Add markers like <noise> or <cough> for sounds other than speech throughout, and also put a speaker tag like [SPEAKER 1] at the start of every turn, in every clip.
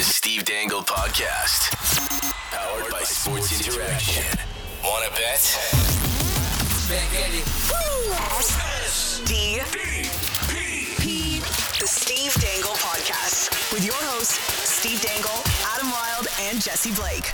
[SPEAKER 1] Steve Dangle podcast. Powered by Sports Interaction. Want to bet?
[SPEAKER 2] P, the Steve Dangle Podcast, with your hosts, Steve Dangle, Adam Wilde, and Jesse Blake.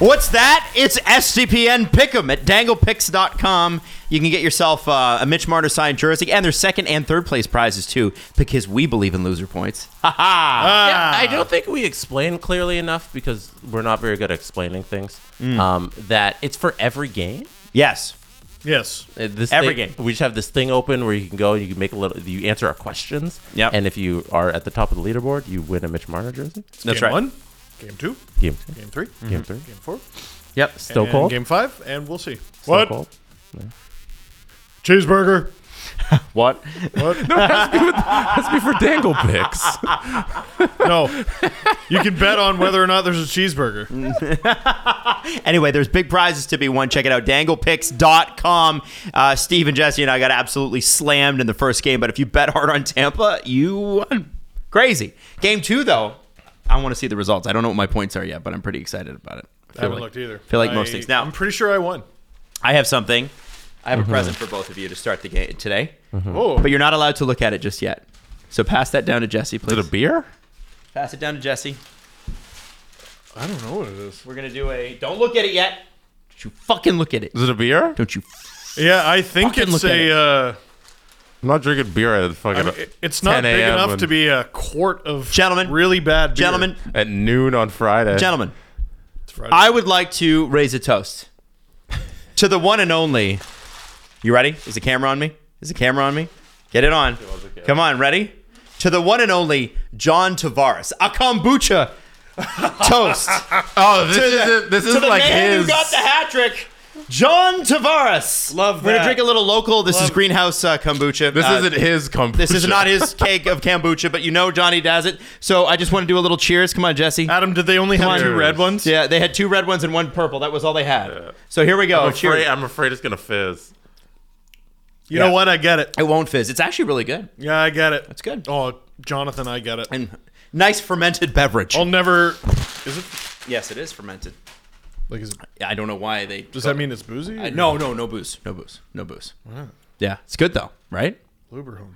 [SPEAKER 3] What's that? It's SCPN Pick'em at danglepicks.com. You can get yourself uh, a Mitch Marner signed jersey and their second and third place prizes too because we believe in loser points. Ha ha!
[SPEAKER 4] Yeah, I don't think we explain clearly enough because we're not very good at explaining things. Um, that it's for every game.
[SPEAKER 3] yes.
[SPEAKER 5] Yes.
[SPEAKER 4] Uh, This
[SPEAKER 3] Every
[SPEAKER 4] thing-
[SPEAKER 3] game.
[SPEAKER 4] we just have this thing open where you can go and you can make a little. You answer our questions.
[SPEAKER 3] Yep.
[SPEAKER 4] And if you are at the top of the leaderboard, you win a Mitch Marner jersey.
[SPEAKER 3] That's
[SPEAKER 5] game
[SPEAKER 3] right.
[SPEAKER 5] one, game two,
[SPEAKER 4] Game,
[SPEAKER 5] game three, game
[SPEAKER 4] game three,
[SPEAKER 5] four,
[SPEAKER 3] Yep.
[SPEAKER 4] Stoke
[SPEAKER 5] and
[SPEAKER 4] Cold.
[SPEAKER 5] game five, and we'll see.
[SPEAKER 4] Stoke Cold.
[SPEAKER 5] Cheeseburger.
[SPEAKER 3] What?
[SPEAKER 4] That's me for <laughs> dangle picks.
[SPEAKER 5] No. you can bet on whether or not there's a
[SPEAKER 3] Mm.
[SPEAKER 5] cheeseburger.
[SPEAKER 3] Anyway, there's big prizes to be won. Check it out, danglepicks.com. Uh, Steve and Jesse and I got absolutely slammed in the first game, but if you bet hard on Tampa, you won. Crazy. Game two, though, I want to see the results. I don't know what my points are yet, but I'm pretty excited about it.
[SPEAKER 5] I haven't looked either.
[SPEAKER 3] feel like most
[SPEAKER 5] I-
[SPEAKER 3] things. Now-
[SPEAKER 5] I'm pretty sure I won.
[SPEAKER 3] I have something. I have a present for both of you to start the game today,
[SPEAKER 5] Oh,
[SPEAKER 3] but you're not allowed to look at it just yet. So pass that down to Jesse, please.
[SPEAKER 4] beer?
[SPEAKER 3] pass it down to Jesse.
[SPEAKER 5] I don't know what it is.
[SPEAKER 3] We're gonna do a. Don't look at it yet. Don't you fucking look at it.
[SPEAKER 4] Is it a beer?
[SPEAKER 3] Don't you?
[SPEAKER 5] Yeah, I think
[SPEAKER 3] Fucking
[SPEAKER 5] it's
[SPEAKER 3] look at
[SPEAKER 5] a.
[SPEAKER 3] it.
[SPEAKER 5] Uh,
[SPEAKER 4] I'm not drinking beer at
[SPEAKER 5] I
[SPEAKER 4] fucking
[SPEAKER 5] mean, it- it's not
[SPEAKER 4] 10
[SPEAKER 5] big
[SPEAKER 4] a.m.
[SPEAKER 5] enough to
[SPEAKER 4] and-
[SPEAKER 5] be a quart of
[SPEAKER 3] Gentlemen.
[SPEAKER 5] really bad beer.
[SPEAKER 3] Gentlemen,
[SPEAKER 4] at noon on Friday.
[SPEAKER 3] gentlemen.
[SPEAKER 5] It's Friday.
[SPEAKER 3] I would like to raise a toast to the one and only. You ready? Is the camera on me? Is the camera on me? Get it on. Come on, ready? To the one and only John Tavares, a kombucha toast.
[SPEAKER 4] Oh, this
[SPEAKER 3] the-
[SPEAKER 4] is this is
[SPEAKER 3] to the
[SPEAKER 4] like
[SPEAKER 3] man
[SPEAKER 4] his.
[SPEAKER 3] who got the hat trick, John Tavares.
[SPEAKER 5] Love
[SPEAKER 3] We're
[SPEAKER 5] that.
[SPEAKER 3] gonna drink a little local. This is
[SPEAKER 5] Love-
[SPEAKER 3] greenhouse uh, kombucha.
[SPEAKER 4] this
[SPEAKER 3] Uh,
[SPEAKER 4] isn't his comfort.
[SPEAKER 3] This is not <laughs> his cake of kombucha, but you know Johnny does it. So I just want to do a little cheers. Come on, Jesse.
[SPEAKER 5] Adam, did they only have
[SPEAKER 3] on.
[SPEAKER 5] two red ones?
[SPEAKER 3] Yeah, they had two red ones and one purple. That was all they had. So here we go.
[SPEAKER 4] I'm afraid,
[SPEAKER 3] Cheers.
[SPEAKER 4] I'm afraid it's gonna fizz.
[SPEAKER 5] You
[SPEAKER 3] Yeah.
[SPEAKER 5] know what? I get it.
[SPEAKER 3] It won't fizz. It's actually really good.
[SPEAKER 5] Yeah, I get it.
[SPEAKER 3] It's good.
[SPEAKER 5] Oh, Jonathan, I get it.
[SPEAKER 3] And Mm. nice fermented beverage.
[SPEAKER 5] I'll never. Is it?
[SPEAKER 3] yes, it is fermented.
[SPEAKER 5] Like, is it,
[SPEAKER 3] Yeah, I don't know why they.
[SPEAKER 5] does that mean it's boozy?
[SPEAKER 3] I- no, no, no booze. No booze. No booze. Yeah, it's good though, right?
[SPEAKER 5] Luberholm.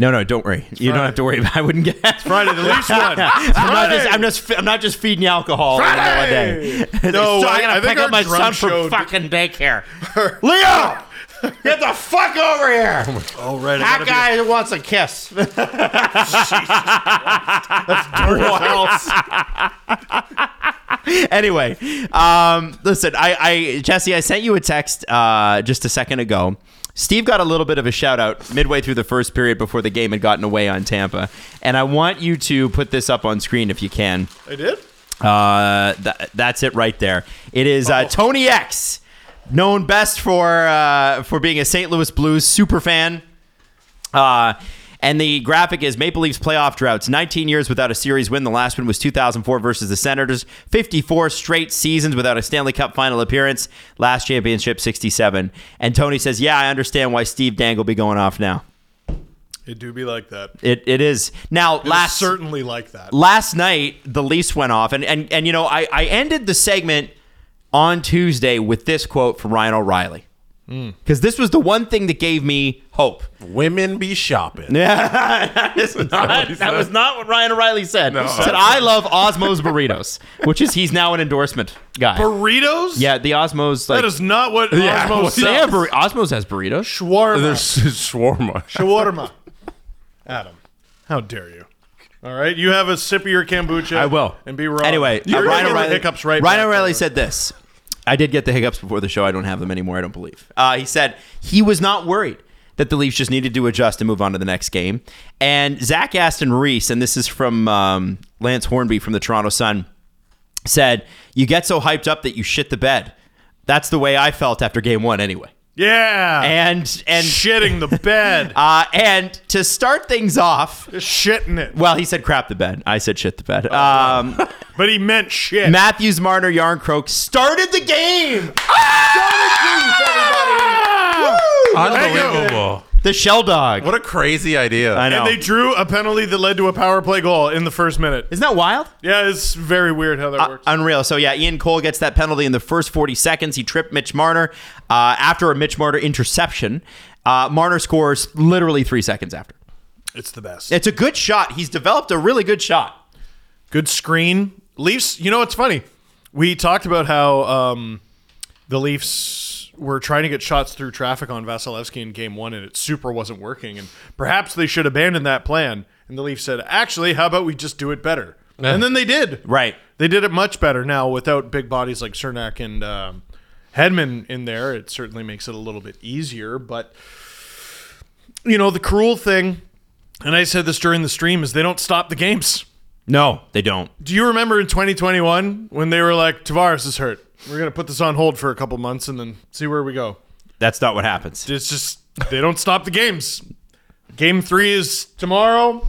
[SPEAKER 3] No, no, don't worry. you don't
[SPEAKER 5] Friday.
[SPEAKER 3] have to worry. I wouldn't get. <laughs>
[SPEAKER 5] Friday, the Leafs won.
[SPEAKER 3] I'm not just. I'm just. I'm not just feeding you alcohol.
[SPEAKER 5] Friday!
[SPEAKER 3] One day.
[SPEAKER 5] No,
[SPEAKER 3] so
[SPEAKER 5] I-
[SPEAKER 3] I gotta
[SPEAKER 5] I think
[SPEAKER 3] pick up
[SPEAKER 5] our
[SPEAKER 3] my
[SPEAKER 5] drum
[SPEAKER 3] son
[SPEAKER 5] show
[SPEAKER 3] from
[SPEAKER 5] did-
[SPEAKER 3] fucking
[SPEAKER 5] <laughs>
[SPEAKER 3] daycare. Leo, get the fuck over here.
[SPEAKER 5] All Oh, right, I
[SPEAKER 3] that
[SPEAKER 5] gotta be-
[SPEAKER 3] guy wants a
[SPEAKER 5] <laughs>
[SPEAKER 3] kiss. <laughs> <laughs> anyway, um, listen, I, I Jesse, I sent you a text uh, just a second ago. Steve got a little bit of a shout out midway through the first period before the game had gotten away on Tampa, and I want you to put this up on screen if you can.
[SPEAKER 5] I did.
[SPEAKER 3] Uh, th- that's it right there. It is
[SPEAKER 5] Oh.
[SPEAKER 3] uh, Tony X, known best for uh, for being a St. Louis Blues super fan. Uh, and the graphic is Maple Leafs playoff droughts. 19 years without a series win. The last one was 2004 versus the Senators. 54 straight seasons without a Stanley Cup final appearance. Last championship, 67. And Tony says, Yeah, I understand why Steve Dangle be going off now.
[SPEAKER 5] It do be like that.
[SPEAKER 3] It, it is. Now,
[SPEAKER 5] It is
[SPEAKER 3] last.
[SPEAKER 5] certainly like that.
[SPEAKER 3] last night the Leafs went off, and and and you know I I ended the segment on Tuesday with this quote from Ryan O'Reilly because this was the one thing that gave me hope.
[SPEAKER 4] Women be shopping.
[SPEAKER 3] Yeah, <laughs> that, is not, that was not what Ryan O'Reilly said. He <laughs> said I love Osmos burritos, which is he's now an endorsement guy.
[SPEAKER 5] Burritos?
[SPEAKER 3] yeah, the Osmos like
[SPEAKER 5] That is not what
[SPEAKER 4] Yeah,
[SPEAKER 5] Osmo
[SPEAKER 4] what-
[SPEAKER 3] they
[SPEAKER 5] sells.
[SPEAKER 3] have bur- Osmos has burritos.
[SPEAKER 5] Shawarma.
[SPEAKER 4] There's <laughs> shawarma.
[SPEAKER 3] <laughs>
[SPEAKER 5] Shawarma. Adam, how dare you? All right, you have a sip of your kombucha.
[SPEAKER 3] I will.
[SPEAKER 5] And be wrong.
[SPEAKER 3] Anyway,
[SPEAKER 5] you're
[SPEAKER 3] uh,
[SPEAKER 5] gonna
[SPEAKER 3] Ryan
[SPEAKER 5] get the
[SPEAKER 3] O'Reilly,
[SPEAKER 5] hiccups right.
[SPEAKER 3] Ryan
[SPEAKER 5] back,
[SPEAKER 3] O'Reilly
[SPEAKER 5] though.
[SPEAKER 3] said this. I did get the hiccups before the show. I don't have them anymore. I don't believe. Uh, he said he was not worried that the Leafs just needed to adjust and move on to the next game. And Zach Aston Reese, and this is from um, Lance Hornby from the Toronto Sun, said, "You get so hyped up that you shit the bed." That's the way I felt after game one, anyway.
[SPEAKER 5] "Yeah."
[SPEAKER 3] And and
[SPEAKER 5] shitting
[SPEAKER 3] <laughs>
[SPEAKER 5] the bed,
[SPEAKER 3] uh, and to start things off,
[SPEAKER 5] Just shitting it.
[SPEAKER 3] well, he said crap the bed. I said shit the bed.
[SPEAKER 5] Oh,
[SPEAKER 3] Um,
[SPEAKER 5] But he meant shit.
[SPEAKER 3] Matthews, Marner, Yarncroke started the game. Started things, everybody. Woo!
[SPEAKER 4] Unbelievable.
[SPEAKER 3] The shell dog.
[SPEAKER 4] What a crazy idea.
[SPEAKER 3] I know.
[SPEAKER 5] And they drew a penalty that led to a power play goal in the first minute.
[SPEAKER 3] Isn't that wild?
[SPEAKER 5] Yeah, it's very weird how that
[SPEAKER 3] Uh,
[SPEAKER 5] works.
[SPEAKER 3] unreal. So yeah, Ian Cole gets that penalty in the first 40 seconds. He tripped Mitch Marner uh, after a Mitch Marner interception. Uh, Marner scores literally three seconds after.
[SPEAKER 5] It's the best.
[SPEAKER 3] It's a good shot. He's developed a really good shot.
[SPEAKER 5] Good screen. Leafs, you know what's funny? We talked about how um, the Leafs were trying to get shots through traffic on Vasilevsky in game one, and it super wasn't working. And perhaps they should abandon that plan. And the Leafs said, actually, how about we just do it better? And then they did.
[SPEAKER 3] Right.
[SPEAKER 5] They did it much better now without big bodies like Cernak and um, Hedman in there. It certainly makes it a little bit easier. But, you know, the cruel thing, and I said this during the stream, is they don't stop the games.
[SPEAKER 3] No, they don't.
[SPEAKER 5] Do you remember in 2021 when they were like, Tavares is hurt? We're going to put this on hold for a couple months and then see where we go.
[SPEAKER 3] That's not what happens.
[SPEAKER 5] It's just, they don't stop the games. Game three is tomorrow,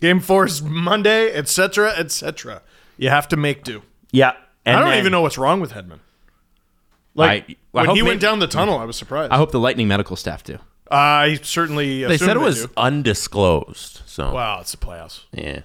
[SPEAKER 5] game four is Monday, etc., etc. You have to make do.
[SPEAKER 3] Yeah. And
[SPEAKER 5] I don't
[SPEAKER 3] then-
[SPEAKER 5] even know what's wrong with Hedman. Like,
[SPEAKER 3] I- I
[SPEAKER 5] when
[SPEAKER 3] hope
[SPEAKER 5] he
[SPEAKER 3] maybe-
[SPEAKER 5] went down the tunnel, I was surprised.
[SPEAKER 3] I hope the Lightning medical staff do.
[SPEAKER 5] I certainly
[SPEAKER 4] they said it
[SPEAKER 5] assume
[SPEAKER 4] was
[SPEAKER 5] do.
[SPEAKER 4] undisclosed. So
[SPEAKER 5] Wow, it's the playoffs.
[SPEAKER 4] yeah,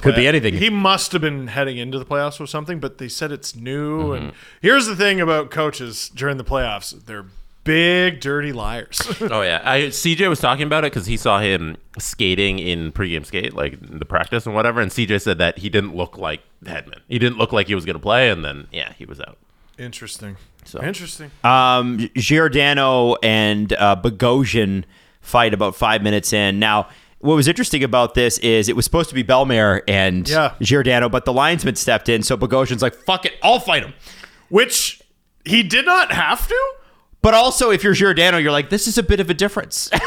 [SPEAKER 4] could be anything.
[SPEAKER 5] He must have been heading into the playoffs or something, but they said it's new.
[SPEAKER 4] Mm-hmm.
[SPEAKER 5] And here's the thing about coaches during the playoffs they're big, dirty
[SPEAKER 4] <laughs>
[SPEAKER 5] liars.
[SPEAKER 4] oh yeah, I, CJ was talking about it because he saw him skating in pregame skate, like in the practice and whatever. And CJ said that he didn't look like Headman. He didn't look like he was going to play, and then yeah, he was out.
[SPEAKER 5] Interesting.
[SPEAKER 4] So- uh,
[SPEAKER 5] Interesting.
[SPEAKER 3] um, Giordano and uh, Bogosian fight about five minutes in. Now, what was interesting about this is it was supposed to be Belmare and
[SPEAKER 5] Yeah.
[SPEAKER 3] Giordano, but the linesman stepped in, so Bogosian's like, "Fuck it, I'll fight him."
[SPEAKER 5] Which he did not have
[SPEAKER 4] <laughs>
[SPEAKER 5] to.
[SPEAKER 3] But also, if you're Giordano, you're like, "This is a bit of a difference." <laughs>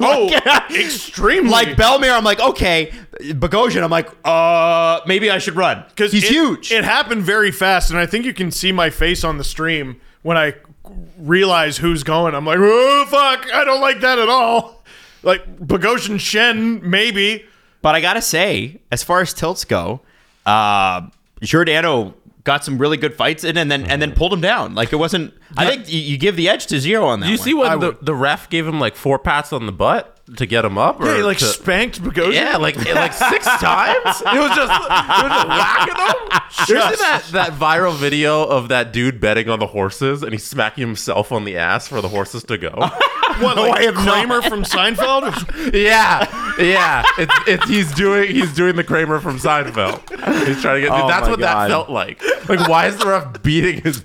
[SPEAKER 5] Oh,
[SPEAKER 4] <laughs>
[SPEAKER 5] extremely.
[SPEAKER 3] like Belmare, I'm like, "Okay," Bogosian, I'm like, "Uh, maybe I should run because he's
[SPEAKER 5] it-
[SPEAKER 3] huge."
[SPEAKER 5] It happened very fast, and I think you can see my face on the stream when I realize who's going. I'm like, oh fuck, I don't like that at all. Like Bogosian Shen, maybe.
[SPEAKER 3] But I gotta say, as far as tilts go, uh, Giordano got some really good fights in, and then and then pulled him down. Like it wasn't. I think you, you give the edge to zero on that.
[SPEAKER 4] Do you see
[SPEAKER 3] one.
[SPEAKER 4] when the, the ref gave him like four pats on the butt to get him up? Or
[SPEAKER 5] Yeah, he, like
[SPEAKER 4] to-
[SPEAKER 5] spanked Bogosian.
[SPEAKER 4] yeah, like
[SPEAKER 5] eh,
[SPEAKER 4] like <laughs> six times. It was just, it was just whacking him. There's that, that viral video of that dude betting on the horses and he's smacking himself on the ass for the horses to go.
[SPEAKER 5] <laughs> What, like Kramer from Seinfeld?
[SPEAKER 4] yeah, yeah. It's, it's he's doing he's doing the Kramer from Seinfeld. He's trying to get.
[SPEAKER 3] Oh
[SPEAKER 4] that's
[SPEAKER 3] my
[SPEAKER 4] what
[SPEAKER 3] God.
[SPEAKER 4] that felt like. Like, why is the ref beating his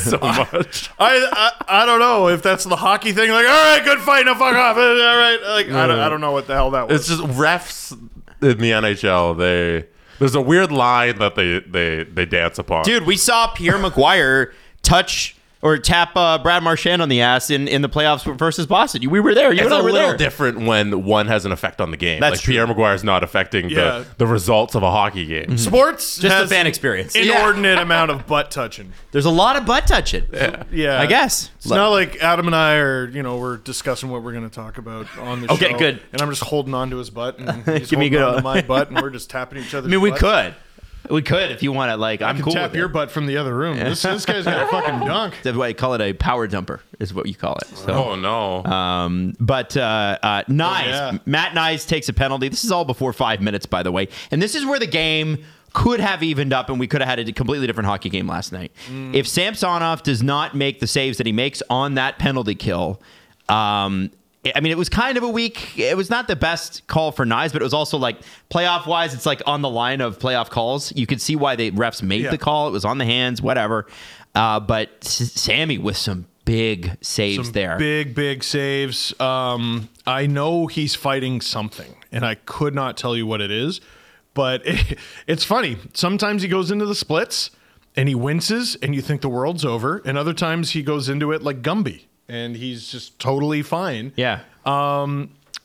[SPEAKER 5] <laughs>
[SPEAKER 4] so much?
[SPEAKER 5] I, I I don't know if that's the hockey thing. Like, all right, good fight, now fuck off. <laughs> Uh, All right, like <laughs> I don't, I don't know what the hell that was.
[SPEAKER 4] It's just refs in the NHL. They there's a weird line that they they they dance upon.
[SPEAKER 3] dude? We saw Pierre McGuire touch or tap uh, Brad Marchand on the ass in, in the playoffs versus Boston. You- We were there. You
[SPEAKER 4] it's
[SPEAKER 3] and
[SPEAKER 4] a
[SPEAKER 3] I were
[SPEAKER 4] little
[SPEAKER 3] there.
[SPEAKER 4] different when one has an effect on the game.
[SPEAKER 3] That's
[SPEAKER 4] like
[SPEAKER 3] true. Mm-hmm.
[SPEAKER 4] Pierre Maguire is not affecting
[SPEAKER 5] Yeah.
[SPEAKER 4] the, the results of a hockey game.
[SPEAKER 5] sports.
[SPEAKER 3] Just the
[SPEAKER 5] has
[SPEAKER 3] fan experience.
[SPEAKER 5] Inordinate amount of butt touching.
[SPEAKER 3] There's a lot of butt touching.
[SPEAKER 5] Yeah,
[SPEAKER 3] I guess.
[SPEAKER 5] It's not like Adam and I are, you know, we're discussing what we're going to talk about on the show.
[SPEAKER 3] Okay, good.
[SPEAKER 5] And I'm just holding on to his
[SPEAKER 3] <laughs>
[SPEAKER 5] butt, and he's
[SPEAKER 3] Give me a
[SPEAKER 5] holding
[SPEAKER 3] good-
[SPEAKER 5] on to my butt, and we're just tapping each
[SPEAKER 3] <laughs>
[SPEAKER 5] other's.
[SPEAKER 3] I mean, we
[SPEAKER 5] butt.
[SPEAKER 3] could, we could if you want to. Like, I'm
[SPEAKER 5] You
[SPEAKER 3] cool.
[SPEAKER 5] tap
[SPEAKER 3] with
[SPEAKER 5] your
[SPEAKER 3] it.
[SPEAKER 5] butt from the other room. This, this
[SPEAKER 3] <laughs>
[SPEAKER 5] guy's got a fucking dunk.
[SPEAKER 3] That's why you call it a power dumper. Is what you call it. So.
[SPEAKER 4] Oh no!
[SPEAKER 3] But uh, uh, Nyes,
[SPEAKER 5] Oh, yeah.
[SPEAKER 3] Matt Nyes takes a penalty. This is all before five minutes, by the way. And this is where the game could have evened up and we could have had a completely different hockey game last night.
[SPEAKER 5] Mm.
[SPEAKER 3] If Samsonov does not make the saves that he makes on that penalty kill, um, I mean, it was kind of a weak. It was not the best call for Nyes, but it was also like playoff wise, it's like on the line of playoff calls. You could see why the refs made
[SPEAKER 5] Yeah.
[SPEAKER 3] the call. It was on the hands, whatever. Uh, but S- Sammy with some big saves
[SPEAKER 5] Some
[SPEAKER 3] there.
[SPEAKER 5] Big, big saves. Um, I know he's fighting something, and I could not tell you what it is, but <laughs> it, it's funny. Sometimes he goes into the splits and he winces, and you think the world's over, and other times he goes into it like Gumby, and he's just totally fine.
[SPEAKER 3] yeah.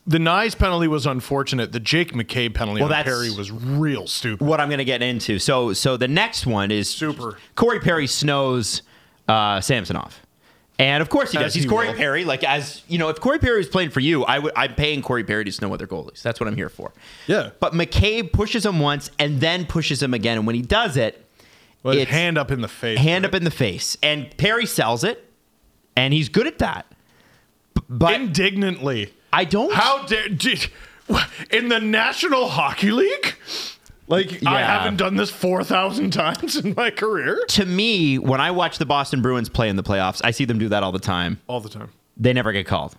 [SPEAKER 5] The Nyes penalty was unfortunate. The Jake McCabe penalty on
[SPEAKER 3] that's-
[SPEAKER 5] Perry was real stupid.
[SPEAKER 3] what I'm going to get into. So so the next one is
[SPEAKER 5] Super.
[SPEAKER 3] Corey Perry snows uh, Samsonov. And of course he does.
[SPEAKER 5] As
[SPEAKER 3] He's
[SPEAKER 5] he
[SPEAKER 3] Corey
[SPEAKER 5] will.
[SPEAKER 3] Perry. Like as you know, if Corey Perry was playing for you, I would I'm paying Corey Perry to snow other goalies. That's what I'm here for.
[SPEAKER 5] Yeah.
[SPEAKER 3] But McCabe pushes him once and then pushes him again. And when he does it,
[SPEAKER 5] But
[SPEAKER 3] it's-
[SPEAKER 5] hand up in the face.
[SPEAKER 3] hand up in the face. And Perry sells it, and he's good at that. B- But
[SPEAKER 5] indignantly.
[SPEAKER 3] I don't.
[SPEAKER 5] How dare did, in the National Hockey League? Like I
[SPEAKER 3] Yeah.
[SPEAKER 5] haven't done this four thousand times <laughs> in my career.
[SPEAKER 3] To me, when I watch the Boston Bruins play in the playoffs, I see them do that all the time.
[SPEAKER 5] All the time.
[SPEAKER 3] They never get called.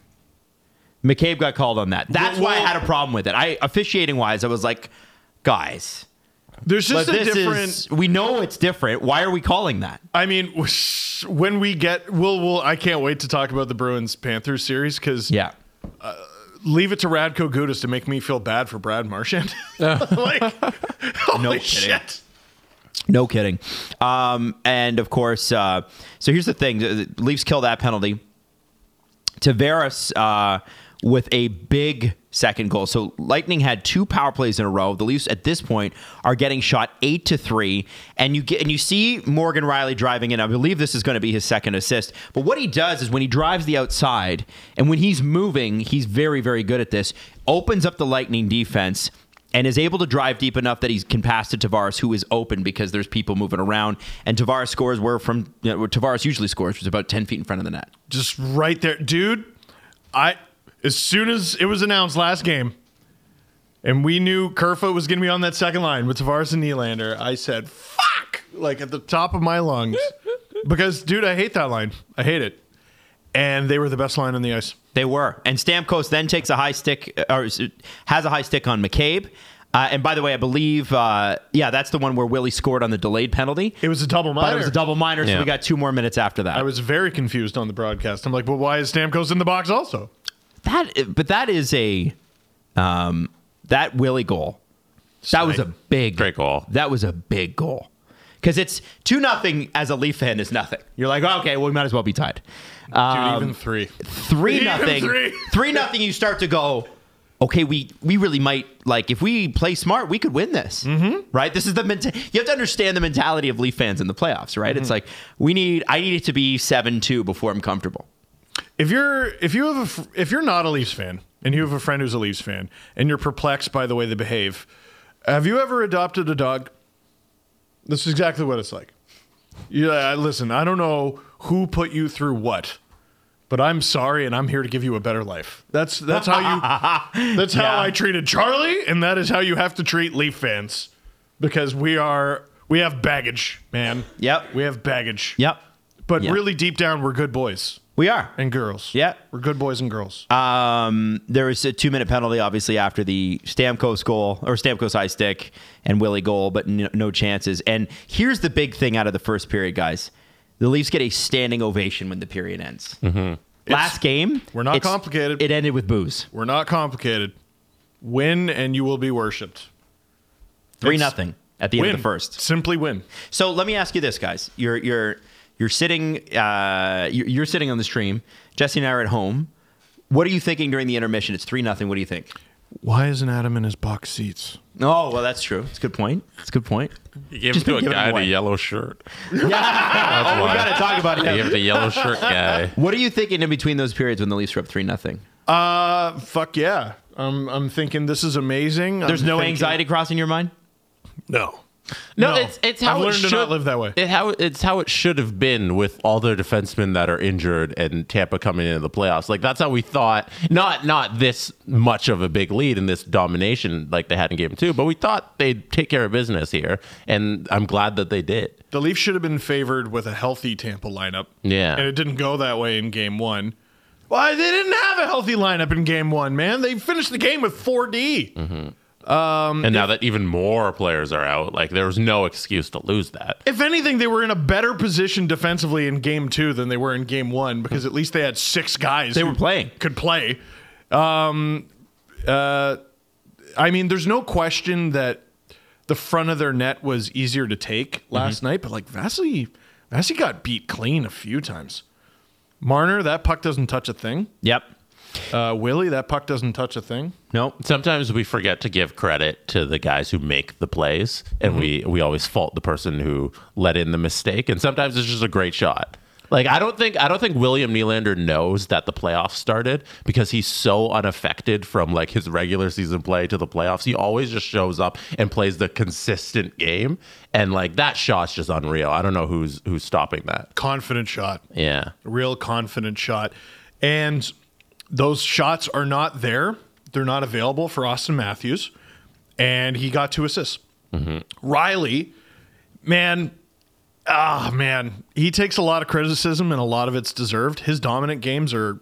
[SPEAKER 3] McCabe got called on that. That's why I
[SPEAKER 5] Well-
[SPEAKER 3] had a problem with it. I officiating wise, I was like, guys,
[SPEAKER 5] There's
[SPEAKER 3] but
[SPEAKER 5] just a
[SPEAKER 3] this
[SPEAKER 5] different.
[SPEAKER 3] is we know it's different. Why are we calling that?
[SPEAKER 5] I mean, when we get, we'll, we'll. I can't wait to talk about the Bruins Panthers series because
[SPEAKER 3] Yeah.
[SPEAKER 5] leave it to Radko Gudas to make me feel bad for Brad
[SPEAKER 3] <laughs>
[SPEAKER 5] Marchand. <laughs> like, holy
[SPEAKER 3] No kidding.
[SPEAKER 5] shit.
[SPEAKER 3] No kidding. Um, and of course, uh, so here's the thing: the the Leafs kill that penalty. Tavares uh, with a big second goal. So Lightning had two power plays in a row. The Leafs at this point are getting shot eight to three, and you get and you see Morgan Riley driving in. I believe this is going to be his second assist. But what he does is when he drives the outside and when he's moving, he's very very good at this. Opens up the Lightning defense and is able to drive deep enough that he can pass to Tavares, who is open because there's people moving around. And Tavares scores where from you know, where Tavares usually scores, which is about ten feet in front of the net.
[SPEAKER 5] Just right there. Dude, I, as soon as it was announced last game, and we knew Kerfoot was going to be on that second line with Tavares and Nylander, I said, fuck, like at the top of
[SPEAKER 3] <laughs>
[SPEAKER 5] my lungs. because, dude, I hate that line. I hate it. And they were the best line on the ice.
[SPEAKER 3] They were. And Stamkos then takes a high stick, uh, or has a high stick on McCabe. Uh, and by the way, I believe, uh, yeah, that's the one where Willie scored on the delayed penalty.
[SPEAKER 5] It was a double minor.
[SPEAKER 3] but it was a double minor, so
[SPEAKER 4] Yeah.
[SPEAKER 3] we got two more minutes after that.
[SPEAKER 5] I was very confused on the broadcast. I'm like, well, why is Stamkos in the box also?
[SPEAKER 3] that, but that is a, um, that Willie goal. That was a big
[SPEAKER 4] Great goal.
[SPEAKER 3] That was a big goal. Because it's two nothing as a Leaf fan is nothing. You're like, "Oh, okay, well, we might as well be tied.
[SPEAKER 5] Dude, even three.
[SPEAKER 3] three nothing,
[SPEAKER 5] three.
[SPEAKER 3] three nothing. You start to go, okay, we we really might like if we play smart, we could win this, mm-hmm. right? This is the menta- you have to understand the mentality of Leaf fans in the playoffs, right? It's like we need I need it to be seven two before I'm comfortable.
[SPEAKER 5] If you're if you have a fr- if you're not a Leafs fan and you have a friend who's a Leafs fan and you're perplexed by the way they behave, have you ever adopted a dog? This is exactly what it's like. Yeah, listen, I don't know who put you through what, but I'm sorry and I'm here to give you a better life. That's that's how
[SPEAKER 3] <laughs>
[SPEAKER 5] you that's how I treated Charlie and that is how you have to treat Leaf fans because we are we have baggage, man.
[SPEAKER 3] Yep.
[SPEAKER 5] We have baggage.
[SPEAKER 3] Yep,
[SPEAKER 5] But
[SPEAKER 3] Yeah.
[SPEAKER 5] really deep down we're good boys
[SPEAKER 3] we are.
[SPEAKER 5] and girls.
[SPEAKER 3] Yeah.
[SPEAKER 5] We're good boys and girls.
[SPEAKER 4] Uh,
[SPEAKER 3] There was a two minute penalty, obviously after the Stamkos goal or Stamkos high stick and Willie goal, but no, no chances. And here's the big thing out of the first period, guys: the Leafs get a standing ovation when the period ends. Last game,
[SPEAKER 5] we're not
[SPEAKER 3] it's-
[SPEAKER 5] complicated.
[SPEAKER 3] It ended with booze.
[SPEAKER 5] We're not complicated. Win and you will be worshipped.
[SPEAKER 3] three
[SPEAKER 5] It's-
[SPEAKER 3] nothing at the
[SPEAKER 5] Win
[SPEAKER 3] end of the first.
[SPEAKER 5] Simply win.
[SPEAKER 3] So let me ask you this, guys. You're you're you're sitting uh, you're, you're sitting on the stream. Jesse and I are at home. What are you thinking during the intermission? It's three nothing. What do you think?
[SPEAKER 5] Why isn't Adam in his box seats?
[SPEAKER 3] Oh well, that's true. It's a good point. It's a good point.
[SPEAKER 4] He gave
[SPEAKER 3] Just
[SPEAKER 4] it to
[SPEAKER 3] been
[SPEAKER 4] a
[SPEAKER 3] giving
[SPEAKER 4] guy in a
[SPEAKER 3] away.
[SPEAKER 4] yellow shirt.
[SPEAKER 3] <laughs> Yeah. oh, we
[SPEAKER 4] why.
[SPEAKER 3] gotta talk about
[SPEAKER 4] He gave
[SPEAKER 3] it.
[SPEAKER 4] it to yellow shirt guy.
[SPEAKER 3] What are you thinking in between those periods when the Leafs are up three nothing?
[SPEAKER 5] Uh, fuck yeah. I'm, I'm thinking this is amazing.
[SPEAKER 3] There's no anxiety crossing your mind.
[SPEAKER 5] No.
[SPEAKER 4] No, it's it's how
[SPEAKER 5] I've
[SPEAKER 4] it
[SPEAKER 5] learned
[SPEAKER 4] should
[SPEAKER 5] to not live that way.
[SPEAKER 4] It how it's how it should have been with all their defensemen that are injured and Tampa coming into the playoffs. Like that's how we thought. Not not this much of a big lead and this domination like they had in game two, but we thought they'd take care of business here, and I'm glad that they did.
[SPEAKER 5] The Leafs should have been favored with a healthy Tampa lineup.
[SPEAKER 4] Yeah.
[SPEAKER 5] And it didn't go that way in game one. Why they didn't have a healthy lineup in game one, man. They finished the game with 4D.
[SPEAKER 3] Mm,
[SPEAKER 4] and now that even more players are out, like there was no excuse to lose that.
[SPEAKER 5] If anything, they were in a better position defensively in game two than they were in game one because at least they had six guys
[SPEAKER 3] They
[SPEAKER 5] who
[SPEAKER 3] were playing.
[SPEAKER 5] could play. Um, uh, I mean, there's no question that the front of their net was easier to take last
[SPEAKER 3] Mm-hmm.
[SPEAKER 5] night, but like Vasily, Vasily got beat clean a few times. Marner, that puck doesn't touch a thing.
[SPEAKER 3] Yep.
[SPEAKER 5] Uh, Willie, that puck doesn't touch a thing.
[SPEAKER 3] Nope.
[SPEAKER 4] Sometimes we forget to give credit to the guys who make the plays, and we we always fault the person who let in the mistake. And sometimes it's just a great shot. Like I don't think I don't think William Nylander knows that the playoffs started because he's so unaffected from like his regular season play to the playoffs. He always just shows up and plays the consistent game, and like that shot's just unreal. I don't know who's who's stopping that.
[SPEAKER 5] Confident shot.
[SPEAKER 4] Yeah,
[SPEAKER 5] real confident shot. And those shots are not there. They're not available for Austin Matthews, and he got two assists. Riley, man, ah man, he takes a lot of criticism, and a lot of it's deserved. His dominant games are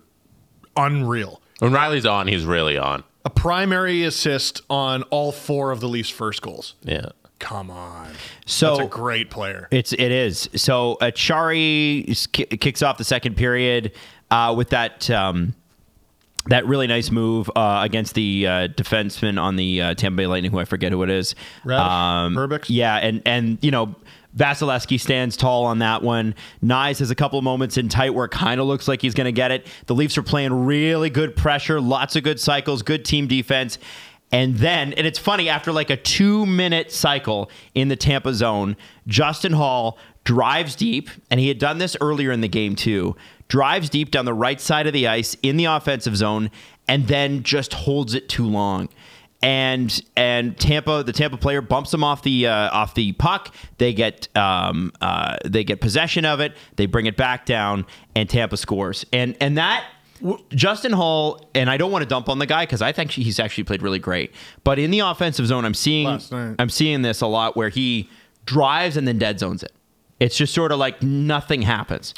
[SPEAKER 5] unreal.
[SPEAKER 4] When Riley's on, he's really on.
[SPEAKER 5] A primary assist on all four of the Leafs' first goals.
[SPEAKER 4] Yeah.
[SPEAKER 5] Come on,
[SPEAKER 3] So
[SPEAKER 5] that's a great player.
[SPEAKER 3] It's it is. So Achari is- ki- kicks off the second period uh, with that um, that really nice move uh, against the uh, defenseman on the uh, Tampa Bay Lightning, who I forget who it is. Um,
[SPEAKER 5] Radish? Herbeck?
[SPEAKER 3] Yeah, and and you know. Vasilevsky stands tall on that one. Nyes has a couple of moments in tight where it kind of looks like he's going to get it. The Leafs are playing really good pressure, lots of good cycles, good team defense. And then, and it's funny, after like a two minute cycle in the Tampa zone, Justin Hall drives deep, and he had done this earlier in the game too, drives deep down the right side of the ice in the offensive zone, and then just holds it too long. And and Tampa, the Tampa player bumps him off the uh, off the puck. They get um, uh, they get possession of it. They bring it back down, and Tampa scores. And and that Justin Hall, and I don't want to dump on the guy because I think he's actually played really great. But in the offensive zone, I'm seeing
[SPEAKER 5] Last night.
[SPEAKER 3] I'm seeing this a lot where he drives and then dead zones it. It's just sort of like nothing happens.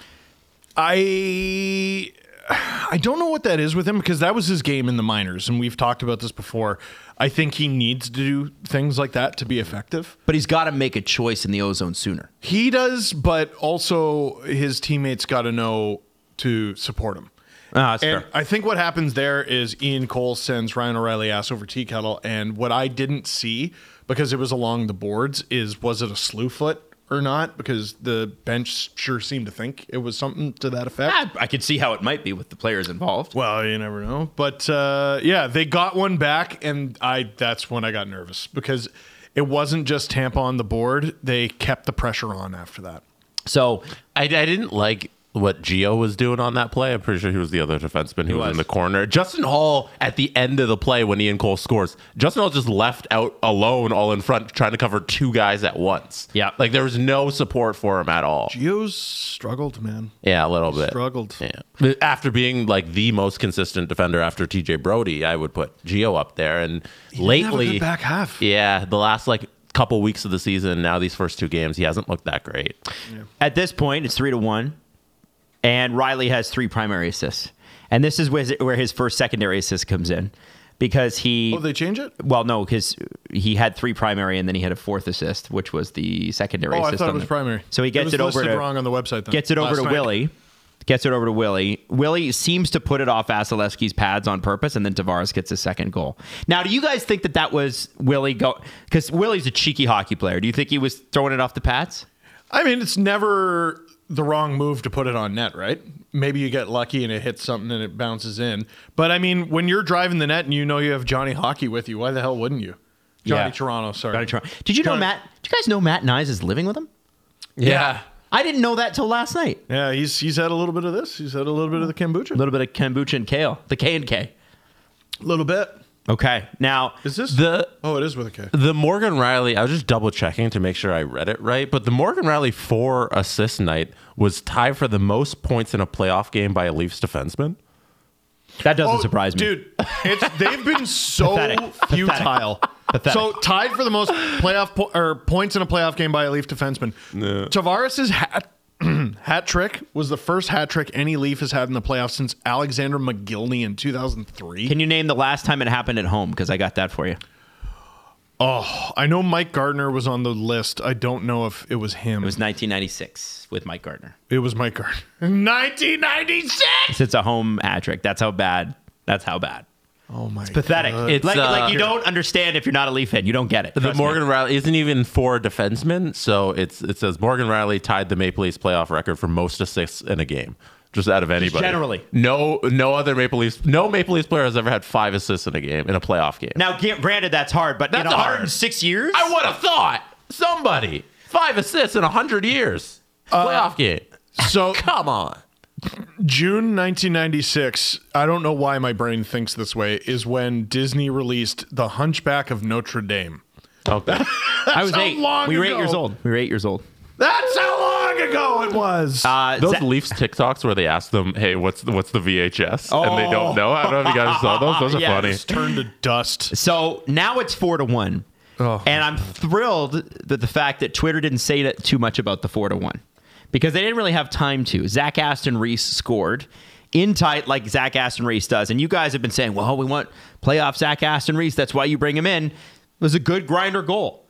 [SPEAKER 5] I I don't know what that is with him because that was his game in the minors, and we've talked about this before. I think he needs to do things like that to be effective.
[SPEAKER 3] But he's got to make a choice in the ozone sooner.
[SPEAKER 5] He does, but also his teammates got to know to support him.
[SPEAKER 3] Ah, that's
[SPEAKER 5] And
[SPEAKER 3] fair.
[SPEAKER 5] I think what happens there is Ian Cole sends Ryan O'Reilly ass over tea kettle, and what I didn't see because it was along the boards is was it a slew foot or not? Because the bench sure seemed to think it was something to that effect.
[SPEAKER 3] Ah, I could see how it might be with the players involved.
[SPEAKER 5] Well, you never know. But uh, yeah, they got one back, and I that's when I got nervous because it wasn't just Tampa on the board. They kept the pressure on after that.
[SPEAKER 3] So
[SPEAKER 4] I, I didn't like what Gio was doing on that play. I'm pretty sure he was the other defenseman who was.
[SPEAKER 3] was.
[SPEAKER 4] in the corner. Justin Hall at the end of the play when Ian Cole scores, Justin Hall just left out alone, all in front, trying to cover two guys at once.
[SPEAKER 3] Yeah.
[SPEAKER 4] like there was no support for him at all.
[SPEAKER 5] Geo's struggled, man.
[SPEAKER 4] Yeah, a little bit.
[SPEAKER 5] Struggled.
[SPEAKER 4] Yeah. After being like the most consistent defender after TJ Brody, I would put Gio up there. And
[SPEAKER 5] Have a
[SPEAKER 4] lately,
[SPEAKER 5] good back half.
[SPEAKER 4] yeah, the last like couple weeks of the season, now these first two games, he hasn't looked that great.
[SPEAKER 3] At this point, it's three to one, and Riley has three primary assists. And this is where his, where his first secondary assist comes in, because he
[SPEAKER 5] Oh, they change it?
[SPEAKER 3] Well, no, because he had three primary and then he had a fourth assist, which was the secondary.
[SPEAKER 5] Oh, I
[SPEAKER 3] assist
[SPEAKER 5] thought
[SPEAKER 3] on
[SPEAKER 5] it was
[SPEAKER 3] the-
[SPEAKER 5] primary.
[SPEAKER 3] So he gets
[SPEAKER 5] was
[SPEAKER 3] it, over
[SPEAKER 5] listed
[SPEAKER 3] to
[SPEAKER 5] wrong on the website. Then.
[SPEAKER 3] gets it over
[SPEAKER 5] Last
[SPEAKER 3] to
[SPEAKER 5] night.
[SPEAKER 3] Willie. Gets it over to Willie. Willie seems to put it off Vasilevsky's pads on purpose, and then Tavares gets his second goal. Now, do you guys think that that was Willie go? Because Willie's a cheeky hockey player. Do you think he was throwing it off the pads?
[SPEAKER 5] I mean, it's never the wrong move to put it on net, right? Maybe you get lucky and it hits something and it bounces in. But I mean, when you're driving the net and you know you have Johnny Hockey with you, why the hell wouldn't you? Johnny
[SPEAKER 3] Yeah.
[SPEAKER 5] Toronto, sorry.
[SPEAKER 3] Johnny Toronto. Did you know
[SPEAKER 5] Johnny-
[SPEAKER 3] Matt? Do you guys know Matt Nyes is living with him?
[SPEAKER 4] Yeah.
[SPEAKER 3] I didn't know that till last night.
[SPEAKER 5] Yeah, he's he's had a little bit of this. He's had a little bit of the kombucha.
[SPEAKER 3] A little bit of kombucha and kale, the K and K.
[SPEAKER 5] little bit.
[SPEAKER 3] Okay, now
[SPEAKER 5] Is this
[SPEAKER 4] The
[SPEAKER 5] Oh, it is with a K.
[SPEAKER 4] the Morgan Riley, I was just double checking to make sure I read it right, but the Morgan Riley four assist night was tied for the most points in a playoff game by a Leafs defenseman.
[SPEAKER 3] that doesn't
[SPEAKER 5] Oh,
[SPEAKER 3] surprise me,
[SPEAKER 5] dude. It's,
[SPEAKER 3] <laughs>
[SPEAKER 5] they've been so
[SPEAKER 3] oh, Pathetic.
[SPEAKER 5] futile.
[SPEAKER 3] Pathetic.
[SPEAKER 5] So tied for the most playoff po- or points in a playoff game by a Leaf defenseman. Tavares's hat <clears throat> hat trick was the first hat trick any Leaf has had in the playoffs since Alexander McGillney in 2003.
[SPEAKER 3] Can you name the last time it happened at home? Because I got that for you.
[SPEAKER 5] I know Mike Gardner was on the list. I don't know if it was him.
[SPEAKER 3] It was 1996 with Mike Gardner.
[SPEAKER 5] it was Mike Gardner. <laughs> 1996.
[SPEAKER 3] It's a home hat trick. That's how bad. That's how bad.
[SPEAKER 5] Oh my. It's
[SPEAKER 3] Pathetic.
[SPEAKER 4] It's,
[SPEAKER 3] like,
[SPEAKER 4] uh,
[SPEAKER 3] like you don't understand if you're not a Leaf fan. You don't get it.
[SPEAKER 4] The
[SPEAKER 3] Trust me.
[SPEAKER 4] Morgan Riley isn't even for a defenseman, so it's it says Morgan Riley tied the Maple Leafs playoff record for most assists in a game, just out of anybody.
[SPEAKER 3] generally.
[SPEAKER 4] no no other Maple Leafs, no Maple Leafs player has ever had five assists in a game in a playoff game.
[SPEAKER 3] Now, g- granted, that's hard, but in
[SPEAKER 4] That's hard.
[SPEAKER 3] 106 years,
[SPEAKER 4] I would have thought somebody five assists in hundred years
[SPEAKER 3] Uh,
[SPEAKER 4] playoff game.
[SPEAKER 5] So
[SPEAKER 4] Come on,
[SPEAKER 5] June 1996, I don't know why my brain thinks this way, is when Disney released The Hunchback of Notre Dame.
[SPEAKER 4] okay.
[SPEAKER 3] I was
[SPEAKER 5] how <laughs>
[SPEAKER 3] eight.
[SPEAKER 5] long
[SPEAKER 3] we were eight
[SPEAKER 5] ago.
[SPEAKER 3] years old. We were eight years old.
[SPEAKER 5] That's how long ago it was.
[SPEAKER 3] Uh,
[SPEAKER 4] Those
[SPEAKER 3] Zach-
[SPEAKER 4] Leafs TikToks where they ask them, "Hey, what's the, what's the VHS?" and they don't know. I don't know if you guys saw those. Those are
[SPEAKER 3] Oh. <laughs> Yes.
[SPEAKER 4] funny.
[SPEAKER 5] it's turned to dust.
[SPEAKER 3] So now it's four to one, and I'm thrilled that the fact that Twitter didn't say that too much about the four to one because they didn't really have time to. Zach Aston Reese scored in tight like Zach Aston Reese does, and you guys have been saying, "Well, we want playoff Zach Aston Reese. That's why you bring him in." It was a good grinder goal,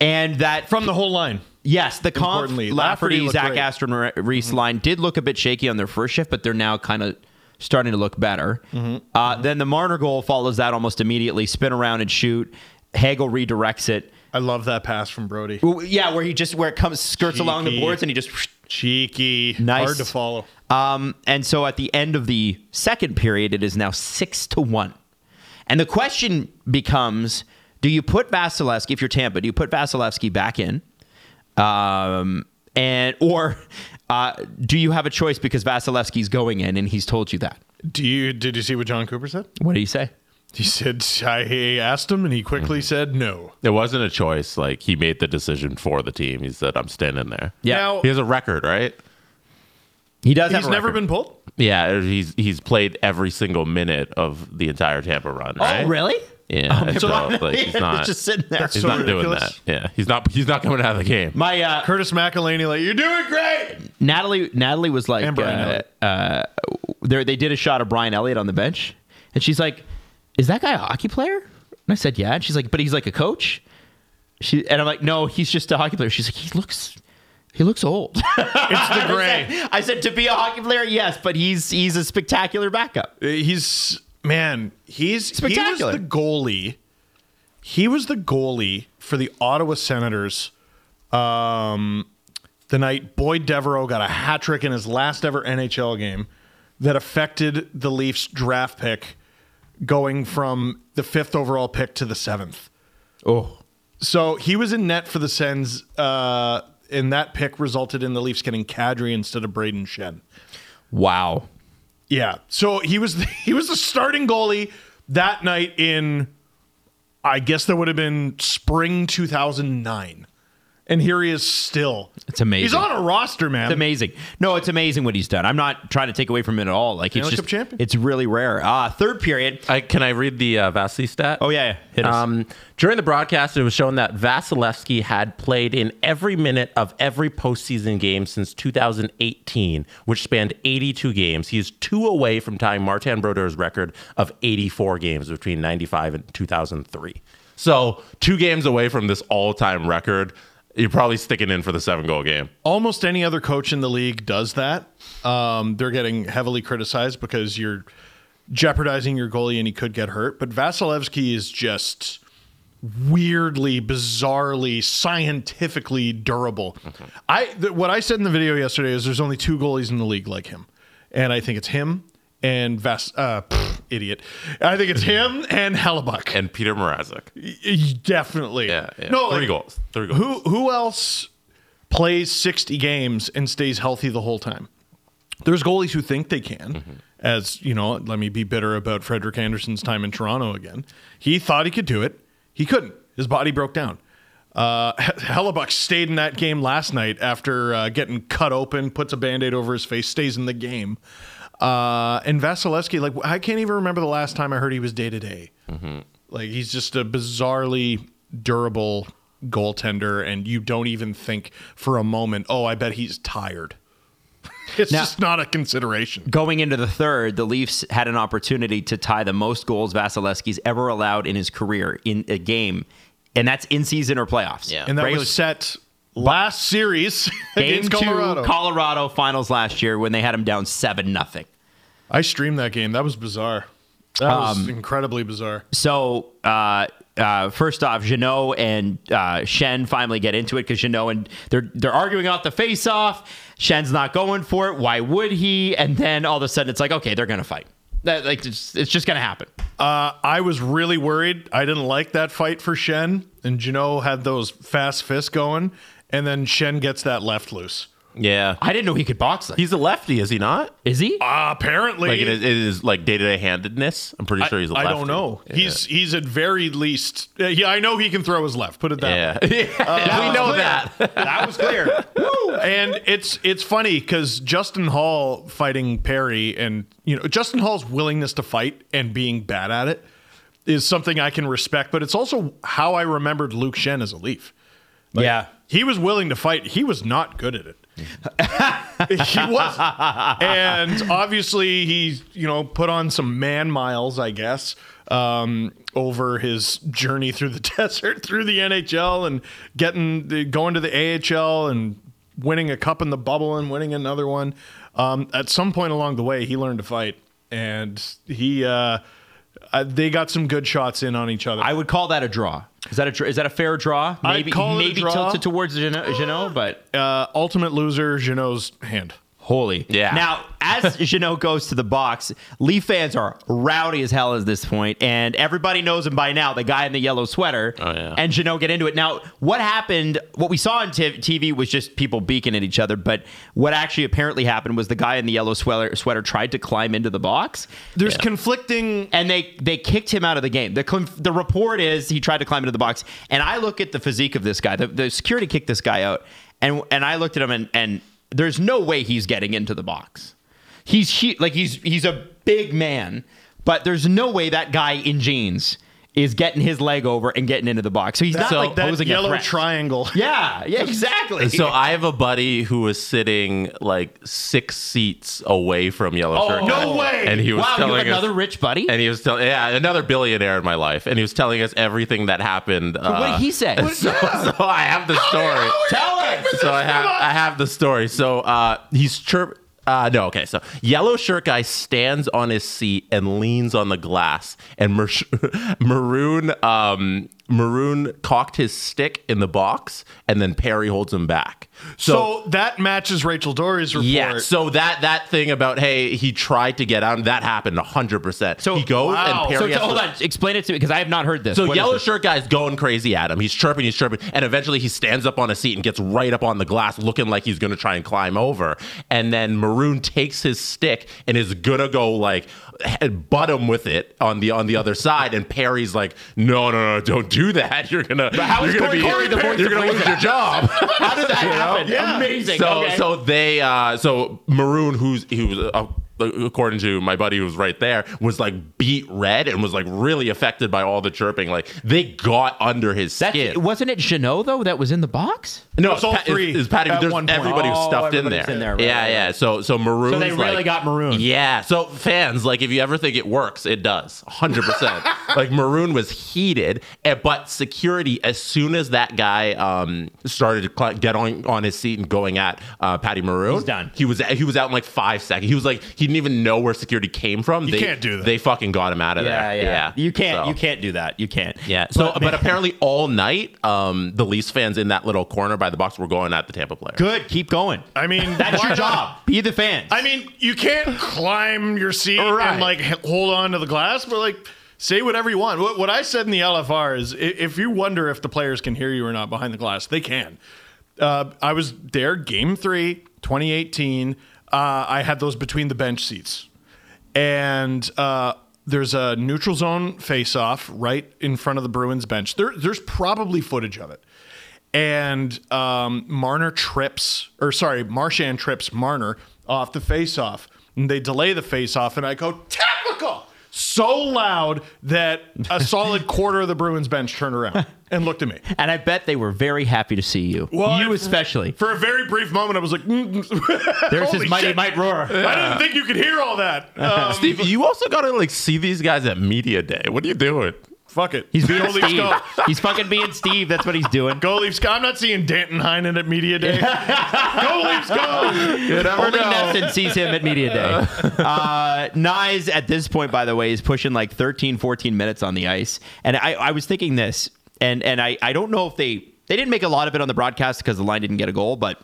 [SPEAKER 3] and that
[SPEAKER 5] From the whole line.
[SPEAKER 3] Yes, the comp
[SPEAKER 5] Importantly, Lafferty
[SPEAKER 3] Lafferty,
[SPEAKER 5] looked
[SPEAKER 3] Zach
[SPEAKER 5] great. Mm-hmm.
[SPEAKER 3] Aston Reese line did look a bit shaky on their first shift, but they're now kind of starting to look better.
[SPEAKER 5] Mm-hmm.
[SPEAKER 3] Uh, then the Marner goal follows that almost immediately. Spin around and shoot. Hagel redirects it.
[SPEAKER 5] I love that pass from Brody.
[SPEAKER 3] Ooh, Yeah, where he just where it comes skirts along the
[SPEAKER 5] Cheeky.
[SPEAKER 3] boards and he just.
[SPEAKER 5] Cheeky.
[SPEAKER 3] Nice.
[SPEAKER 5] Hard to follow.
[SPEAKER 3] Um, and so at the end of the second period, it is now six to one, and the question becomes: Do you put Vasilevsky if you're Tampa? Do you put Vasilevsky back in? um, and or <laughs> uh, do you have a choice because Vasilevsky's going in and he's told you that?
[SPEAKER 5] Do you did you see what John Cooper said?
[SPEAKER 3] What do you say?
[SPEAKER 5] He said I asked him and he quickly said no.
[SPEAKER 4] It wasn't a choice. Like he made the decision for the team. He said, "I'm standing there."
[SPEAKER 3] Yeah,
[SPEAKER 5] Now-
[SPEAKER 4] He has a record, right?
[SPEAKER 3] he does.
[SPEAKER 5] He's never been pulled.
[SPEAKER 4] Yeah, Uh, he's he's played every single minute of the entire Tampa run. Right?
[SPEAKER 3] Oh, really? <laughs>
[SPEAKER 4] Yeah. so, like, he's
[SPEAKER 3] He's
[SPEAKER 4] not.
[SPEAKER 3] just sitting there.
[SPEAKER 5] That's
[SPEAKER 4] He's
[SPEAKER 5] so
[SPEAKER 4] not doing that.
[SPEAKER 5] ridiculous.
[SPEAKER 4] Yeah, he's not. He's not coming out of the game.
[SPEAKER 3] My uh,
[SPEAKER 5] Curtis McElhaney, like you're doing great.
[SPEAKER 3] Natalie Natalie was like,
[SPEAKER 5] And Brian
[SPEAKER 3] uh,
[SPEAKER 5] Elliott.
[SPEAKER 3] uh, there they did a shot of Brian Elliott on the bench, and she's like, "Is that guy a hockey player?" And I said, "Yeah." And she's like, "But he's like a coach." She and I'm like, "No, he's just a hockey player." She's like, "He looks, he looks old." <laughs>
[SPEAKER 5] It's the <laughs>
[SPEAKER 3] I
[SPEAKER 5] gray.
[SPEAKER 3] said, I said, to be a hockey player, yes, but he's he's a spectacular backup.
[SPEAKER 5] he's man. He's
[SPEAKER 3] Spectacular.
[SPEAKER 5] He was the goalie. He was the goalie for the Ottawa Senators. Um, the night Boyd Devereaux got a hat trick in his last ever NHL game, that affected the Leafs draft pick, going from the fifth overall pick to the seventh.
[SPEAKER 3] Oh,
[SPEAKER 5] So he was in net for the Sens, uh, and that pick resulted in the Leafs getting Kadri instead of Braden Shen.
[SPEAKER 3] wow.
[SPEAKER 5] Yeah. So he was <laughs> the, he was the starting goalie that night in I guess that would have been spring 2009. And here he is still.
[SPEAKER 3] It's amazing.
[SPEAKER 5] He's on a roster, man.
[SPEAKER 3] It's amazing. No, it's amazing what he's done. I'm not trying to take away from it at all. Like it's
[SPEAKER 5] Stanley
[SPEAKER 3] just
[SPEAKER 5] Cup champion.
[SPEAKER 3] it's really rare. Ah, third period.
[SPEAKER 4] I, can I read the uh, Vasily stat?
[SPEAKER 3] Oh yeah, yeah. hit us.
[SPEAKER 4] Um, during the broadcast, it was shown that Vasilevsky had played in every minute of every postseason game since 2018, which spanned 82 games. He is two away from tying Martin Brodeur's record of 84 games between 95 and 2003. So, two games away from this all time record. You're probably sticking in for the seven goal game.
[SPEAKER 5] Almost any other coach in the league does that. Um, they're getting heavily criticized because you're jeopardizing your goalie and he could get hurt. But Vasilevsky is just weirdly, bizarrely, scientifically durable. I th- what I said in the video yesterday is there's only two goalies in the league like him, and I think it's him and Vas. Uh, pff, idiot, I think it's him and Hellebuck.
[SPEAKER 4] And Peter Mrazek.
[SPEAKER 5] Y- y- Definitely.
[SPEAKER 4] Yeah. yeah.
[SPEAKER 5] No.
[SPEAKER 4] Three
[SPEAKER 5] like,
[SPEAKER 4] goals. Three goals.
[SPEAKER 5] who who else plays 60 games and stays healthy the whole time? There's goalies who think they can. As, you know, let me be bitter about Frederick Anderson's time in Toronto again. He thought he could do it. He couldn't. His body broke down. Uh, <laughs> Hellebuck stayed in that game last night after uh, getting cut open, puts a band aid over his face, stays in the game. Uh, and Vasilevsky, like, I can't even remember the last time I heard he was day to day. Like he's just a bizarrely durable goaltender, and you don't even think for a moment, oh, I bet he's tired. <laughs> It's
[SPEAKER 3] Now-
[SPEAKER 5] just not a consideration.
[SPEAKER 3] Going into the third, the Leafs had an opportunity to tie the most goals Vasilevsky's ever allowed in his career in a game, and that's in season or playoffs.
[SPEAKER 4] Yeah.
[SPEAKER 5] And that
[SPEAKER 3] Regular
[SPEAKER 5] was set last series <laughs>
[SPEAKER 3] game
[SPEAKER 5] against Colorado.
[SPEAKER 3] two, Colorado finals last year when they had him down seven nothing.
[SPEAKER 5] I streamed that game. That was bizarre. That was incredibly bizarre.
[SPEAKER 3] So, uh, uh, first off, Janot and uh, Shen finally get into it because Janot and they're they're arguing out the face off. Shen's not going for it. Why would he? And then all of a sudden, it's like, okay, they're gonna fight. That, like it's, it's just gonna happen.
[SPEAKER 5] Uh, I was really worried. I didn't like that fight for Shen, and Jano had those fast fists going, and then Shen gets that left loose.
[SPEAKER 4] Yeah.
[SPEAKER 3] I didn't know he could box like.
[SPEAKER 4] He's a lefty, is he not?
[SPEAKER 3] Is he?
[SPEAKER 5] Uh, apparently,
[SPEAKER 4] Like it is, it is like day to day handedness. I'm pretty sure he's a
[SPEAKER 5] I
[SPEAKER 4] lefty.
[SPEAKER 5] don't know. He's he's at very least. Uh, yeah, I know he can throw his left. Put it that way.
[SPEAKER 4] <laughs>
[SPEAKER 5] Uh,
[SPEAKER 4] Yeah. we know that.
[SPEAKER 5] <laughs> That was clear. Woo! And it's it's funny because Justin Hall fighting Perry and you know Justin Hall's willingness to fight and being bad at it is something I can respect, but it's also how I remembered Luke Shen as a Leaf.
[SPEAKER 3] yeah.
[SPEAKER 5] He was willing to fight. He was not good at it. <laughs> he was, and obviously he, you know, put on some man miles, I guess, um, over his journey through the <laughs> desert, through the NHL, and getting the, going to the AHL and winning a cup in the bubble and winning another one. Um, at some point along the way, he learned to fight, and he, uh, uh, they got some good shots in on each other.
[SPEAKER 3] I would call that a draw. Is that a dr- is that a fair draw?
[SPEAKER 5] I'd
[SPEAKER 3] Maybe
[SPEAKER 5] call it a
[SPEAKER 3] maybe
[SPEAKER 5] draw.
[SPEAKER 3] tilted towards Geno, Geno, but
[SPEAKER 5] uh, ultimate loser, Janot's hand.
[SPEAKER 3] holy.
[SPEAKER 4] Yeah.
[SPEAKER 3] Now,
[SPEAKER 4] <laughs>
[SPEAKER 3] as Geno goes to the box, Leaf fans are rowdy as hell at this point, and everybody knows him by now. The guy in the yellow sweater
[SPEAKER 4] Oh, yeah.
[SPEAKER 3] and Geno get into it. Now, what happened? What we saw on t- TV was just people beaking at each other, but what actually apparently happened was the guy in the yellow sweater sweater tried to climb into the box,
[SPEAKER 5] There's conflicting
[SPEAKER 3] and they they kicked him out of the game. The conf- the report is he tried to climb into the box, and I look at the physique of this guy. The, the security kicked this guy out, and and I looked at him, and and there's no way he's getting into the box. He's he, like he's he's a big man, but there's no way that guy in jeans is getting his leg over and getting into the box. So he's not
[SPEAKER 4] So
[SPEAKER 3] like
[SPEAKER 5] that
[SPEAKER 3] posing a
[SPEAKER 5] yellow
[SPEAKER 3] threat.
[SPEAKER 5] triangle.
[SPEAKER 3] Yeah, yeah, exactly.
[SPEAKER 4] So I have a buddy who was sitting like six seats away from Yellow
[SPEAKER 3] <laughs> Oh,
[SPEAKER 4] Shirt.
[SPEAKER 3] no
[SPEAKER 4] Guy.
[SPEAKER 5] way!
[SPEAKER 4] And he was
[SPEAKER 3] wow, you
[SPEAKER 4] telling
[SPEAKER 3] have
[SPEAKER 4] us
[SPEAKER 3] another rich buddy.
[SPEAKER 4] and he was telling yeah another billionaire in my life, and he was telling us everything that happened. Uh,
[SPEAKER 3] what did he say?
[SPEAKER 4] <laughs> So, so I have the story.
[SPEAKER 3] Tell us.
[SPEAKER 4] So I have I have the story. So uh, he's chirp. Uh, no, okay. So yellow shirt guy stands on his seat and leans on the glass, and mer- <laughs> maroon um, maroon cocked his stick in the box, and then Perry holds him back.
[SPEAKER 5] So, that matches Rachel Dory's report.
[SPEAKER 4] Yeah. So that that thing about hey, he tried to get out. That happened hundred percent. So he goes
[SPEAKER 5] wow.
[SPEAKER 4] and Perry.
[SPEAKER 3] So
[SPEAKER 4] has to-
[SPEAKER 3] hold on, explain it to me because I have not heard this.
[SPEAKER 4] So
[SPEAKER 3] What is
[SPEAKER 4] yellow
[SPEAKER 3] this?
[SPEAKER 4] shirt guy's going crazy at him. He's chirping, he's chirping, and eventually he stands up on a seat and gets right up on the glass, looking like he's gonna try and climb over. And then maroon takes his stick and is gonna go like head- butt him with it on the on the other side. And Perry's like, no, no, no, don't do that. You're gonna
[SPEAKER 3] how
[SPEAKER 4] you're
[SPEAKER 3] is
[SPEAKER 4] gonna
[SPEAKER 3] Corey
[SPEAKER 4] be
[SPEAKER 3] Corey the voice
[SPEAKER 4] you're
[SPEAKER 3] of
[SPEAKER 4] gonna lose your job.
[SPEAKER 3] How
[SPEAKER 4] <laughs>
[SPEAKER 3] did that happen?
[SPEAKER 5] Yeah.
[SPEAKER 3] Amazing.
[SPEAKER 4] So
[SPEAKER 3] okay.
[SPEAKER 4] so they uh so Maroon who's who was uh, according to my buddy who was right there was like beat red and was like really affected by all the chirping like they got under his
[SPEAKER 3] That's,
[SPEAKER 4] skin.
[SPEAKER 3] Wasn't it Janot though that was in the box?
[SPEAKER 4] no,
[SPEAKER 5] It's all
[SPEAKER 4] Pa-
[SPEAKER 5] three
[SPEAKER 4] It's, it's Patty.
[SPEAKER 5] at
[SPEAKER 4] There's
[SPEAKER 5] one point.
[SPEAKER 4] everybody who's
[SPEAKER 3] Oh,
[SPEAKER 4] stuffed in
[SPEAKER 3] everybody's
[SPEAKER 4] there.
[SPEAKER 3] in there, right,
[SPEAKER 4] yeah,
[SPEAKER 3] right,
[SPEAKER 4] yeah. So so Maroon.
[SPEAKER 3] So they really
[SPEAKER 4] like,
[SPEAKER 3] got marooned.
[SPEAKER 4] Yeah. So fans, like, if you ever think it works, it does.
[SPEAKER 5] <laughs>
[SPEAKER 4] 100%. like, Maroon was heated, and, but security, as soon as that guy um, started to cl- get on, on his seat and going at uh, Patty Maroon,
[SPEAKER 3] He's done.
[SPEAKER 4] He was, he was out in like five seconds. He was like, he didn't even know where security came from. You they,
[SPEAKER 5] can't do that.
[SPEAKER 4] They fucking got him out of there.
[SPEAKER 3] You can't.
[SPEAKER 4] So-
[SPEAKER 3] You can't do that. You can't.
[SPEAKER 4] Yeah. So, but, apparently, all night, um, the Leafs fans in that little corner by the box were going at the Tampa player.
[SPEAKER 3] Good. Keep going.
[SPEAKER 5] I mean,
[SPEAKER 3] <laughs> That's
[SPEAKER 5] why
[SPEAKER 3] your
[SPEAKER 5] not?
[SPEAKER 3] job. Be the fans.
[SPEAKER 5] I mean, you can't climb your seat
[SPEAKER 3] Right.
[SPEAKER 5] and like h- hold on to the glass, but like say whatever you want. What, what I said in the LFR is i- if you wonder if the players can hear you or not behind the glass, they can. Uh, I was there game three, 2018. Uh, I had those between the bench seats. And uh, there's a neutral zone face off right in front of the Bruins bench. There, there's probably footage of it. and um, Marner trips, or sorry, Marshan trips Marner off the faceoff. And they delay the faceoff, and I go technical so loud that a solid quarter of the Bruins bench turned around and looked at me.
[SPEAKER 3] and I bet they were very happy to see you. you
[SPEAKER 5] I-
[SPEAKER 3] especially.
[SPEAKER 5] For a very brief moment, I was like, mm, <laughs>
[SPEAKER 3] There's
[SPEAKER 5] holy
[SPEAKER 3] his mighty
[SPEAKER 5] shit.
[SPEAKER 3] might roar.
[SPEAKER 5] I didn't think you could hear
[SPEAKER 3] <laughs>
[SPEAKER 5] all that. Um,
[SPEAKER 4] Steve, you also got to like see these guys at media day. What are you doing?
[SPEAKER 5] fuck it.
[SPEAKER 3] He's being
[SPEAKER 5] Go Leafs,
[SPEAKER 3] Steve.
[SPEAKER 5] go.
[SPEAKER 3] He's fucking being Steve. That's what he's <laughs> doing.
[SPEAKER 5] Go Leafs, go. I'm not seeing Danton Heinen at
[SPEAKER 3] <laughs>
[SPEAKER 5] media day. go Leafs, go.
[SPEAKER 4] You never
[SPEAKER 3] Only Nesson sees him at media <laughs> day. Uh, Nyes at this point, by the way, is pushing like 13, 14 minutes on the ice. And I, I was thinking this, and and I, I don't know if they they didn't make a lot of it on the broadcast because the line didn't get a goal, but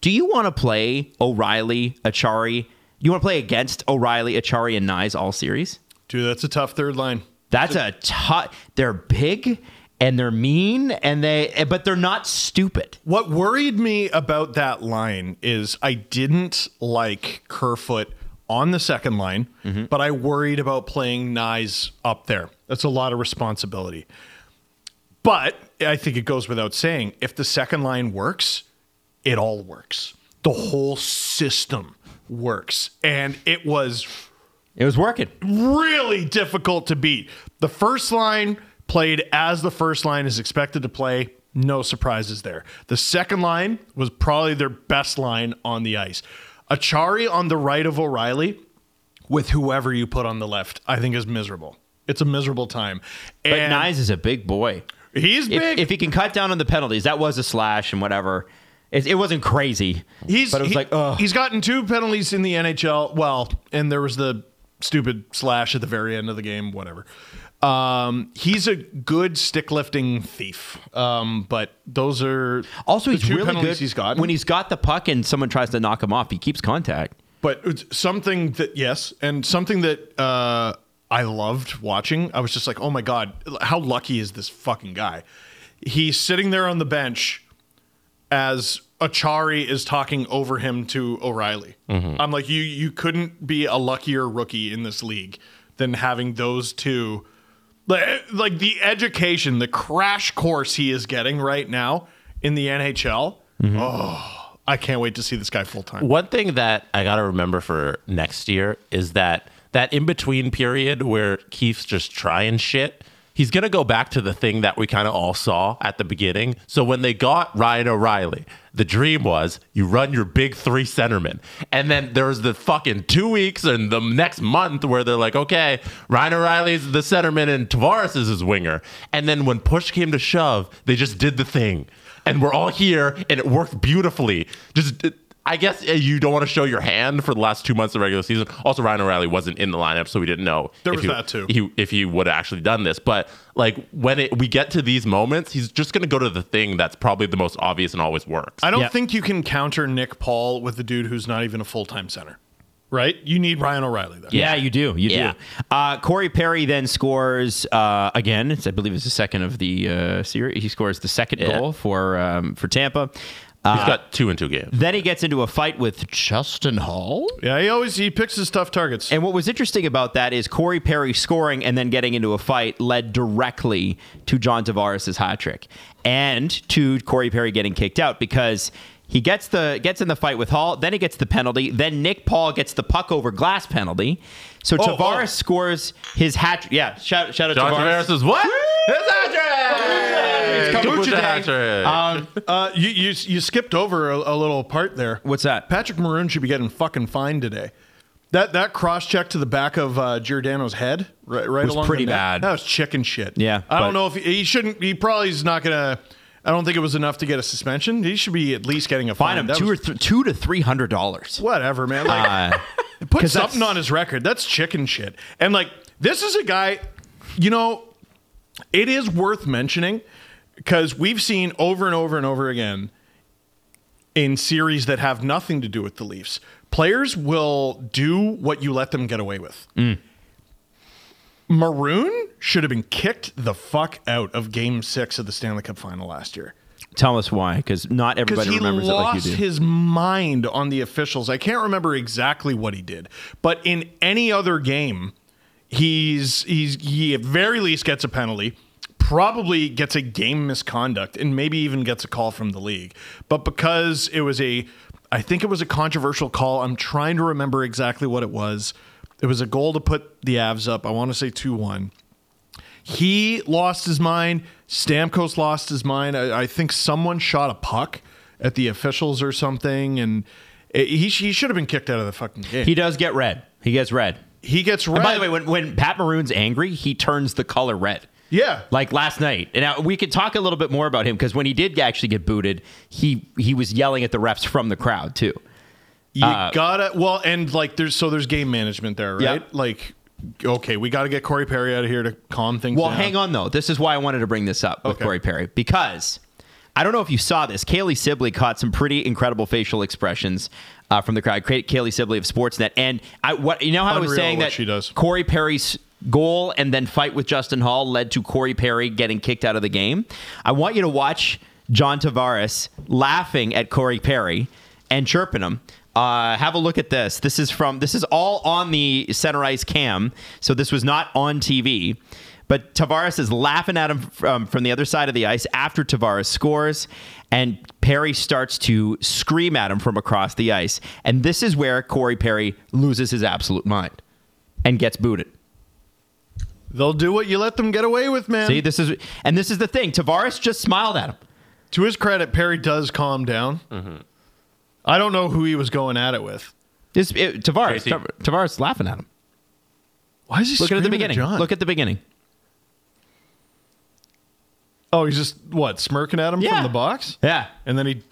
[SPEAKER 3] do you want to play O'Reilly, Achari? You want to play against O'Reilly, Achari, and Nyes all series?
[SPEAKER 5] Dude, that's a tough third line.
[SPEAKER 3] That's a tough. They're big and they're mean and they but they're not stupid.
[SPEAKER 5] What worried me about that line is I didn't like Kerfoot on the second line, but I worried about playing Nyes up there. That's a lot of responsibility. But I think it goes without saying if the second line works, it all works. The whole system works. And it was
[SPEAKER 3] It was working.
[SPEAKER 5] really difficult to beat. The first line played as the first line is expected to play. No surprises there. The second line was probably their best line on the ice. Achari on the right of O'Reilly with whoever you put on the left, I think is miserable. It's a miserable time.
[SPEAKER 3] But
[SPEAKER 5] And
[SPEAKER 3] Nyes is a big boy.
[SPEAKER 5] he's
[SPEAKER 3] If,
[SPEAKER 5] big.
[SPEAKER 3] if he can cut down on the penalties, that was a slash and whatever. It, it wasn't crazy.
[SPEAKER 5] He's
[SPEAKER 3] but it was
[SPEAKER 5] he-
[SPEAKER 3] like, oh,
[SPEAKER 5] he's gotten two penalties in the NHL. Well, and there was the stupid slash at the very end of the game. Whatever. Um, he's a good stick lifting thief. Um, but those are
[SPEAKER 3] Also,
[SPEAKER 5] the
[SPEAKER 3] he's
[SPEAKER 5] two
[SPEAKER 3] really
[SPEAKER 5] penalties
[SPEAKER 3] good
[SPEAKER 5] He's gotten
[SPEAKER 3] when he's got the puck and someone tries to knock him off. He keeps contact.
[SPEAKER 5] but it's something that yes, and something that uh, I loved watching. I was just like, oh my god, how lucky is this fucking guy? He's sitting there on the bench as Achari is talking over him to O'Reilly. I'm like, you you couldn't be a luckier rookie in this league than having those two. Like, like the education, the crash course he is getting right now in the NHL. Oh, I can't wait to see this guy full time.
[SPEAKER 4] One thing that I got to remember for next year is that that in between period where Keith's just trying shit, he's going to go back to the thing that we kind of all saw at the beginning. So when they got Ryan O'Reilly, the dream was you run your big three centermen. And then there's the fucking two weeks and the next month where they're like, okay, Ryan O'Reilly's the centerman and Tavares is his winger. And then when push came to shove, they just did the thing. And we're all here and it worked beautifully. Just. I guess uh, you don't want to show your hand for the last two months of regular season. Also, Ryan O'Reilly wasn't in the lineup, so we didn't know
[SPEAKER 5] There
[SPEAKER 4] if
[SPEAKER 5] was
[SPEAKER 4] he,
[SPEAKER 5] that, too.
[SPEAKER 4] he- if he would have actually done this. But like when it, we get to these moments, he's just going to go to the thing that's probably the most obvious and always works.
[SPEAKER 5] I don't
[SPEAKER 3] Yeah.
[SPEAKER 5] think you can counter Nick Paul with a dude who's not even a full time center, right? You need Ryan O'Reilly there.
[SPEAKER 3] Yeah, you do. You
[SPEAKER 4] Yeah.
[SPEAKER 3] do. Uh, Corey Perry then scores uh, again. It's, I believe it's the second of the uh, series. He scores the second
[SPEAKER 4] Yeah.
[SPEAKER 3] goal for um, for Tampa.
[SPEAKER 4] He's got two and two games.
[SPEAKER 3] Then he gets into a fight with Justin Hall.
[SPEAKER 5] Yeah, he always he picks his tough targets.
[SPEAKER 3] And what was interesting about that is Corey Perry scoring and then getting into a fight led directly to John Tavares' hat trick and to Corey Perry getting kicked out because he gets the gets in the fight with Hall, then he gets the penalty, then Nick Paul gets the puck over glass penalty. So
[SPEAKER 5] Oh,
[SPEAKER 3] Tavares
[SPEAKER 5] oh.
[SPEAKER 3] scores his hat trick. Yeah, shout, shout out
[SPEAKER 4] John
[SPEAKER 3] Tavares.
[SPEAKER 4] Tavares is what? It's
[SPEAKER 3] It's
[SPEAKER 4] Andre!
[SPEAKER 3] coming
[SPEAKER 4] Good
[SPEAKER 3] today.
[SPEAKER 4] Andre.
[SPEAKER 5] uh, you, you you skipped over a, a little part there.
[SPEAKER 3] What's that?
[SPEAKER 5] Patrick Maroon should be getting fucking fined today. That that cross check to the back of uh, Giordano's head, right, right
[SPEAKER 3] Was
[SPEAKER 5] along
[SPEAKER 3] pretty
[SPEAKER 5] the net,
[SPEAKER 3] bad.
[SPEAKER 5] That was chicken shit.
[SPEAKER 3] Yeah, but-
[SPEAKER 5] I don't know if he, he shouldn't. He probably is not gonna. I don't think it was enough to get a suspension. He should be at least getting a fine.
[SPEAKER 3] Find him
[SPEAKER 5] That
[SPEAKER 3] two
[SPEAKER 5] was-
[SPEAKER 3] or th- Uh, two to three hundred dollars.
[SPEAKER 5] whatever, man. Like, put
[SPEAKER 3] 'cause
[SPEAKER 5] something
[SPEAKER 3] that's-
[SPEAKER 5] on his record. That's chicken shit. And like, this is a guy, you know, it is worth mentioning because we've seen over and over and over again in series that have nothing to do with the Leafs, players will do what you let them get away with.
[SPEAKER 3] Mm.
[SPEAKER 5] Maroon should have been kicked the fuck out of game six of the Stanley Cup final last year.
[SPEAKER 3] Tell us why, because not
[SPEAKER 5] Because
[SPEAKER 3] everybody
[SPEAKER 5] he
[SPEAKER 3] remembers it like
[SPEAKER 5] lost
[SPEAKER 3] you do.
[SPEAKER 5] his mind on the officials. I can't remember exactly what he did, but in any other game, he's he's he at very least gets a penalty, probably gets a game misconduct, and maybe even gets a call from the league. But because it was a, I think it was a controversial call. I'm trying to remember exactly what it was. It was a goal to put the Avs up. I want to say two one. He lost his mind. Stamkos lost his mind. I, I think someone shot a puck at the officials or something, and it, he, sh- he should have been kicked out of the fucking game.
[SPEAKER 3] he
[SPEAKER 5] He,
[SPEAKER 3] does get red. He gets red.
[SPEAKER 5] gets red.
[SPEAKER 3] And by the way, when, when Pat Maroon's angry, he turns the color red.
[SPEAKER 5] yeah,
[SPEAKER 3] Like last night. And now we could talk a little bit more about him because when he did actually get booted, he he was yelling at the refs from the crowd too.
[SPEAKER 5] you gotta well, and like there's so there's game management there,
[SPEAKER 3] Uh, Yeah.
[SPEAKER 5] right? Like, okay, we got to get Corey Perry out of here to calm things.
[SPEAKER 3] Well,
[SPEAKER 5] down.
[SPEAKER 3] hang on though. This is why I wanted to bring this up with
[SPEAKER 5] Okay.
[SPEAKER 3] Corey Perry because I don't know if you saw this. Kaylee Sibley caught some pretty incredible facial expressions uh, from the crowd. Kay- Kaylee Sibley of Sportsnet, and I what you know how I was
[SPEAKER 5] Unreal
[SPEAKER 3] saying
[SPEAKER 5] what
[SPEAKER 3] that
[SPEAKER 5] she does.
[SPEAKER 3] Corey Perry's goal and then fight with Justin Hall led to Corey Perry getting kicked out of the game. I want you to watch John Tavares laughing at Corey Perry and chirping him. Uh, have a look at this. This is from this is all on the center ice cam, so this was not on TV. But Tavares is laughing at him from, from the other side of the ice after Tavares scores, and Perry starts to scream at him from across the ice. And this is where Corey Perry loses his absolute mind and gets booted.
[SPEAKER 5] They'll do what you let them get away with, man.
[SPEAKER 3] See, this is and this is the thing. Tavares just smiled at him.
[SPEAKER 5] to his credit, Perry does calm down.
[SPEAKER 3] Mm-hmm.
[SPEAKER 5] I don't know who he was going at it with.
[SPEAKER 3] This it, Tavares,
[SPEAKER 4] Tracy.
[SPEAKER 3] Tav- Tavares laughing at him.
[SPEAKER 5] Why is he
[SPEAKER 3] Look at
[SPEAKER 5] screaming
[SPEAKER 3] the beginning.
[SPEAKER 5] John?
[SPEAKER 3] Look at the beginning.
[SPEAKER 5] oh, he's just what smirking at him
[SPEAKER 3] Yeah.
[SPEAKER 5] from the box,
[SPEAKER 3] Yeah,
[SPEAKER 5] and then he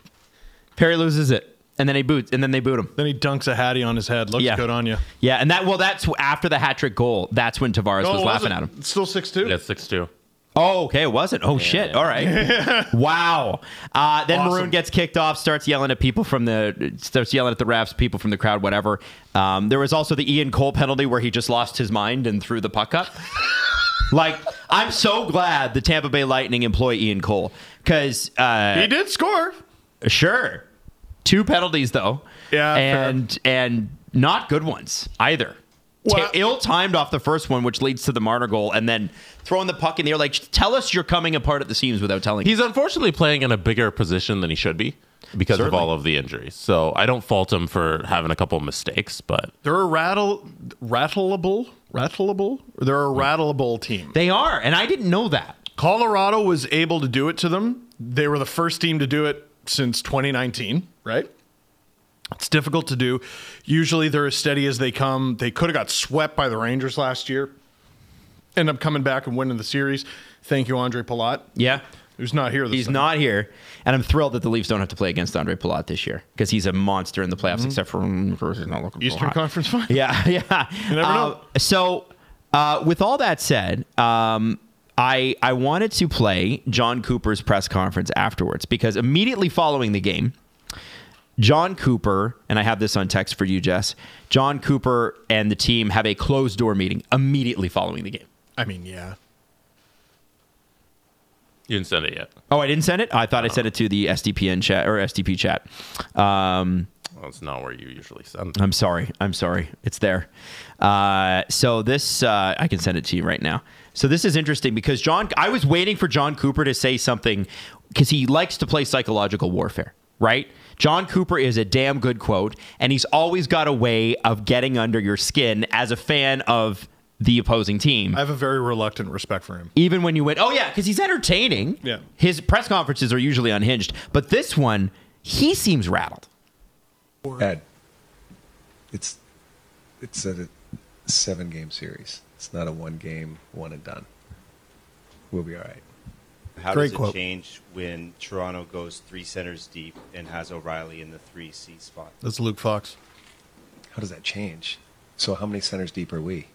[SPEAKER 3] Perry loses it, and then he boots, and then they boot him.
[SPEAKER 5] then he dunks a hattie on his head. Looks
[SPEAKER 3] Yeah.
[SPEAKER 5] good on you.
[SPEAKER 3] Yeah, and that well, that's after the hat trick goal. That's when Tavares was laughing at him.
[SPEAKER 5] Oh, Still six two.
[SPEAKER 4] That's six two.
[SPEAKER 3] Oh, okay, it wasn't. Oh shit! All right, wow. Uh, then
[SPEAKER 5] Awesome.
[SPEAKER 3] Maroon gets kicked off, starts yelling at people from the, starts yelling at the refs, people from the crowd, whatever. Um, there was also the Ian Cole penalty where he just lost his mind and threw the puck up. <laughs> like, I'm so glad the Tampa Bay Lightning employ Ian Cole because uh,
[SPEAKER 5] He did score.
[SPEAKER 3] sure, two penalties though,
[SPEAKER 5] Yeah, fair.
[SPEAKER 3] and and not good ones either.
[SPEAKER 5] Well-
[SPEAKER 3] Ill timed off the first one, which leads to the Marner goal, and then throwing the puck in the air. Like, tell us you're coming apart at the seams without telling.
[SPEAKER 4] He's unfortunately playing in a bigger position than he should be because
[SPEAKER 3] Certainly.
[SPEAKER 4] of all of the injuries. So I don't fault him for having a couple of mistakes, but
[SPEAKER 5] They're a rattle, rattleable, rattleable. They're a rattleable team.
[SPEAKER 3] they are, and I didn't know that.
[SPEAKER 5] Colorado was able to do it to them. They were the first team to do it since 2019, right? It's difficult to do. Usually they're as steady as they come. They could have got swept by the Rangers last year. End up coming back and winning the series. Thank you, Andre Palat,
[SPEAKER 3] Yeah,
[SPEAKER 5] who's not here this
[SPEAKER 3] he's
[SPEAKER 5] time.
[SPEAKER 3] not here, and I'm thrilled that the Leafs don't have to play against Andre Palat this year because he's a monster in the playoffs, except for mm, versus not looking so
[SPEAKER 5] Mm-hmm. Eastern
[SPEAKER 3] hot.
[SPEAKER 5] Conference Final.
[SPEAKER 3] Yeah, <laughs> yeah.
[SPEAKER 5] never
[SPEAKER 3] Uh,
[SPEAKER 5] know.
[SPEAKER 3] So, uh, with all that said, um, I I wanted to play John Cooper's press conference afterwards because immediately following the game, John Cooper and I have this on text for you, Jess. John Cooper and the team have a closed door meeting immediately following the game.
[SPEAKER 5] I mean, yeah.
[SPEAKER 4] you didn't send it yet.
[SPEAKER 3] Oh, I didn't send it. I thought I sent it to the SDPN chat or SDP chat. Um,
[SPEAKER 4] That's not where you usually send.
[SPEAKER 3] I'm sorry. I'm sorry. It's there. Uh, so this, uh, I can send it to you right now. So this is interesting because John, I was waiting for John Cooper to say something because he likes to play psychological warfare, right? John Cooper is a damn good quote, and he's always got a way of getting under your skin as a fan of the opposing team.
[SPEAKER 5] I have a very reluctant respect for him.
[SPEAKER 3] Even when you went, oh yeah, because he's entertaining.
[SPEAKER 5] Yeah.
[SPEAKER 3] His press conferences are usually unhinged, but this one, he seems rattled.
[SPEAKER 6] Ed, it's it's a seven game series. It's not a one game, one and done. We'll be all right.
[SPEAKER 7] How
[SPEAKER 6] Great
[SPEAKER 7] does it
[SPEAKER 6] quote.
[SPEAKER 7] change when Toronto goes three centers deep and has O'Reilly in the three C spot?
[SPEAKER 5] That's Luke Fox.
[SPEAKER 6] How does that change? So how many centers deep are we?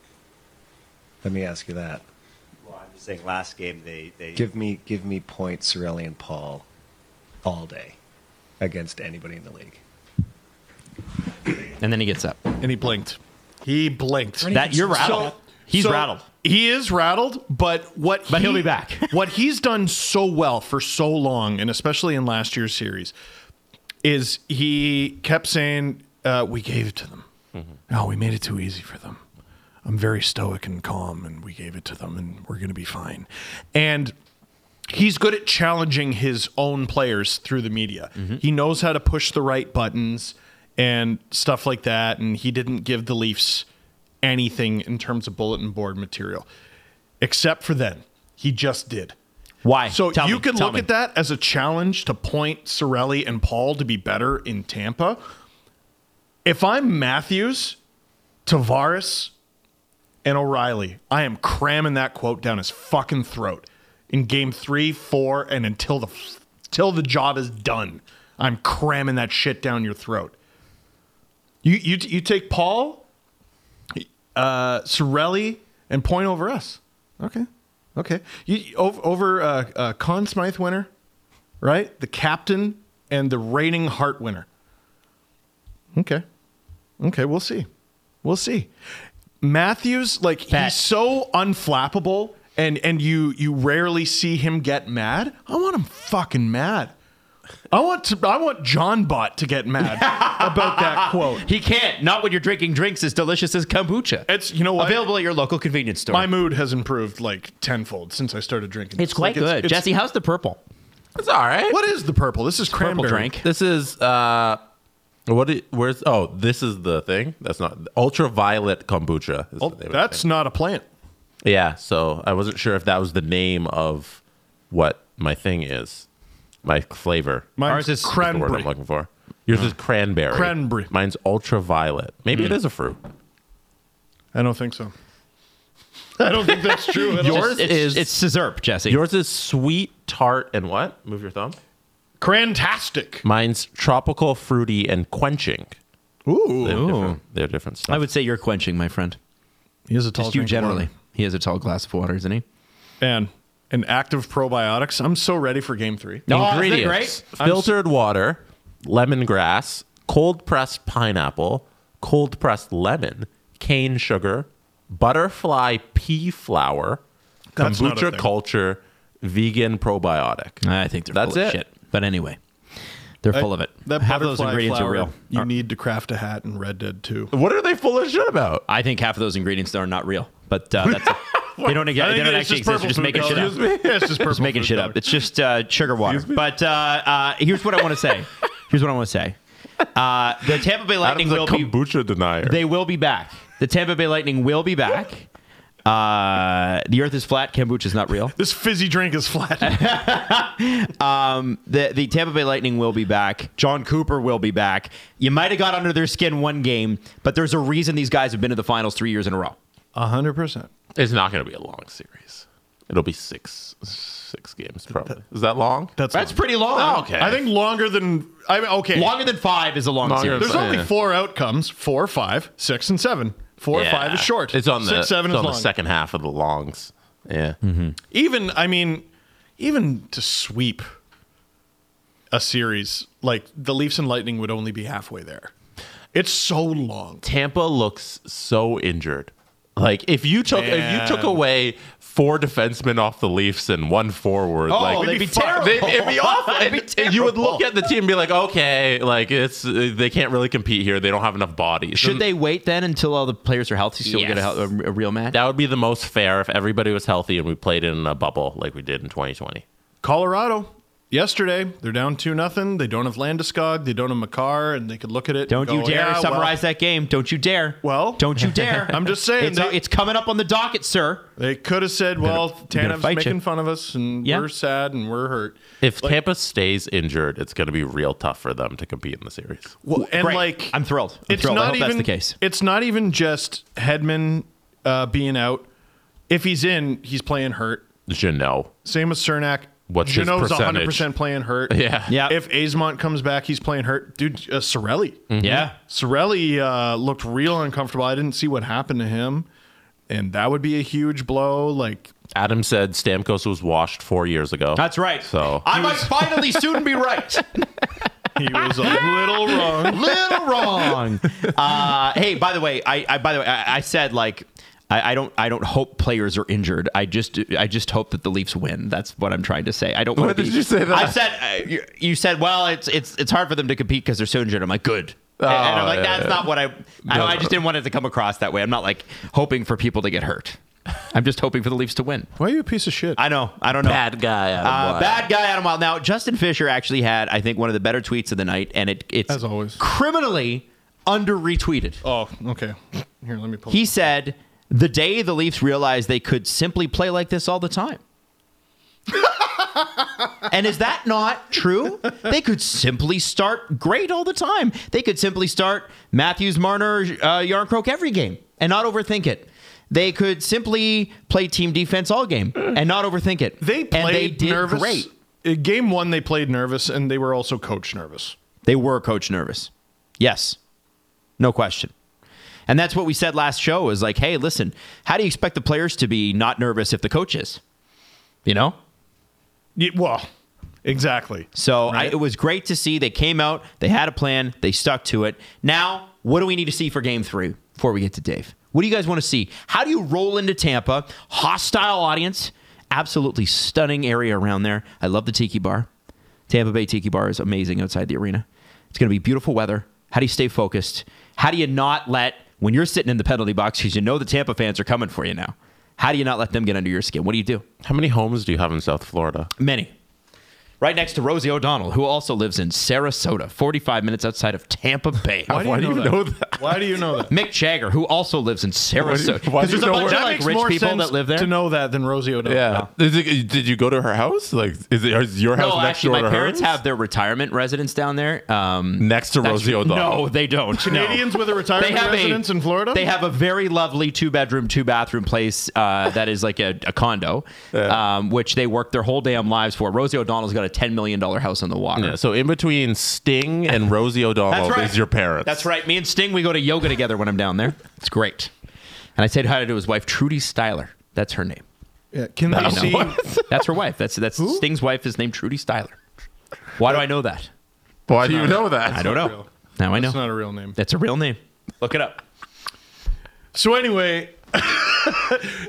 [SPEAKER 6] Let me ask you that.
[SPEAKER 7] Well, I'm just saying, last game they they
[SPEAKER 6] Give me give me points Sorelli and Paul all day against anybody in the league.
[SPEAKER 3] And then he gets up.
[SPEAKER 5] And he blinked. He blinked.
[SPEAKER 3] That you're rattled. he's
[SPEAKER 5] So,
[SPEAKER 3] rattled.
[SPEAKER 5] He is rattled, but what
[SPEAKER 3] But he'll be back.
[SPEAKER 5] <laughs> what he's done so well for so long, and especially in last year's series, is he kept saying, uh, "We gave it to them.
[SPEAKER 3] Mm-hmm.
[SPEAKER 5] No, we made it too easy for them. I'm very stoic and calm, and we gave it to them, and we're going to be fine." And he's good at challenging his own players through the media. He knows how to push the right buttons and stuff like that. And he didn't give the Leafs anything in terms of bulletin board material, except for then. He just did.
[SPEAKER 3] Why?
[SPEAKER 5] So
[SPEAKER 3] Tell
[SPEAKER 5] you
[SPEAKER 3] me,
[SPEAKER 5] could
[SPEAKER 3] tell
[SPEAKER 5] look
[SPEAKER 3] me.
[SPEAKER 5] at that as a challenge to point Sorelli and Paul to be better in Tampa. If I'm Matthews, Tavares, and O'Reilly, I am cramming that quote down his fucking throat in game three, four, and until the till the job is done. I'm cramming that shit down your throat. You you you take Paul, uh, Sorelli, and point over us. Okay, okay. You over, over uh, uh, Conn Smythe winner, right? The captain and the reigning Hart winner. Okay, okay. We'll see. We'll see. Matthews, like
[SPEAKER 4] Pat.
[SPEAKER 5] he's so unflappable, and and you you rarely see him get mad. I want him fucking mad. I want to, I want John Bot to get mad about that quote.
[SPEAKER 3] He can't. Not when you're drinking drinks as delicious as kombucha.
[SPEAKER 5] It's you know what
[SPEAKER 3] Available at your local convenience store.
[SPEAKER 5] my mood has improved like tenfold since I started drinking.
[SPEAKER 3] it's
[SPEAKER 5] this.
[SPEAKER 3] quite
[SPEAKER 5] Like,
[SPEAKER 3] good.
[SPEAKER 5] it's-
[SPEAKER 3] Jesse, how's the purple?
[SPEAKER 4] It's all right.
[SPEAKER 5] what is the purple? This is
[SPEAKER 3] Purple
[SPEAKER 5] cranberry.
[SPEAKER 3] drink.
[SPEAKER 4] This is uh, what? It, where's? Oh, this is the thing. That's not ultraviolet kombucha. Is
[SPEAKER 5] Oh,
[SPEAKER 4] the name of the
[SPEAKER 5] that's not a plant.
[SPEAKER 4] thing. yeah. So I wasn't sure if that was the name of what my thing is, my flavor.
[SPEAKER 5] Mine's
[SPEAKER 3] Ours is-
[SPEAKER 4] the word
[SPEAKER 5] cranberry.
[SPEAKER 4] I'm looking for. Yours is cranberry.
[SPEAKER 5] Cranberry. Mm.
[SPEAKER 4] Mine's ultraviolet. Maybe it is a fruit.
[SPEAKER 5] I don't think so. I don't think
[SPEAKER 3] <laughs>
[SPEAKER 5] that's true. at all.
[SPEAKER 4] Yours
[SPEAKER 3] it's,
[SPEAKER 4] is
[SPEAKER 3] it's Cizerp, Jesse.
[SPEAKER 4] yours is sweet tart and what? Move your thumb.
[SPEAKER 5] Crantastic.
[SPEAKER 4] Mine's tropical, fruity, and quenching.
[SPEAKER 5] Ooh,
[SPEAKER 4] They're different, they're different stuff.
[SPEAKER 3] I would say you're quenching, my friend.
[SPEAKER 5] he is a tall
[SPEAKER 3] Just you
[SPEAKER 5] drink of water.
[SPEAKER 3] generally. He has a tall glass of water, isn't he?
[SPEAKER 5] and an active probiotics. I'm so ready for game three.
[SPEAKER 3] Oh,
[SPEAKER 4] ingredients: filtered water, lemongrass, cold pressed pineapple, cold pressed lemon, cane sugar, butterfly pea flour,
[SPEAKER 5] That's not a
[SPEAKER 4] kombucha
[SPEAKER 5] thing.
[SPEAKER 4] culture, vegan probiotic.
[SPEAKER 3] I think they're
[SPEAKER 4] That's
[SPEAKER 3] full of
[SPEAKER 4] it.
[SPEAKER 3] shit. But anyway, they're full of it.
[SPEAKER 5] That
[SPEAKER 3] half of those
[SPEAKER 5] butterfly
[SPEAKER 3] ingredients
[SPEAKER 5] flower,
[SPEAKER 3] are real.
[SPEAKER 5] You need to craft a hat in Red Dead 2.
[SPEAKER 4] What are they full of shit about?
[SPEAKER 3] I think half of those ingredients are not real, but uh, <laughs> that's they don't, exa- they don't actually exist. They're just making shit up.
[SPEAKER 5] <laughs> Yeah, it's just purple
[SPEAKER 3] Just making
[SPEAKER 5] food
[SPEAKER 3] shit
[SPEAKER 5] color.
[SPEAKER 3] up. It's just uh, sugar water. But uh, uh, here's what I want to say.
[SPEAKER 4] <laughs>
[SPEAKER 3] Here's what I want to say. Uh, the Tampa Bay Lightning
[SPEAKER 4] Adam's a
[SPEAKER 3] will be
[SPEAKER 4] kombucha denier.
[SPEAKER 3] They will be back. The Tampa Bay Lightning will be back. Uh, the Earth is flat. Kombucha is not real.
[SPEAKER 5] This fizzy drink
[SPEAKER 3] <laughs>
[SPEAKER 5] is flat.
[SPEAKER 3] The the Tampa Bay Lightning will be back. John Cooper will be back. You might have got under their skin one game, but there's a reason these guys have been to the finals three years in a row.
[SPEAKER 5] 100%.
[SPEAKER 4] it's not going to be a long series. It'll be six six games probably. Is that long?
[SPEAKER 5] That's,
[SPEAKER 3] That's
[SPEAKER 5] fine.
[SPEAKER 3] pretty long.
[SPEAKER 4] Oh, okay.
[SPEAKER 5] I think longer than. I mean, okay.
[SPEAKER 3] Longer than five is a long
[SPEAKER 4] Longer
[SPEAKER 3] series.
[SPEAKER 5] There's
[SPEAKER 4] Yeah.
[SPEAKER 5] only four outcomes four, five, six, and seven. Four,
[SPEAKER 4] Yeah.
[SPEAKER 5] five is short.
[SPEAKER 4] It's on the
[SPEAKER 5] six, seven
[SPEAKER 4] it's
[SPEAKER 5] is
[SPEAKER 4] on
[SPEAKER 5] long.
[SPEAKER 4] the second half of the longs. Yeah.
[SPEAKER 5] Even, I mean, even to sweep a series, like the Leafs and Lightning would only be halfway there. It's so long.
[SPEAKER 4] Tampa looks so injured. Like if you took if you took
[SPEAKER 5] Man.
[SPEAKER 4] away four defensemen off the Leafs and one forward,
[SPEAKER 3] Oh,
[SPEAKER 4] like
[SPEAKER 3] they'd be
[SPEAKER 4] fucked.
[SPEAKER 3] terrible.
[SPEAKER 4] They'd- it'd
[SPEAKER 3] <laughs>
[SPEAKER 4] be awful.
[SPEAKER 3] It'd be
[SPEAKER 4] And- and you would look
[SPEAKER 3] terrible.
[SPEAKER 4] at the team and be like, okay, like it's uh, they can't really compete here. They don't have enough bodies.
[SPEAKER 3] Should
[SPEAKER 4] And
[SPEAKER 3] they wait then until all the players are healthy so we get a,
[SPEAKER 4] Yes.
[SPEAKER 3] hel- a, a real match?
[SPEAKER 4] That would be the most fair if everybody was healthy and we played in a bubble like we did in 2020.
[SPEAKER 5] Colorado yesterday, they're down two nothing. They don't have Landeskog, they don't have Makar, and they could look at it. and
[SPEAKER 3] Don't you
[SPEAKER 5] go,
[SPEAKER 3] dare
[SPEAKER 5] "Yeah, well,
[SPEAKER 3] summarize that game. Don't you dare.
[SPEAKER 5] Well-
[SPEAKER 3] don't you dare.
[SPEAKER 5] <laughs> I'm just saying
[SPEAKER 3] It's,
[SPEAKER 5] they-
[SPEAKER 3] uh, it's coming up on the docket, sir.
[SPEAKER 5] they could have said, "Well,
[SPEAKER 3] gonna
[SPEAKER 5] Tanev's
[SPEAKER 3] fight
[SPEAKER 5] making
[SPEAKER 3] you."
[SPEAKER 5] fun of us, and
[SPEAKER 3] Yeah.
[SPEAKER 5] we're sad and we're hurt."
[SPEAKER 4] If Tampa stays injured, it's going to be real tough for them to compete in the series.
[SPEAKER 5] Well, and
[SPEAKER 3] Great.
[SPEAKER 5] like,
[SPEAKER 3] I'm thrilled. I'm
[SPEAKER 5] it's
[SPEAKER 3] thrilled. I
[SPEAKER 5] not
[SPEAKER 3] hope
[SPEAKER 5] even
[SPEAKER 3] that's the case.
[SPEAKER 5] It's not even just Hedman uh, being out. If he's in, he's playing hurt.
[SPEAKER 4] Janot.
[SPEAKER 5] Same with Cernak.
[SPEAKER 4] What's his
[SPEAKER 5] Janot's
[SPEAKER 4] percentage?
[SPEAKER 5] 100% playing hurt.
[SPEAKER 4] Yeah.
[SPEAKER 3] <laughs> Yeah.
[SPEAKER 5] If Aizmont comes back, he's playing hurt. Dude, uh, Sorelli.
[SPEAKER 3] Yeah.
[SPEAKER 5] Sorelli uh, looked real uncomfortable. I didn't see what happened to him, and that would be a huge blow. Like
[SPEAKER 4] Adam said Stamkos was washed four years ago.
[SPEAKER 3] That's right.
[SPEAKER 4] So
[SPEAKER 3] I might finally soon be right.
[SPEAKER 5] he was a little wrong.
[SPEAKER 3] Little wrong. Uh, hey, by the way, I, I by the way, I, I said like I, I don't I don't hope players are injured. I just I just hope that the Leafs win. That's what I'm trying to say. I don't. wanna
[SPEAKER 4] Why did
[SPEAKER 3] be-
[SPEAKER 4] you say that?
[SPEAKER 3] I said uh, you, you said well, it's it's it's hard for them to compete because they're so injured. I'm like good. And- and I'm
[SPEAKER 4] Oh,
[SPEAKER 3] like,
[SPEAKER 4] yeah,
[SPEAKER 3] that's
[SPEAKER 4] yeah.
[SPEAKER 3] not what I. I,
[SPEAKER 4] No,
[SPEAKER 3] I
[SPEAKER 4] no,
[SPEAKER 3] just
[SPEAKER 4] no.
[SPEAKER 3] didn't want it to come across that way. I'm not like hoping for people to get hurt. I'm just hoping for the Leafs to win.
[SPEAKER 5] Why are you a piece of shit?
[SPEAKER 3] I know. I don't know.
[SPEAKER 4] Bad guy, Adam
[SPEAKER 3] Uh,
[SPEAKER 4] Wilde.
[SPEAKER 3] bad guy Adam Wild. Now Justin Fisher actually had, I think, one of the better tweets of the night, and it it's
[SPEAKER 5] As always.
[SPEAKER 3] criminally under retweeted.
[SPEAKER 5] oh, okay. Here, let me pull.
[SPEAKER 3] He said, "The day the Leafs realized they could simply play like this all the time." and is that not true? They could simply start great all the time. They could simply start Matthews, Marner, uh, Yarncroke every game and not overthink it. They could simply play team defense all game and not overthink it.
[SPEAKER 5] they
[SPEAKER 3] And
[SPEAKER 5] played
[SPEAKER 3] did
[SPEAKER 5] nervous.
[SPEAKER 3] great.
[SPEAKER 5] Uh, Game one, they played nervous, and they were also coach nervous.
[SPEAKER 3] They were coach nervous. Yes. No question. And that's what we said last show is like, hey, listen, how do you expect the players to be not nervous if the coach is? You know?
[SPEAKER 5] Yeah, well, exactly.
[SPEAKER 3] So I, it was great to see they came out, they had a plan, they stuck to it. Now, what do we need to see for game three before we get to Dave? What do you guys want to see? How do you roll into Tampa? Hostile audience, absolutely stunning area around there. I love the tiki bar. Tampa Bay Tiki Bar is amazing outside the arena. It's going to be beautiful weather. How do you stay focused? How do you not let, when you're sitting in the penalty box, because you know the Tampa fans are coming for you now, how do you not let them get under your skin? What do you do?
[SPEAKER 4] How many homes do you have in South Florida?
[SPEAKER 3] Many. Right next to Rosie O'Donnell, who also lives in Sarasota, 45 minutes outside of Tampa Bay.
[SPEAKER 4] Why do you
[SPEAKER 5] that?
[SPEAKER 4] know that?
[SPEAKER 5] Why do you know
[SPEAKER 3] <laughs>
[SPEAKER 5] that?
[SPEAKER 3] Mick Jagger, who also lives in Sarasota.
[SPEAKER 4] why
[SPEAKER 3] Because
[SPEAKER 4] do you
[SPEAKER 3] there's a
[SPEAKER 4] know
[SPEAKER 3] bunch
[SPEAKER 4] where-
[SPEAKER 3] of like rich people that live there.
[SPEAKER 5] to know that than Rosie O'Donnell.
[SPEAKER 4] Is it, did you go to her house? Like, is, it, is your house
[SPEAKER 3] no,
[SPEAKER 4] next
[SPEAKER 3] actually,
[SPEAKER 4] door
[SPEAKER 3] my
[SPEAKER 4] to
[SPEAKER 3] parents
[SPEAKER 4] hers?
[SPEAKER 3] have their retirement residence down there. Um,
[SPEAKER 4] next to Rosie O'Donnell.
[SPEAKER 3] no, they don't. No.
[SPEAKER 5] Canadians with a retirement residence
[SPEAKER 3] a,
[SPEAKER 5] in Florida.
[SPEAKER 3] They have a very lovely two bedroom, two bathroom place uh, that is like a, a condo, um, which they work their whole damn lives for. Rosie O'Donnell's got a ten million dollar house on the water.
[SPEAKER 4] Yeah, so in between Sting <laughs> and Rosie O'Donnell
[SPEAKER 3] That's right.
[SPEAKER 4] is your parents.
[SPEAKER 3] That's right. Me and Sting, we go to yoga together when I'm down there. It's great. And I said hi to his wife, Trudy Styler. That's her name.
[SPEAKER 5] Yeah, Can they
[SPEAKER 3] know.
[SPEAKER 5] see?
[SPEAKER 3] <laughs> That's her wife. That's that's Sting's wife is named Trudy Styler. Why do I know that?
[SPEAKER 4] Why do you know that?
[SPEAKER 3] I don't know.
[SPEAKER 5] real.
[SPEAKER 3] Now I know.
[SPEAKER 5] It's not a real name.
[SPEAKER 3] that's a real name. Look it up.
[SPEAKER 5] So anyway, <laughs>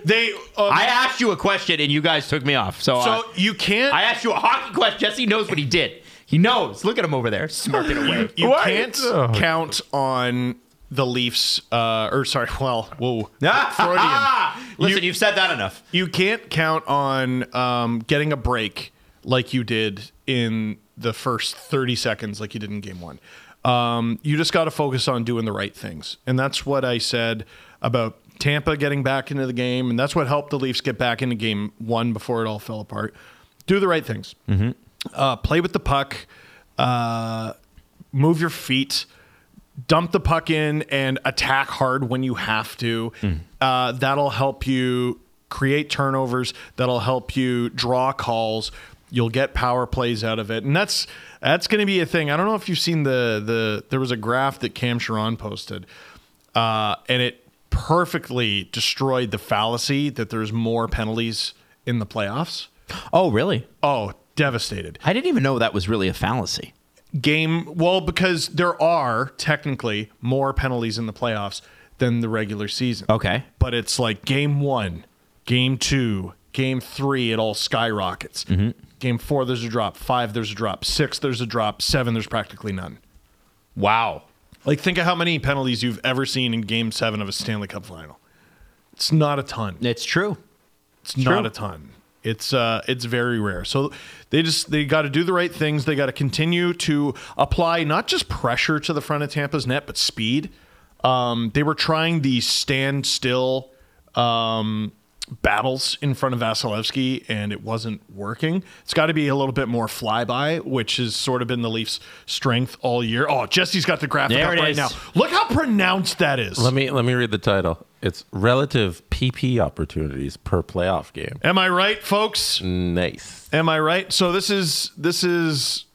[SPEAKER 5] they. Uh,
[SPEAKER 3] I asked you a question and you guys took me off. So,
[SPEAKER 5] so
[SPEAKER 3] uh,
[SPEAKER 5] you can't.
[SPEAKER 3] I asked you a hockey question. Jesse knows what he did. He knows. Look at him over there, smirking away.
[SPEAKER 5] you
[SPEAKER 4] What?
[SPEAKER 5] can't
[SPEAKER 4] Oh.
[SPEAKER 5] count on the Leafs. Uh, or sorry. <laughs> Well,
[SPEAKER 3] <laughs>
[SPEAKER 5] whoa. Freudian.
[SPEAKER 3] Listen, you, have said that enough.
[SPEAKER 5] You can't count on um, getting a break like you did in the first 30 seconds, like you did in game one. Um, you just got to focus on doing the right things. And that's what I said about Tampa getting back into the game. And that's what helped the Leafs get back into game one before it all fell apart. Do the right things, uh, play with the puck, uh, move your feet dump the puck in and attack hard when you have to. Uh, that'll help you create turnovers. That'll help you draw calls. You'll get power plays out of it, and that's that's going to be a thing. I don't know if you've seen the the there was a graph that Cam Sharon posted, uh, and it perfectly destroyed the fallacy that there's more penalties in the playoffs.
[SPEAKER 3] Oh, really?
[SPEAKER 5] Oh, devastated
[SPEAKER 3] I didn't even know that was really a fallacy.
[SPEAKER 5] game well because there are technically more penalties in the playoffs than the regular season.
[SPEAKER 3] Okay.
[SPEAKER 5] But it's like game 1, game 2, game 3 it all skyrockets. Game 4 there's a drop, 5 there's a drop, 6 there's a drop, 7 there's practically none.
[SPEAKER 3] Wow.
[SPEAKER 5] Like think of how many penalties you've ever seen in game 7 of a Stanley Cup final. It's not a ton.
[SPEAKER 3] It's true.
[SPEAKER 5] It's not a ton. It's uh, it's very rare. So they just they got to do the right things. They got to continue to apply not just pressure to the front of Tampa's net, but speed. Um, they were trying the standstill um, battles in front of Vasilevsky, and it wasn't working. It's got to be a little bit more flyby, which has sort of been the Leafs' strength all year. Oh, Jesse's got the graphic
[SPEAKER 3] There
[SPEAKER 5] up
[SPEAKER 3] it
[SPEAKER 5] right
[SPEAKER 3] is.
[SPEAKER 5] now. Look how pronounced that is.
[SPEAKER 4] Let me let me read the title. It's relative PP opportunities per playoff game.
[SPEAKER 5] Am I right, folks?
[SPEAKER 4] Nice.
[SPEAKER 5] Am I right? So this is this is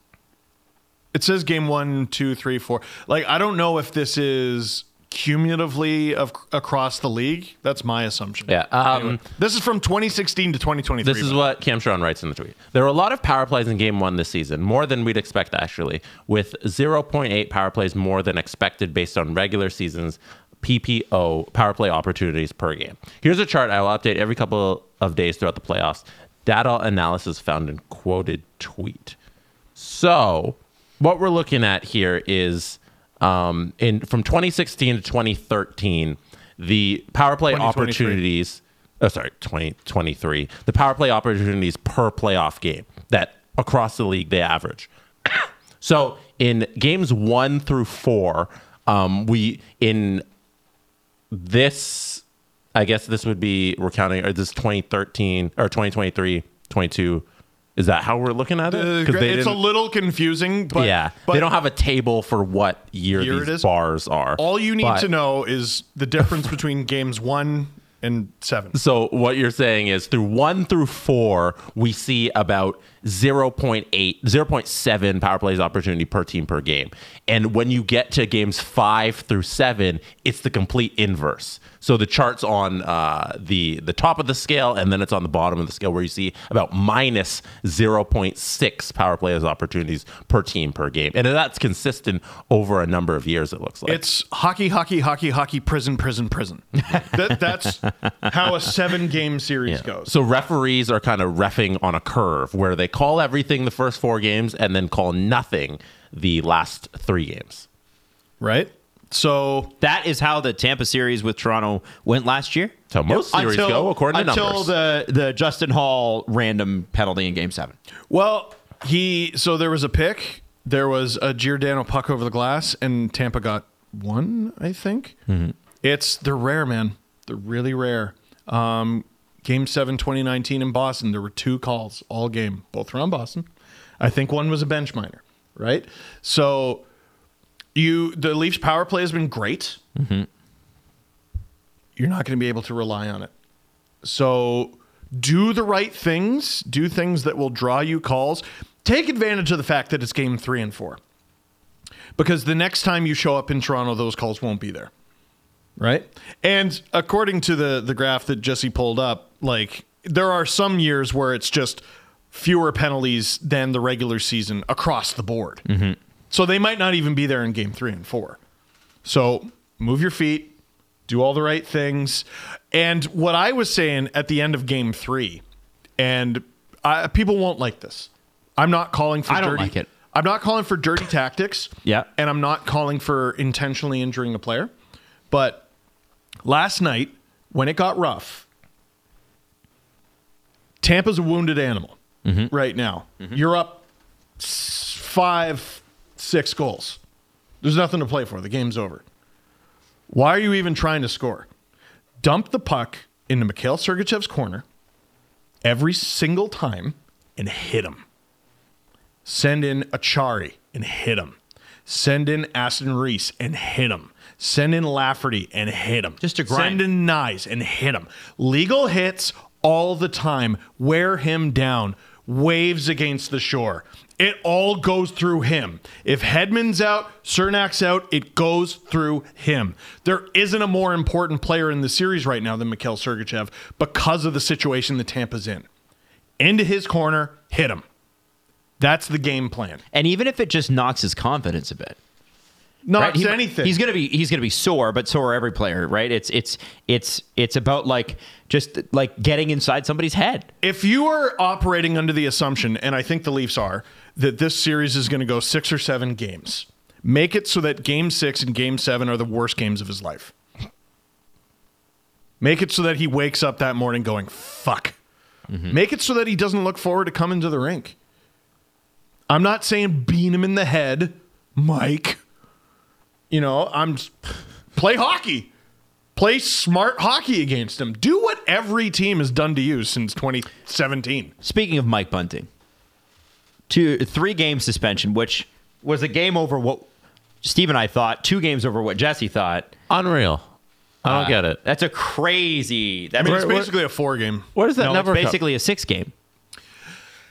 [SPEAKER 5] it says game one, two, three, four. Like I don't know if this is cumulatively of, across the league. That's my assumption.
[SPEAKER 4] Yeah. Um,
[SPEAKER 5] This is from 2016 to 2023.
[SPEAKER 4] This is what Cam Sharon writes in the tweet. There were a lot of power plays in game one this season, more than we'd expect, actually, with 0.8 power plays more than expected based on regular season's PPO power play opportunities per game. Here's a chart I will update every couple of days throughout the playoffs. Data analysis found in quoted tweet. So, what we're looking at here is um, in from 2016 to 2013, the power play
[SPEAKER 5] 2023.
[SPEAKER 4] opportunities. Oh, sorry, 2023. The power play opportunities per playoff game that across the league they average. <coughs> so in games one through four, um, we in this I guess this would be we're counting or this 2013 or 2023 22 is that how we're looking at it?
[SPEAKER 5] Uh,
[SPEAKER 4] 'Cause they
[SPEAKER 5] it's a
[SPEAKER 4] didn't-
[SPEAKER 5] little confusing, but
[SPEAKER 4] yeah,
[SPEAKER 5] but
[SPEAKER 4] they don't have a table for what year,
[SPEAKER 5] Year it
[SPEAKER 4] these
[SPEAKER 5] is.
[SPEAKER 4] bars are.
[SPEAKER 5] All you need
[SPEAKER 4] But-
[SPEAKER 5] to know is the difference between games one and seven.
[SPEAKER 4] <laughs> So what you're saying is through one through four, we see about 0.8, 0.7 power plays opportunity per team per game. And when you get to games five through seven, it's the complete inverse. So the chart's on uh, the the top of the scale, and then it's on the bottom of the scale where you see about minus 0.6 power plays opportunities per team per game, and that's consistent over a number of years. It looks like
[SPEAKER 5] It's hockey, hockey, hockey, hockey, prison, prison, prison. that, that's how a seven game series goes.
[SPEAKER 4] So referees are kind of refing on a curve where they call everything the first four games and then call nothing the last three games.
[SPEAKER 5] Right? So
[SPEAKER 3] That is how the Tampa series with Toronto went last year.
[SPEAKER 4] So most series go according to
[SPEAKER 3] until
[SPEAKER 4] numbers.
[SPEAKER 3] the the Justin Hall random penalty in Game Seven.
[SPEAKER 5] Well, he so there was a pick, there was a Giordano puck over the glass, and Tampa got one, I think. It's they're rare, man. They're really rare. Um, game seven, 2019 in Boston, there were two calls all game, both around Boston. I think one was a bench minor, right? So you the Leafs power play has been great. You're not going to be able to rely on it. So do the right things, do things that will draw you calls. Take advantage of the fact that it's game three and four. Because the next time you show up in Toronto, those calls won't be there. Right? And according to the, the graph that Jesse pulled up, like there are some years where it's just fewer penalties than the regular season across the board.
[SPEAKER 3] Mm-hmm.
[SPEAKER 5] So they might not even be there in game three and four. So move your feet, do all the right things. And what I was saying at the end of game three, and I, people won't like this. I'm not calling for
[SPEAKER 3] I don't
[SPEAKER 5] dirty.
[SPEAKER 3] like it.
[SPEAKER 5] I'm not calling for dirty tactics.
[SPEAKER 3] Yeah.
[SPEAKER 5] And I'm not calling for intentionally injuring a player. But last night, when it got rough, Tampa's a wounded animal right now. You're up s- five, six goals. There's nothing to play for. The game's over. Why are you even trying to score? Dump the puck into Mikhail Sergachev's corner every single time and hit him. Send in Achari and hit him. Send in Aston Reese and hit him. Send in Lafferty and hit him.
[SPEAKER 3] Just to grind.
[SPEAKER 5] Send in Nyes and hit him. Legal hits all the time. Wear him down. Waves against the shore. It all goes through him. If Headman's out, Cernak's out, it goes through him. There isn't a more important player in the series right now than Mikhail Sergachev because of the situation that Tampa's in. Into his corner, hit him. That's the game plan.
[SPEAKER 3] And even if it just knocks his confidence a bit,
[SPEAKER 5] Not
[SPEAKER 3] He-
[SPEAKER 5] anything.
[SPEAKER 3] He's gonna be he's gonna be sore, but so are every player, right? It's it's it's it's about like just like getting inside somebody's head.
[SPEAKER 5] if you are operating under the assumption, and I think the Leafs are, that this series is going to go six or seven games, make it so that game six and game seven are the worst games of his life. Make it so that he wakes up that morning going, fuck.
[SPEAKER 3] Mm-hmm.
[SPEAKER 5] Make it so that he doesn't look forward to coming to the rink. I'm not saying bean him in the head, Mike. You know, I'm play hockey. Play smart hockey against him. Do what every team has done to you since 2017.
[SPEAKER 3] Speaking of Mike Bunting, two three game suspension, which was a game over what Steve and I thought, two games over what Jesse thought.
[SPEAKER 4] Unreal. I don't get it.
[SPEAKER 3] That's a crazy. That
[SPEAKER 5] I mean,
[SPEAKER 3] means
[SPEAKER 5] it's basically a four game.
[SPEAKER 4] Where does that
[SPEAKER 3] no, it's
[SPEAKER 4] number come-
[SPEAKER 3] basically a six game.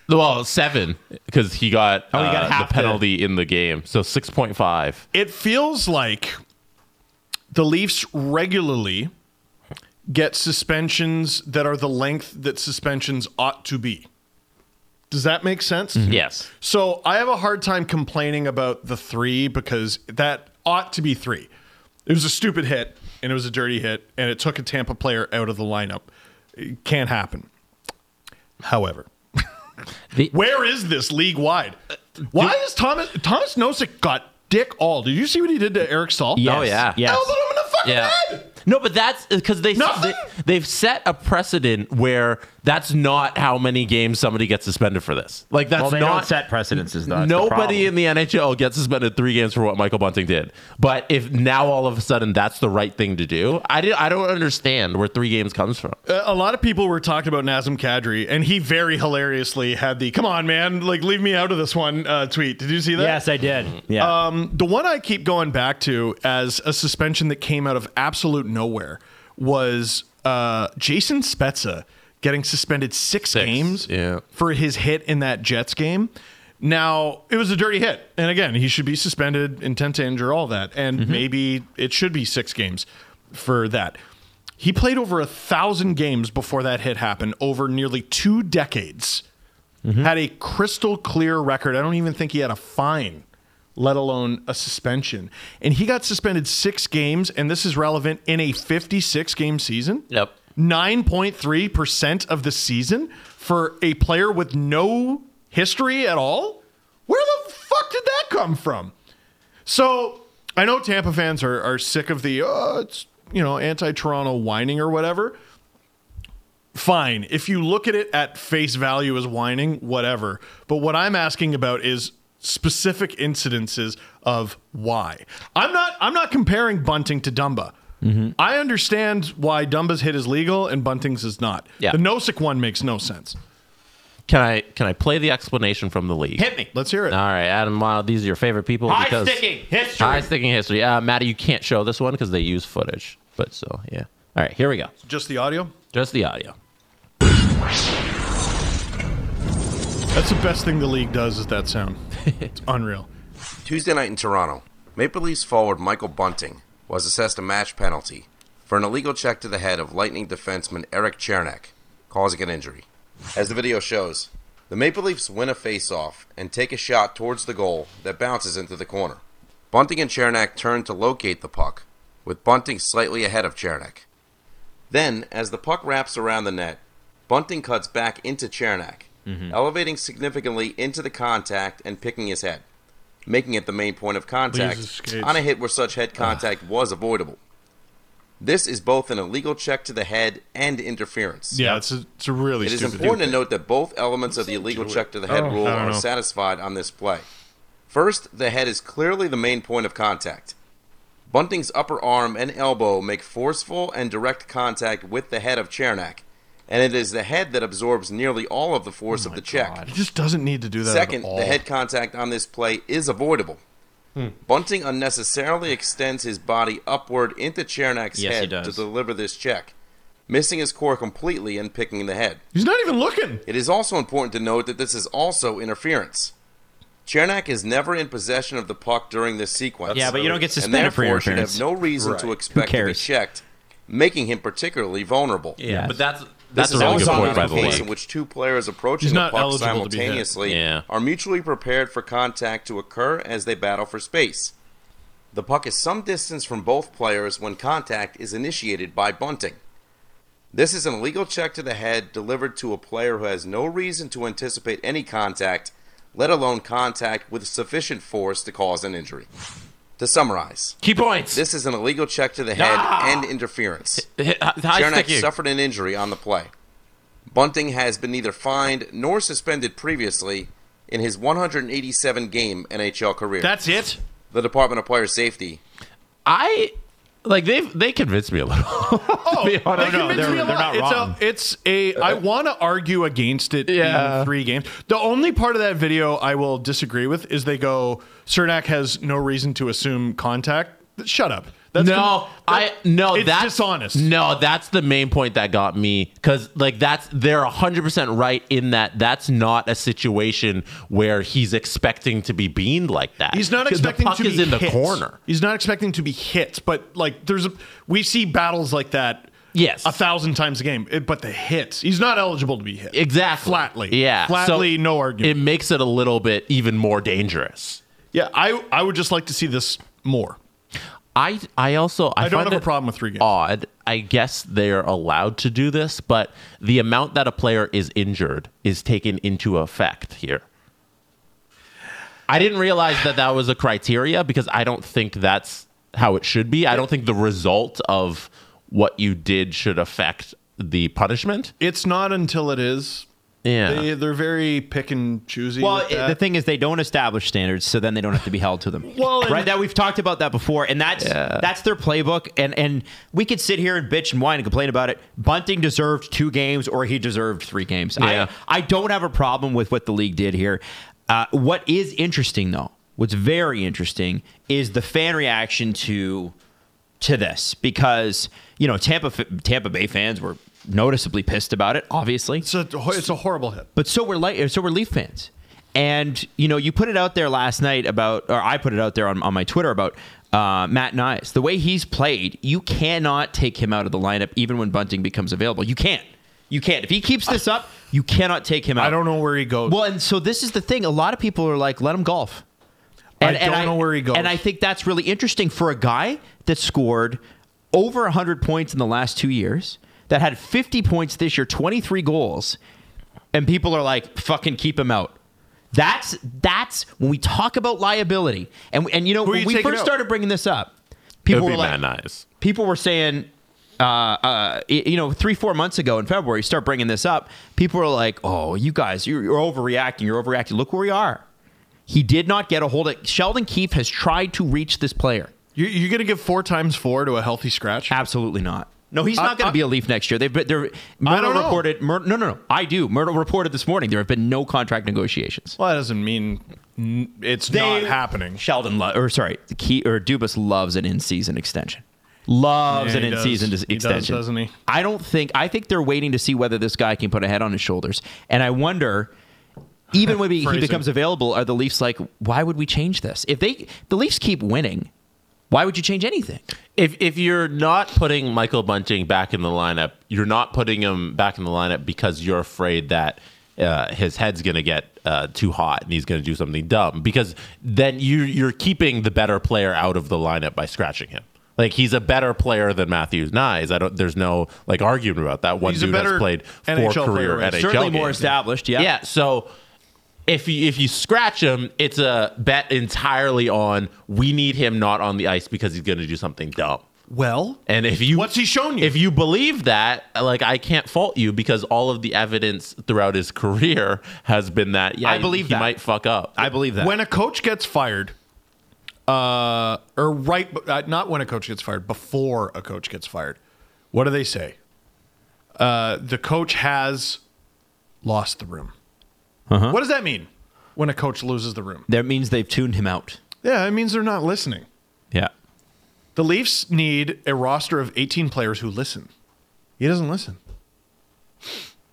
[SPEAKER 4] Well, seven because he got,
[SPEAKER 3] Oh, he got
[SPEAKER 4] uh,
[SPEAKER 3] half
[SPEAKER 4] the
[SPEAKER 3] the-
[SPEAKER 4] penalty in the game. So 6.5.
[SPEAKER 5] It feels like the Leafs regularly get suspensions that are the length that suspensions ought to be. Does that make sense?
[SPEAKER 3] Mm-hmm.
[SPEAKER 4] Yes.
[SPEAKER 5] So I have a hard time complaining about the three because that ought to be three. It was a stupid hit and it was a dirty hit and it took a Tampa player out of the lineup. It can't happen. However,
[SPEAKER 4] The-
[SPEAKER 5] <laughs> where is this league wide? Why is Thomas Thomas Nosek got dick all? Did you see what he did to Eric Stahl?
[SPEAKER 3] Yes.
[SPEAKER 4] Oh, yeah.
[SPEAKER 3] Yes.
[SPEAKER 5] Elbowed him in the fucking
[SPEAKER 4] Yeah.
[SPEAKER 5] head.
[SPEAKER 4] No, but that's because they,
[SPEAKER 5] Nothing?
[SPEAKER 4] they they've set a precedent where that's not how many games somebody gets suspended for this. Like that's
[SPEAKER 3] Well, they
[SPEAKER 4] not
[SPEAKER 3] don't set precedences though. That's the problem.
[SPEAKER 4] Nobody in the NHL gets suspended three games for what Michael Bunting did. But if now all of a sudden that's the right thing to do, I, did, I don't understand where three games comes from.
[SPEAKER 5] Uh, A lot of people were talking about Nazem Kadri, and he very hilariously had the "Come on, man! Like leave me out of this one" uh, tweet. Did you see that?
[SPEAKER 3] yes, I did.
[SPEAKER 4] Mm.
[SPEAKER 3] Yeah,
[SPEAKER 5] Um, The one I keep going back to as a suspension that came out of absolute nowhere was uh, Jason Spezza getting suspended six,
[SPEAKER 4] Six,
[SPEAKER 5] games
[SPEAKER 4] yeah.
[SPEAKER 5] for his hit in that Jets game. Now, it was a dirty hit. And again, he should be suspended, intent to injure, all that. And maybe it should be six games for that. He played over a thousand games before that hit happened, over nearly two decades. Had a crystal clear record. I don't even think he had a fine, let alone a suspension. And he got suspended six games, and this is relevant in a 56 game season.
[SPEAKER 4] Yep.
[SPEAKER 5] 9.3% of the season for a player with no history at all? Where the fuck did that come from? So I know Tampa fans are, are sick of the, uh, it's, you know, anti Toronto whining or whatever. Fine. If you look at it at face value as whining, whatever. But what I'm asking about is specific incidences of why. I'm not I'm not comparing Bunting to Dumba.
[SPEAKER 8] Mm-hmm.
[SPEAKER 5] I understand why Dumba's hit is legal and Bunting's is not.
[SPEAKER 4] Yeah.
[SPEAKER 5] The Nosik one makes no sense.
[SPEAKER 4] Can I can I play the explanation from the league?
[SPEAKER 3] Hit me.
[SPEAKER 5] Let's hear it.
[SPEAKER 4] All right, Adam Wild. These are your favorite people.
[SPEAKER 3] High
[SPEAKER 4] because-
[SPEAKER 3] sticking history.
[SPEAKER 4] High sticking history. Uh, Maddie, you can't show this one because they use footage. But so yeah. All right, here we go.
[SPEAKER 5] Just the audio.
[SPEAKER 4] Just the audio.
[SPEAKER 5] That's the best thing the league does is that
[SPEAKER 8] <laughs>
[SPEAKER 5] sound. it's unreal.
[SPEAKER 8] Tuesday night in Toronto, Maple Leafs forward Michael Bunting was assessed a match penalty for an illegal check to the head of Lightning defenseman Eric Chernak, causing an injury. As the video shows, the Maple Leafs win a faceoff and take a shot towards the goal that bounces into the corner. Bunting and Chernak turn to locate the puck, with Bunting slightly ahead of Chernak. Then, as the puck wraps around the net, Bunting cuts back into Chernak,
[SPEAKER 5] Mm-hmm.
[SPEAKER 8] elevating significantly into the contact and picking his head making it the main point of
[SPEAKER 5] his
[SPEAKER 8] contact
[SPEAKER 5] skates.
[SPEAKER 8] on a hit where such head contact was avoidable. This is both an illegal check to the head and interference.
[SPEAKER 5] Yeah, it's a, it's a really
[SPEAKER 8] It is
[SPEAKER 5] stupid.
[SPEAKER 8] important to note that both elements of the illegal check to the head
[SPEAKER 5] Oh,
[SPEAKER 8] rule
[SPEAKER 5] I don't
[SPEAKER 8] are
[SPEAKER 5] know.
[SPEAKER 8] satisfied on this play. First, the head is clearly the main point of contact. Bunting's upper arm and elbow make forceful and direct contact with the head of Chernak, and it is the head that absorbs nearly all of the force
[SPEAKER 5] Oh
[SPEAKER 8] of the check.
[SPEAKER 5] He just doesn't need to do that. at
[SPEAKER 8] Second,
[SPEAKER 5] all. Hmm.
[SPEAKER 8] the head contact on this play is avoidable. Bunting unnecessarily extends his body upward into Chernak's
[SPEAKER 3] Yes, he
[SPEAKER 8] head
[SPEAKER 3] does.
[SPEAKER 8] to deliver this check, missing his core completely and picking the head.
[SPEAKER 5] He's not even looking.
[SPEAKER 8] It is also important to note that this is also interference. Chernak is never in possession of the puck during this sequence.
[SPEAKER 3] Yeah, but you don't get
[SPEAKER 8] and
[SPEAKER 3] suspended for
[SPEAKER 8] therefore should
[SPEAKER 3] interference.
[SPEAKER 8] have no reason to
[SPEAKER 3] Who
[SPEAKER 8] expect to be
[SPEAKER 3] cares?
[SPEAKER 8] checked, making him particularly vulnerable.
[SPEAKER 3] Yeah.
[SPEAKER 4] But that's
[SPEAKER 8] This
[SPEAKER 4] that's a really
[SPEAKER 8] is
[SPEAKER 4] good
[SPEAKER 8] also
[SPEAKER 4] point by
[SPEAKER 8] another
[SPEAKER 4] the
[SPEAKER 8] case in
[SPEAKER 4] league.
[SPEAKER 8] which two players approaching
[SPEAKER 5] He's
[SPEAKER 8] the
[SPEAKER 5] not
[SPEAKER 8] puck
[SPEAKER 5] eligible to be hit.
[SPEAKER 8] simultaneously
[SPEAKER 4] Yeah.
[SPEAKER 8] are mutually prepared for contact to occur as they battle for space. The puck is some distance from both players when contact is initiated by bunting. This is an illegal check to the head delivered to a player who has no reason to anticipate any contact, let alone contact with sufficient force to cause an injury. To summarize,
[SPEAKER 4] Key points.
[SPEAKER 8] this is an illegal check to the head and interference.
[SPEAKER 4] Hit- hi- high
[SPEAKER 8] Chernak
[SPEAKER 4] sticking.
[SPEAKER 8] suffered an injury on the play. Bunting has been neither fined nor suspended previously in his 187 game NHL career.
[SPEAKER 5] That's it.
[SPEAKER 8] the Department of Player Safety.
[SPEAKER 4] I like they they convinced me
[SPEAKER 5] <laughs>
[SPEAKER 4] a little.
[SPEAKER 5] Oh,
[SPEAKER 4] <laughs> be honest.
[SPEAKER 5] they
[SPEAKER 4] No, no,
[SPEAKER 5] convinced
[SPEAKER 4] they're-
[SPEAKER 5] me a
[SPEAKER 4] they're
[SPEAKER 5] lot.
[SPEAKER 4] not wrong.
[SPEAKER 5] It's a. It's a. I want to argue against it.
[SPEAKER 4] Yeah.
[SPEAKER 5] In three games. The only part of that video I will disagree with is they go. Cernak has no reason to assume contact. Shut up. That's
[SPEAKER 4] no,
[SPEAKER 5] com-
[SPEAKER 4] I no
[SPEAKER 5] It's
[SPEAKER 4] that's
[SPEAKER 5] dishonest.
[SPEAKER 4] No, that's the main point that got me because like that's they're hundred percent right in that that's not a situation where he's expecting to be beamed like that.
[SPEAKER 5] He's not
[SPEAKER 4] 'Cause
[SPEAKER 5] expecting
[SPEAKER 4] the puck
[SPEAKER 5] to be
[SPEAKER 4] is in the
[SPEAKER 5] hit.
[SPEAKER 4] corner.
[SPEAKER 5] He's not expecting to be hit, but like there's a, we see battles like that
[SPEAKER 4] Yes.
[SPEAKER 5] a thousand times a game. It- but the hits, he's not eligible to be hit.
[SPEAKER 4] Exactly.
[SPEAKER 5] Flatly.
[SPEAKER 4] Yeah. So
[SPEAKER 5] Flatly, no argument.
[SPEAKER 4] It makes it a little bit even more dangerous.
[SPEAKER 5] yeah, I I would just like to see this more.
[SPEAKER 4] I I also I,
[SPEAKER 5] I, don't
[SPEAKER 4] find
[SPEAKER 5] have a
[SPEAKER 4] it
[SPEAKER 5] problem with three games.
[SPEAKER 4] Odd. I guess they're allowed to do this, but the amount that a player is injured is taken into effect here. I didn't realize that that was a criteria because I don't think that's how it should be. I don't think the result of what you did should affect the punishment.
[SPEAKER 5] It's not until it is.
[SPEAKER 4] Yeah.
[SPEAKER 5] They, they're very pick and choosy.
[SPEAKER 3] Well,
[SPEAKER 5] with
[SPEAKER 3] it-
[SPEAKER 5] that.
[SPEAKER 3] the thing is, they don't establish standards, so then they don't have to be held to them.
[SPEAKER 5] <laughs> Well, and-
[SPEAKER 3] right? That we've talked about that before, and that's that's their playbook. And and we could sit here and bitch and whine and complain about it. Bunting deserved two games, or he deserved three games.
[SPEAKER 4] Yeah.
[SPEAKER 3] I I don't have a problem with what the league did here. Uh, what is interesting though, what's very interesting is the fan reaction to to this because you know Tampa Tampa Bay fans were noticeably pissed about it, obviously.
[SPEAKER 5] It's a, it's a horrible hit.
[SPEAKER 3] But so were light, so were Leaf fans, and you know, you put it out there last night about, or I put it out there on, on my Twitter about uh, Matt Nice. The way he's played, you cannot take him out of the lineup, even when Bunting becomes available. You can't. You can't. If he keeps this up, you cannot take him out.
[SPEAKER 5] I don't know where he goes.
[SPEAKER 3] Well, and so this is the thing. A lot of people are like, let him golf.
[SPEAKER 5] I don't know where he goes.
[SPEAKER 3] And I think that's really interesting for a guy that scored over 100 points in the last two years, that had 50 points this year, 23 goals, and people are like, fucking keep him out. That's that's when we talk about liability, and and you know
[SPEAKER 5] are
[SPEAKER 3] when
[SPEAKER 5] you
[SPEAKER 3] we
[SPEAKER 5] taking
[SPEAKER 3] first
[SPEAKER 5] out?
[SPEAKER 3] started bringing this up,
[SPEAKER 4] It
[SPEAKER 3] people
[SPEAKER 4] would
[SPEAKER 3] were
[SPEAKER 4] be
[SPEAKER 3] like,
[SPEAKER 4] Matt Nice.
[SPEAKER 3] people were saying uh, uh, y- you know, three, four months ago in February, start bringing this up. People are like, oh, you guys, you're, you're overreacting. You're overreacting. Look where we are. He did not get a hold of Sheldon Keefe has tried to reach this player.
[SPEAKER 5] You, you're going to give four times four to a healthy scratch?
[SPEAKER 3] Absolutely not. No, he's not
[SPEAKER 5] I-
[SPEAKER 3] going
[SPEAKER 5] I-
[SPEAKER 3] to be a Leaf next year. They've been, they're, Myrtle
[SPEAKER 5] don't know.
[SPEAKER 3] reported, Myr- no, no, no, I do. Myrtle reported this morning there have been no contract negotiations.
[SPEAKER 5] Well, that doesn't mean n- it's not
[SPEAKER 3] They-
[SPEAKER 5] happening.
[SPEAKER 3] Sheldon, lo- or sorry, Key, or Dubas loves an in-season extension. Loves
[SPEAKER 5] Yeah,
[SPEAKER 3] an
[SPEAKER 5] he does.
[SPEAKER 3] in-season
[SPEAKER 5] He
[SPEAKER 3] dis-
[SPEAKER 5] does,
[SPEAKER 3] extension,
[SPEAKER 5] doesn't he?
[SPEAKER 3] I don't think. I think they're waiting to see whether this guy can put a head on his shoulders, and I wonder. Even when he- he
[SPEAKER 5] <laughs> Phrasing.
[SPEAKER 3] becomes available, are the Leafs like, why would we change this? If they the Leafs keep winning, why would you change anything?
[SPEAKER 4] If if you're not putting Michael Bunting back in the lineup, you're not putting him back in the lineup because you're afraid that uh, his head's going to get uh, too hot and he's going to do something dumb. Because then you you're keeping the better player out of the lineup by scratching him. Like he's a better player than Matthews Nyes. I don't. There's no like argument about that. One
[SPEAKER 5] He's a
[SPEAKER 4] dude has
[SPEAKER 5] better
[SPEAKER 4] played four
[SPEAKER 5] NHL
[SPEAKER 4] career
[SPEAKER 5] player, right?
[SPEAKER 4] NHL
[SPEAKER 3] Certainly more
[SPEAKER 4] games.
[SPEAKER 3] established, yeah.
[SPEAKER 4] Yeah. So if you if you scratch him, it's a bet entirely on we need him not on the ice because he's going to do something dumb.
[SPEAKER 5] Well,
[SPEAKER 4] And if you
[SPEAKER 5] What's he shown you?
[SPEAKER 4] If you believe that, like I can't fault you because all of the evidence throughout his career has been that yeah,
[SPEAKER 3] I believe
[SPEAKER 4] he
[SPEAKER 3] that.
[SPEAKER 4] might fuck up.
[SPEAKER 3] I believe that.
[SPEAKER 5] when a coach gets fired, uh, or right, b- uh, not when a coach gets fired, before a coach gets fired, what do they say? Uh, the coach has lost the room. What does that mean when a coach loses the room?
[SPEAKER 3] that means they've tuned him out.
[SPEAKER 5] Yeah, it means they're not listening.
[SPEAKER 3] Yeah.
[SPEAKER 5] The Leafs need a roster of 18 players who listen. He doesn't listen.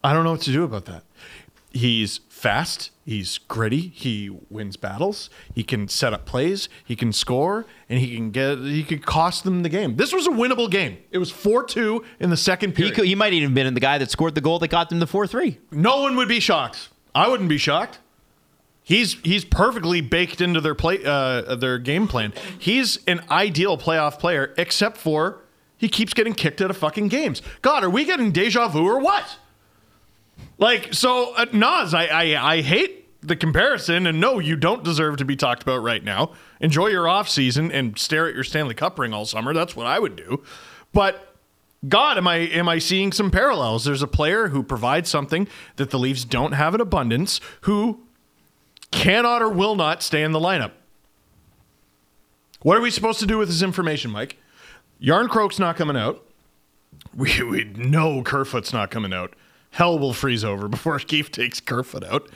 [SPEAKER 5] I don't know what to do about that. He's fast, he's gritty, he wins battles, he can set up plays, he can score, and he can get he could cost them the game. This was a winnable game. It was 4-2 in the second
[SPEAKER 3] He,
[SPEAKER 5] period.
[SPEAKER 3] could, he might even been the guy that scored the goal that got them the 4 3.
[SPEAKER 5] no one would be shocked. I wouldn't be shocked. He's he's perfectly baked into their play uh, their game plan. He's an ideal playoff player, except for he keeps getting kicked out of fucking games. God, are we getting deja vu or what? Like so, uh, Nas, I, I I hate the comparison, and no, you don't deserve to be talked about right now. Enjoy your off season and stare at your Stanley Cup ring all summer. That's what I would do. But God, am I am I seeing some parallels? There's a player who provides something that the Leafs don't have in abundance, who cannot or will not stay in the lineup. What are we supposed to do with this information, Mike? Yarn Croak's not coming out. We, we know Kerfoot's not coming out. Hell will freeze over <laughs> before Keefe takes Kerfoot out.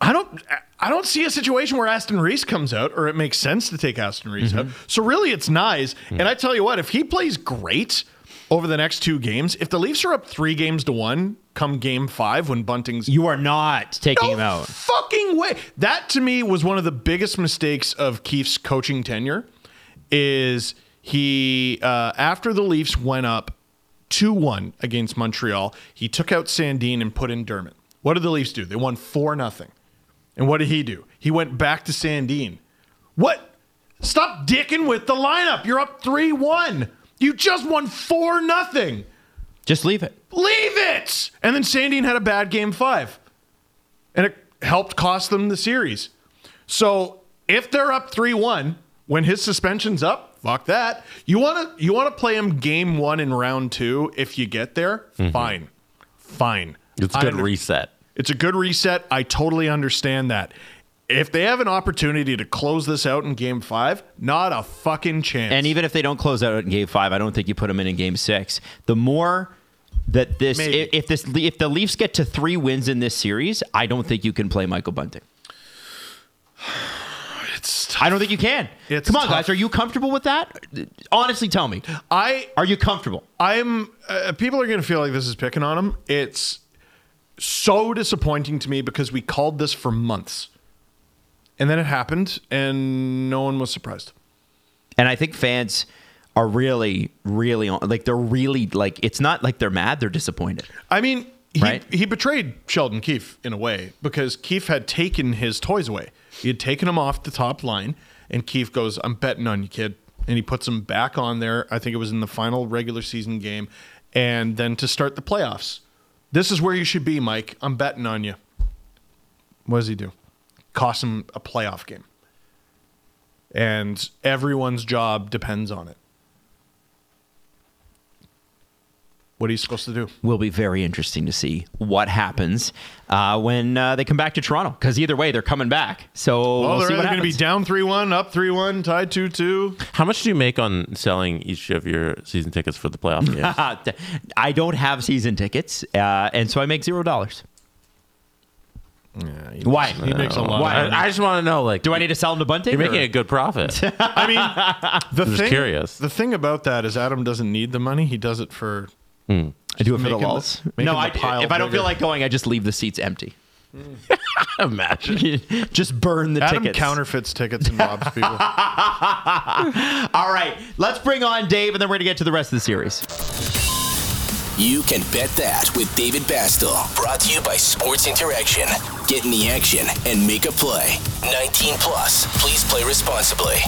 [SPEAKER 5] I don't I don't see a situation where Aston Reese comes out or it makes sense to take Aston Reese out.
[SPEAKER 3] Mm-hmm.
[SPEAKER 5] So really it's nice.
[SPEAKER 3] Mm.
[SPEAKER 5] And I tell you what, if he plays great over the next two games, if the Leafs are up three games to one come game five when Bunting's
[SPEAKER 3] You are not taking
[SPEAKER 5] no
[SPEAKER 3] him out.
[SPEAKER 5] Fucking way. That to me was one of the biggest mistakes of Keefe's coaching tenure. Is he uh, after the Leafs went up two one against Montreal, he took out Sandine and put in Dermott. What did the Leafs do? They won four nothing. And what did he do? He went back to Sandine. What? Stop dicking with the lineup. You're up three one. You just won four nothing.
[SPEAKER 3] Just leave it.
[SPEAKER 5] Leave it! And then Sandine had a bad game five. And it helped cost them the series. So if they're up 3 1, when his suspension's up, fuck that. You wanna you wanna play him game one in round two if you get there? Fine. Fine.
[SPEAKER 4] Mm-hmm. it's
[SPEAKER 5] I
[SPEAKER 4] a good
[SPEAKER 5] under-
[SPEAKER 4] reset.
[SPEAKER 5] it's a good reset. I totally understand that. If they have an opportunity to close this out in game five, not a fucking chance.
[SPEAKER 3] And even if they don't close out in game five, I don't think you put them in in game six. The more that this,
[SPEAKER 5] Maybe.
[SPEAKER 3] if, if this, if the Leafs get to three wins in this series, I don't think you can play Michael Bunting.
[SPEAKER 5] It's
[SPEAKER 3] I don't think you can.
[SPEAKER 5] It's
[SPEAKER 3] Come on,
[SPEAKER 5] tough.
[SPEAKER 3] guys. Are you comfortable with that? Honestly, tell me.
[SPEAKER 5] I
[SPEAKER 3] Are you comfortable?
[SPEAKER 5] I'm uh, people are going to feel like this is picking on them. It's so disappointing to me because we called this for months. And then it happened and no one was surprised.
[SPEAKER 3] And I think fans are really, really on. Like they're really like it's not like they're mad. They're disappointed.
[SPEAKER 5] I mean, he,
[SPEAKER 3] Right.
[SPEAKER 5] he betrayed Sheldon Keefe in a way because Keefe had taken his toys away. He had taken him off the top line, and Keefe goes, I'm betting on you, kid. And he puts him back on there. I think it was in the final regular season game. And then to start the playoffs, this is where you should be, Mike. I'm betting on you. What does he do? Cost him a playoff game. And everyone's job depends on it. What are you supposed to do?
[SPEAKER 3] Will be very interesting to see what happens uh, when uh, they come back to Toronto. Because either way, they're coming back. So
[SPEAKER 5] Oh,
[SPEAKER 3] we'll
[SPEAKER 5] they're
[SPEAKER 3] see
[SPEAKER 5] either
[SPEAKER 3] what
[SPEAKER 5] going to be
[SPEAKER 3] happens.
[SPEAKER 5] down 3 1, up 3 1, tied 2 2.
[SPEAKER 4] How much do you make on selling each of your season tickets for the
[SPEAKER 3] <laughs>
[SPEAKER 4] playoff games?
[SPEAKER 3] Uh, I don't have season tickets, uh, and so I make zero dollars. Why?
[SPEAKER 5] He makes a lot of money.
[SPEAKER 4] I, I just want to know, like,
[SPEAKER 3] Do I need to sell them to Bunting?
[SPEAKER 4] You're making
[SPEAKER 3] or-
[SPEAKER 4] a good <laughs> profit.
[SPEAKER 5] I mean, the
[SPEAKER 4] just
[SPEAKER 5] thing,
[SPEAKER 4] curious.
[SPEAKER 5] The thing about that is Adam doesn't need the money. He does it for.
[SPEAKER 3] I do it for the
[SPEAKER 5] making the-
[SPEAKER 3] lulz.
[SPEAKER 5] making
[SPEAKER 3] No,
[SPEAKER 5] the
[SPEAKER 3] I,
[SPEAKER 5] pile
[SPEAKER 3] if I don't
[SPEAKER 5] bigger.
[SPEAKER 3] feel like going, I just leave the seats empty.
[SPEAKER 4] Imagine.
[SPEAKER 3] <laughs> just burn the
[SPEAKER 5] Adam
[SPEAKER 3] tickets.
[SPEAKER 5] counterfeits tickets and robs people.
[SPEAKER 3] All right, let's bring on Dave, and then we're going to get to the rest of the series.
[SPEAKER 1] You can bet that with David Bastel. Brought to you by Sports Interaction. Get in the action and make a play. 19 plus. Please play responsibly.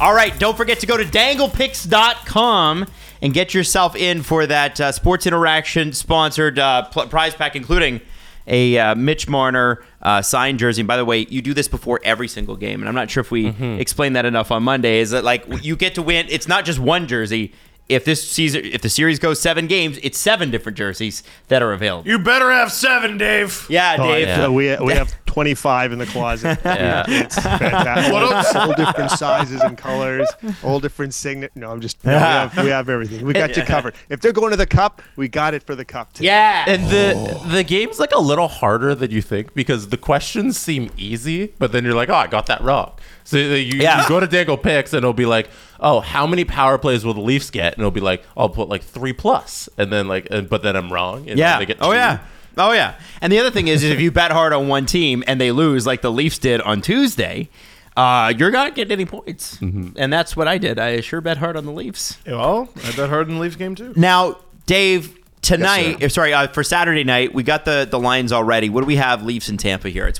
[SPEAKER 3] All right, don't forget to go to danglepicks.com and get yourself in for that uh, sports interaction sponsored uh, pl- prize pack, including a uh, Mitch Marner uh, signed jersey. And by the way, you do this before every single game, and I'm not sure if we explained that enough on Monday. Is that like you get to win? It's not just one jersey. If this season, if the series goes seven games, it's seven different jerseys that are available.
[SPEAKER 5] you better have seven, Dave.
[SPEAKER 3] yeah, Dave.
[SPEAKER 8] Uh, we we
[SPEAKER 3] <laughs>
[SPEAKER 8] have 25 in the closet.
[SPEAKER 4] Yeah.
[SPEAKER 8] It's fantastic.
[SPEAKER 5] What else?
[SPEAKER 8] all different sizes and colors, all different signet. No, I'm just. no, we, have, we have everything. We
[SPEAKER 3] <laughs>
[SPEAKER 8] got you covered. If they're going to the cup, we got it for the cup. Today.
[SPEAKER 3] Yeah.
[SPEAKER 4] And the the game's like a little harder than you think because the questions seem easy, but then you're like, oh, I got that wrong. So you, you
[SPEAKER 3] Yeah.
[SPEAKER 4] go to Dangle Picks and it'll be like, oh, how many power plays will the Leafs get? And it'll be like, I'll put like three plus, and then like, and, but then I'm wrong. And
[SPEAKER 3] Yeah.
[SPEAKER 4] They get
[SPEAKER 3] oh
[SPEAKER 4] two.
[SPEAKER 3] yeah. Oh yeah. And the other thing is, is if you bet hard on one team and they lose, like the Leafs did on Tuesday, uh, you're not getting any points. And that's what I did. I sure bet hard on the Leafs.
[SPEAKER 5] Well, I bet Harden leaves game <laughs> two.
[SPEAKER 3] Now, Dave, tonight, eh, sorry, uh, for Saturday night, we got the the lines already. What do we have? Leafs in Tampa here at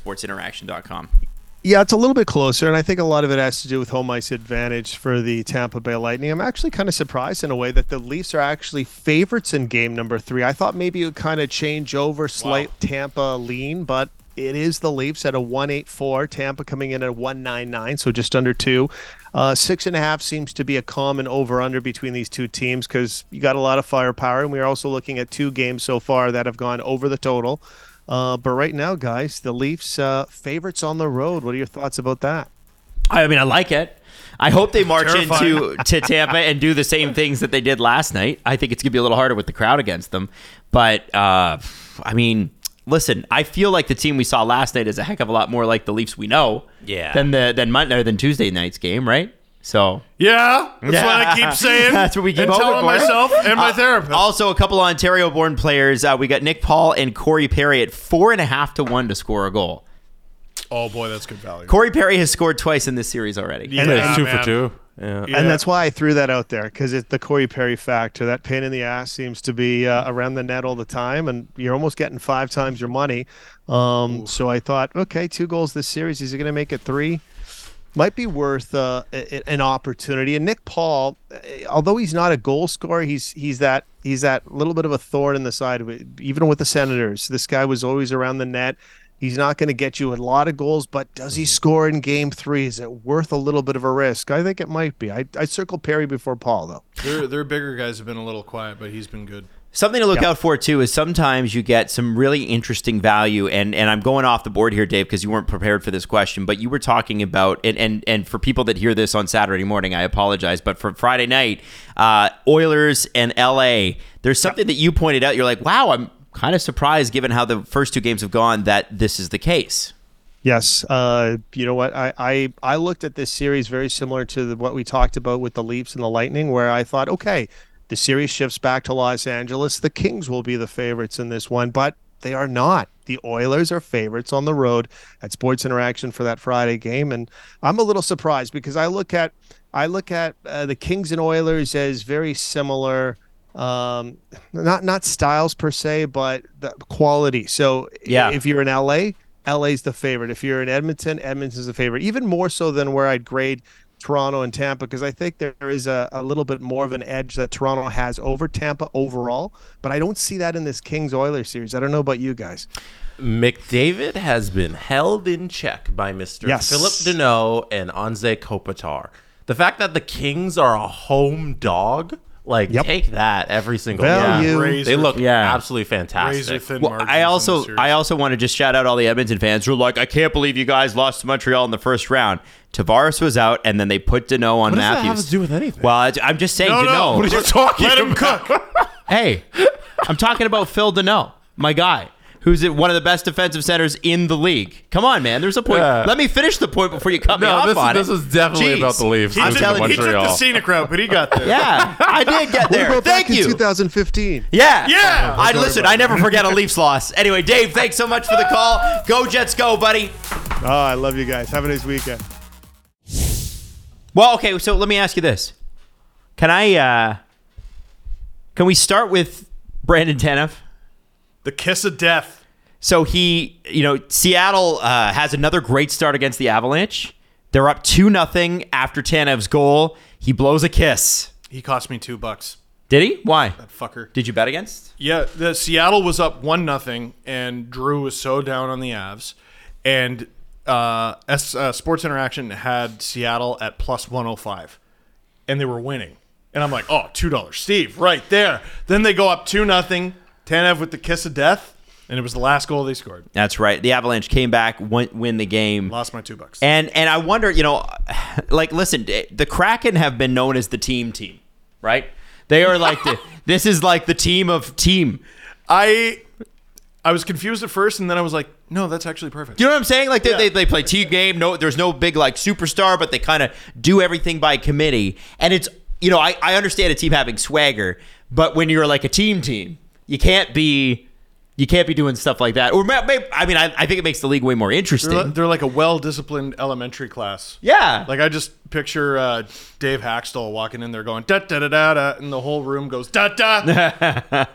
[SPEAKER 3] SportsInteraction.com.
[SPEAKER 8] Yeah, it's a little bit closer, and I think a lot of it has to do with home ice advantage for the Tampa Bay Lightning. I'm actually kind of surprised in a way that the Leafs are actually favorites in game number three. I thought maybe it would kind of change over, slight Tampa lean, but it is the Leafs at a 184, Tampa coming in at a 199, so just under two. Uh, six and a half seems to be a common over under between these two teams because you got a lot of firepower, and we're also looking at two games so far that have gone over the total. Uh, but right now, guys, the Leafs uh, favorites on the road. What are your thoughts about that?
[SPEAKER 3] I mean, I like it. I hope they march
[SPEAKER 5] Terrifying.
[SPEAKER 3] into <laughs> to Tampa and do the same things that they did last night. I think it's gonna be a little harder with the crowd against them, but uh, I mean, listen, I feel like the team we saw last night is a heck of a lot more like the Leafs we know,
[SPEAKER 4] Yeah.
[SPEAKER 3] than the than Monday or than Tuesday night's game, right? So
[SPEAKER 5] Yeah, that's
[SPEAKER 3] Yeah.
[SPEAKER 5] what I keep saying.
[SPEAKER 3] That's what we keep
[SPEAKER 5] and
[SPEAKER 3] hoping
[SPEAKER 5] telling
[SPEAKER 3] for.
[SPEAKER 5] myself and my therapist.
[SPEAKER 3] also a couple Ontario-born players. Uh, we got Nick Paul and Corey Perry at four and a half to one to score a goal.
[SPEAKER 5] oh boy, that's good value.
[SPEAKER 3] Corey Perry has scored twice in this series already.
[SPEAKER 4] And
[SPEAKER 5] Yeah,
[SPEAKER 4] it's two
[SPEAKER 5] man.
[SPEAKER 4] for two. Yeah.
[SPEAKER 8] And that's why I threw that out there because the Corey Perry factor, that pain in the ass, seems to be uh, around the net all the time, and you're almost getting five times your money. Um, so I thought, okay, two goals this series. Is he going to make it three? Might be worth uh, a- a- an opportunity. And Nick Paul, eh, although he's not a goal scorer, he's he's that he's that little bit of a thorn in the side. of it. Even with the Senators, this guy was always around the net. He's not going to get you a lot of goals, but does he score in game three? Is it worth a little bit of a risk? I think it might be. I, I circle Perry before Paul, though.
[SPEAKER 5] Their, their bigger guys have been a little quiet, but he's been good.
[SPEAKER 3] Something to look out for too is sometimes you get some really interesting value, and and I'm going off the board here, Dave, because you weren't prepared for this question, but you were talking about and and and for people that hear this on Saturday morning, I apologize, but for Friday night, uh, Oilers and LA, there's something that you pointed out. You're like, wow, I'm kind of surprised given how the first two games have gone that this is the case.
[SPEAKER 8] Yes. Uh, you know what? I, I, I looked at this series very similar to the, what we talked about with the Leafs and the Lightning, where I thought, okay, the series shifts back to Los Angeles. The Kings will be the favorites in this one, but they are not. The Oilers are favorites on the road at Sports Interaction for that Friday game, and I'm a little surprised because I look at I look at uh, the Kings and Oilers as very similar, um, not not styles per se, but the quality. So
[SPEAKER 3] Yeah.
[SPEAKER 8] if you're in LA, LA's the favorite. If you're in Edmonton, Edmonton's the favorite. Even more so than where I'd grade Toronto and Tampa because I think there is a, a little bit more of an edge that Toronto has over Tampa overall, but I don't see that in this Kings Oilers series. I don't know about you guys.
[SPEAKER 4] McDavid has been held in check by Mr.
[SPEAKER 8] Yes.
[SPEAKER 4] Philip Deneau and Anze Kopitar. The fact that the Kings are a home dog, like
[SPEAKER 8] Yep.
[SPEAKER 4] take that every single
[SPEAKER 8] Value.
[SPEAKER 4] game.
[SPEAKER 5] Razor-
[SPEAKER 4] They look
[SPEAKER 3] Yeah.
[SPEAKER 4] absolutely
[SPEAKER 5] razor
[SPEAKER 4] fantastic.
[SPEAKER 5] thin
[SPEAKER 3] Well,
[SPEAKER 5] margins in
[SPEAKER 3] I
[SPEAKER 5] the
[SPEAKER 3] also
[SPEAKER 5] series.
[SPEAKER 3] I also want to just shout out all the Edmonton fans who are like, I can't believe you guys lost to Montreal in the first round. Tavares was out, and then they put Deneau on
[SPEAKER 4] What does that
[SPEAKER 3] Matthews.
[SPEAKER 4] have to do with anything?
[SPEAKER 3] Well, I- I'm just saying,
[SPEAKER 5] no, no,
[SPEAKER 3] Deneau.
[SPEAKER 5] what are you talking Let him cook.
[SPEAKER 3] hey, I'm talking about Phil Deneau, my guy, who's one of the best defensive centers in the league. Come on, man. There's a point.
[SPEAKER 4] Yeah.
[SPEAKER 3] Let me finish the point before you cut me
[SPEAKER 4] no,
[SPEAKER 3] off
[SPEAKER 4] this,
[SPEAKER 3] on
[SPEAKER 4] this
[SPEAKER 3] it.
[SPEAKER 4] is definitely
[SPEAKER 3] Jeez.
[SPEAKER 4] about the Leafs.
[SPEAKER 3] I'm
[SPEAKER 4] This is
[SPEAKER 3] telling you, he
[SPEAKER 5] took the
[SPEAKER 4] Montreal.
[SPEAKER 5] scenic route, but he got there.
[SPEAKER 3] Yeah, I did get
[SPEAKER 8] What
[SPEAKER 3] there.
[SPEAKER 8] about
[SPEAKER 3] Thank
[SPEAKER 8] back in
[SPEAKER 3] you.
[SPEAKER 8] 2015?
[SPEAKER 3] Yeah.
[SPEAKER 5] Yeah.
[SPEAKER 3] I listen, I never forget a Leafs loss. Anyway, Dave, thanks so much for the call. Go Jets, go, buddy.
[SPEAKER 8] Oh, I love you guys. Have a nice weekend.
[SPEAKER 3] Well, okay, so let me ask you this. Can I uh can we start with Brandon Tanev?
[SPEAKER 5] The kiss of death.
[SPEAKER 3] So he, you know, Seattle uh, has another great start against the Avalanche. They're up 2 nothing after Tanev's goal. He blows a kiss.
[SPEAKER 5] He cost me two bucks.
[SPEAKER 3] Did he? Why?
[SPEAKER 5] Fucker.
[SPEAKER 3] Did you bet against?
[SPEAKER 5] Yeah, the Seattle was up one nothing, and Drew was so down on the Avs, and uh, S, uh, Sports Interaction had Seattle at plus one hundred five, and they were winning, and I'm like, oh, two dollars, Steve, right there. Then they go up two nothing, Tanev with the kiss of death, and it was the last goal they scored.
[SPEAKER 3] That's right. The Avalanche came back, won- win the game.
[SPEAKER 5] Lost my two bucks.
[SPEAKER 3] And and I wonder, you know, <sighs> like listen, eh, the Kraken have been known as the team team, right? They are like the, this is like the team of team.
[SPEAKER 5] I I was confused at first, and then I was like, no, that's actually perfect.
[SPEAKER 3] Do you know what I'm saying? Like they,
[SPEAKER 5] Yeah.
[SPEAKER 3] they, they play team game. No, there's no big like superstar, but they kind of do everything by committee. And it's you know I, I understand a team having swagger, but when you're like a team team, you can't be you can't be doing stuff like that. Or maybe, I mean I, I think it makes the league way more interesting.
[SPEAKER 5] They're, li- they're like a well-disciplined elementary class.
[SPEAKER 3] yeah,
[SPEAKER 5] Like I just picture uh, Dave Haxtell walking in there going da da da da da, and the whole room goes
[SPEAKER 3] <laughs>
[SPEAKER 5] da da.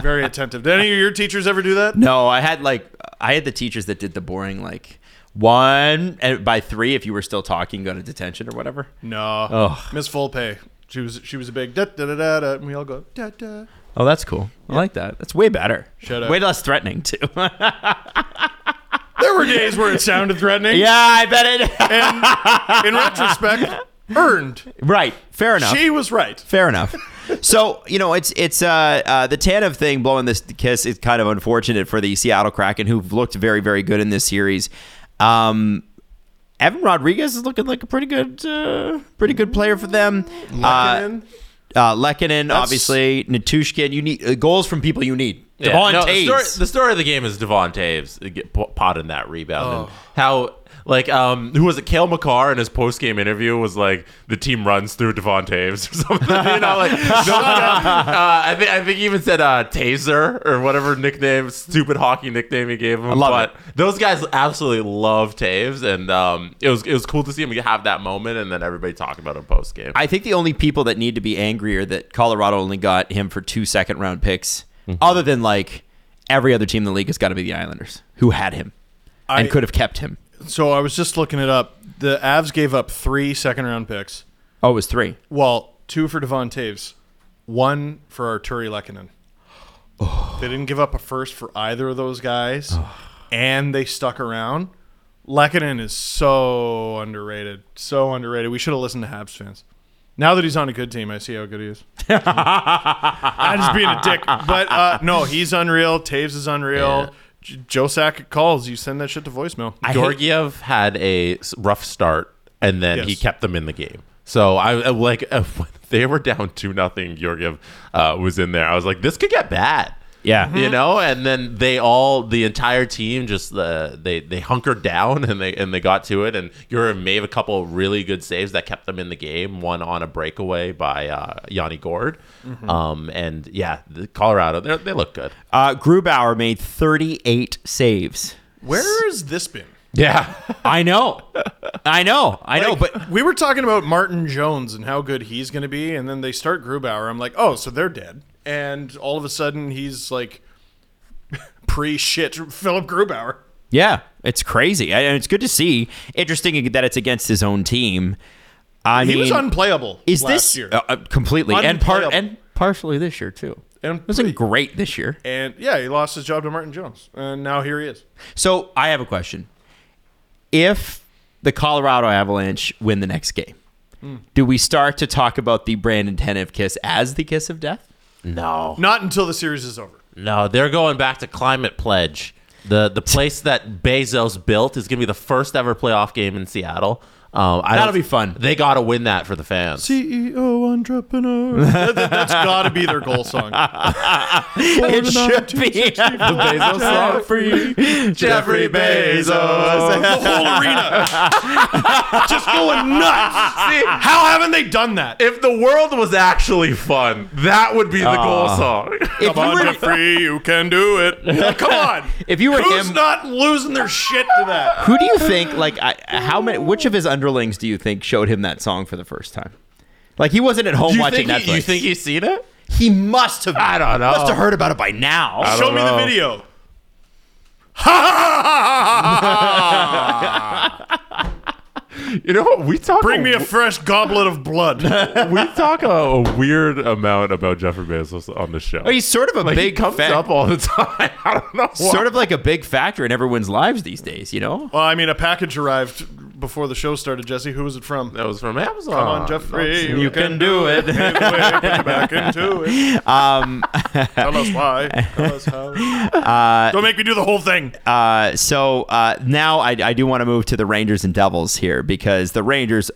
[SPEAKER 5] Very attentive. Did any of your teachers ever do that?
[SPEAKER 3] No, I had like I had the teachers that did the boring like one and by three if you were still talking go to detention or whatever.
[SPEAKER 5] No.
[SPEAKER 3] Oh.
[SPEAKER 5] Miss Volpe. She was she was a big da da da da, da and we all go da da.
[SPEAKER 3] Oh, that's cool. I like that. That's way better.
[SPEAKER 5] Shut up.
[SPEAKER 3] Way less threatening too. <laughs> yeah,
[SPEAKER 5] There were days where it
[SPEAKER 3] <laughs>
[SPEAKER 5] sounded threatening.
[SPEAKER 3] I bet it.
[SPEAKER 5] <laughs> And in retrospect, earned.
[SPEAKER 3] <laughs> right. Fair enough.
[SPEAKER 5] She was right.
[SPEAKER 3] Fair enough. So you know it's it's uh, uh, the Tanev thing blowing this kiss is kind of unfortunate for the Seattle Kraken who've looked very very good in this series. Um, Evan Rodriguez is looking like a pretty good uh, pretty good player for them. Uh,
[SPEAKER 5] And
[SPEAKER 3] Uh, Lekanen, obviously, Natushkin. You need uh, goals from people you need.
[SPEAKER 4] Yeah,
[SPEAKER 3] Devon
[SPEAKER 4] no, the,
[SPEAKER 3] Taves.
[SPEAKER 4] story, the story of the game is Devon Taves uh, get po- potting that rebound. And how like um who was it? Kale McCarr in his post game interview was like the team runs through Devon Taves or <laughs> something. you know, like no, no, uh, I think I think he even said uh, Taser or whatever nickname, stupid hockey nickname he gave him. I
[SPEAKER 3] love
[SPEAKER 4] but those guys absolutely love Taves, and um it was it was cool to see him have that moment, and then everybody talking about him post game.
[SPEAKER 3] I think the only people that need to be angry are that Colorado only got him for two second round picks, other than like every other team in the league has got to be the Islanders, who had him and could have kept him.
[SPEAKER 5] so I was just looking it up. The Avs gave up three second round picks.
[SPEAKER 3] Oh, it was three.
[SPEAKER 5] Well, two for Devon Taves, one for Arturi Lekkonen. They didn't give up a first for either of those guys, and they stuck around. Lekkonen is so underrated, so underrated. We should have listened to Habs fans. Now that he's on a good team, I see how good he is. I'm just being a dick, but uh, no, he's unreal. Taves is unreal. J- Joe Sakic calls. You send that shit to voicemail.
[SPEAKER 4] Georgiev had a s- rough start, and then he
[SPEAKER 5] Yes.
[SPEAKER 4] kept them in the game. So I I- <laughs> like uh, when they were down two nothing. Georgiev uh, was in there. I was like, this could get bad.
[SPEAKER 3] Yeah.
[SPEAKER 4] you know and then they all the entire team just uh, they they hunkered down <laughs> and they and they got to it and Yura made a couple of really good saves that kept them in the game one on a breakaway by uh, Yanni Gord um, and yeah the Colorado they they look good
[SPEAKER 3] Uh, Grubauer made 38 saves.
[SPEAKER 5] Where has this been?
[SPEAKER 4] yeah
[SPEAKER 3] <laughs> I know. I know. I know. But
[SPEAKER 5] we were talking about Martin Jones and how good he's going to be, and then they start Grubauer. I'm like, oh, so they're dead, and all of a sudden he's like <laughs> pre shit Philip Grubauer.
[SPEAKER 3] yeah, it's crazy. And it's good to see. Interesting that it's against his own team. I
[SPEAKER 5] He
[SPEAKER 3] mean,
[SPEAKER 5] was unplayable.
[SPEAKER 3] is
[SPEAKER 5] last
[SPEAKER 3] this
[SPEAKER 5] year?
[SPEAKER 3] uh, uh, completely and part
[SPEAKER 5] Unplayable.
[SPEAKER 3] and partially this year too?
[SPEAKER 5] And
[SPEAKER 3] It wasn't
[SPEAKER 5] pretty-
[SPEAKER 3] great this year.
[SPEAKER 5] and yeah, he lost his job to Martin Jones, and now here he is.
[SPEAKER 3] So I have a question. If the Colorado Avalanche win the next game,
[SPEAKER 4] Hmm.
[SPEAKER 3] do we start to talk about the Brandon Tenev kiss as the kiss of death?
[SPEAKER 4] no
[SPEAKER 5] Not until the series
[SPEAKER 3] <laughs>
[SPEAKER 5] is over.
[SPEAKER 4] No, they're going back to climate pledge. The the place that Bezos built is gonna be the first ever playoff game in Seattle. Um, I
[SPEAKER 3] That'll
[SPEAKER 4] don't-
[SPEAKER 3] be fun.
[SPEAKER 4] They gotta win that for the fans.
[SPEAKER 5] CEO entrepreneur. that, that, has got to be their goal
[SPEAKER 3] <laughs>
[SPEAKER 5] song.
[SPEAKER 3] It should be the Bezos song for you, Jeffrey
[SPEAKER 5] the
[SPEAKER 4] <laughs>
[SPEAKER 5] whole arena just going nuts. How haven't they done that?
[SPEAKER 4] if the world was actually fun, that would be the goal song.
[SPEAKER 3] If you were,
[SPEAKER 5] Jeffrey, you can do
[SPEAKER 4] <laughs>
[SPEAKER 5] it. Come on.
[SPEAKER 3] if you were
[SPEAKER 5] Who's
[SPEAKER 3] him,
[SPEAKER 5] not losing their shit to that?
[SPEAKER 3] who do you think? Like, I, how many? Which of his underlings do you think showed him that song for the first time? Like, he wasn't at home
[SPEAKER 4] you,
[SPEAKER 3] watching
[SPEAKER 4] think
[SPEAKER 3] Netflix.
[SPEAKER 4] he, you think he's seen it?
[SPEAKER 3] he must have? I don't know. Must have heard about it by now.
[SPEAKER 5] Show me the video.
[SPEAKER 4] You know what? We talk.
[SPEAKER 3] Oh,
[SPEAKER 5] Bring me a fresh goblet
[SPEAKER 3] <laughs>
[SPEAKER 5] of blood.
[SPEAKER 4] we talk a, weird amount about Jeffrey Bezos on the show.
[SPEAKER 3] He's sort of a big fan.
[SPEAKER 4] all the <laughs> time. I don't know.
[SPEAKER 3] sort of like a big factor in everyone's lives these days, you know?
[SPEAKER 5] Well, I mean, a package arrived before the show started, Jesse. Who was it from?
[SPEAKER 4] That was from Amazon.
[SPEAKER 5] Come on, Jeffrey.
[SPEAKER 3] You can do it.
[SPEAKER 5] Anyway, get back into it. Um, Tell us why. Tell us how. Don't make me do the whole thing.
[SPEAKER 3] Uh, so uh, now I, I do want to move to the Rangers and Devils here because the Rangers,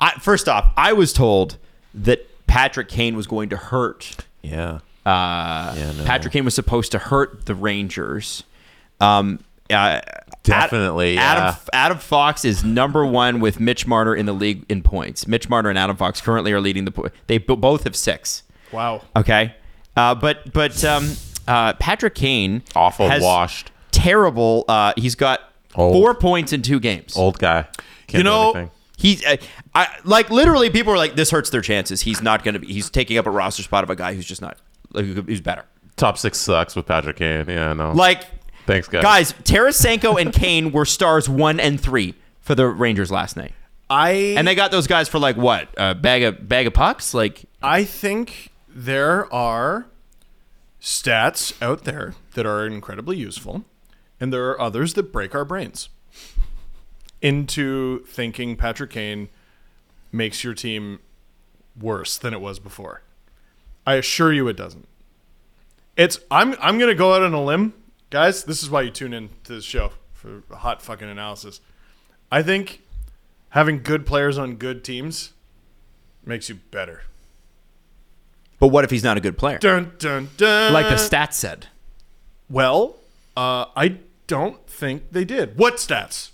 [SPEAKER 3] I, first off, I was told that Patrick Kane was going to hurt.
[SPEAKER 4] Yeah. Uh,
[SPEAKER 3] Patrick Kane was supposed to hurt the Rangers. Um, uh,
[SPEAKER 4] Definitely,
[SPEAKER 3] Adam,
[SPEAKER 4] yeah.
[SPEAKER 3] Adam Adam Fox is number one with Mitch Marner in the league in points. Mitch Marner and Adam Fox currently are leading the. po- They bo- both have six.
[SPEAKER 5] Wow.
[SPEAKER 3] Okay. Uh, but but um, uh, Patrick Kane
[SPEAKER 4] Awful
[SPEAKER 3] has
[SPEAKER 4] washed.
[SPEAKER 3] terrible. Uh, he's got
[SPEAKER 4] Old.
[SPEAKER 3] four points in two games.
[SPEAKER 4] Old guy. Can't
[SPEAKER 5] You
[SPEAKER 4] do
[SPEAKER 5] know-
[SPEAKER 4] anything.
[SPEAKER 3] He's uh, I, like literally people are like this hurts their chances. He's not going to be. He's taking up a roster spot of a guy who's just not like, who- who's better.
[SPEAKER 4] top six sucks with Patrick Kane. Yeah, no.
[SPEAKER 3] Like
[SPEAKER 4] thanks guys.
[SPEAKER 3] guys, Tarasenko and Kane were stars one and three for the Rangers last night,
[SPEAKER 5] I
[SPEAKER 3] and they got those guys for like what a bag of bag of pucks. Like
[SPEAKER 5] I think there are stats out there that are incredibly useful, and there are others that break our brains into thinking Patrick Kane makes your team worse than it was before. I assure you it doesn't. It's I'm I'm gonna go out on a limb, guys. This is why you tune in to this show for hot fucking analysis. I think having good players on good teams makes you better.
[SPEAKER 3] but what if he's not a good player?
[SPEAKER 5] Dun dun dun.
[SPEAKER 3] Like the stats said.
[SPEAKER 5] Well, uh, I don't think they did. What stats?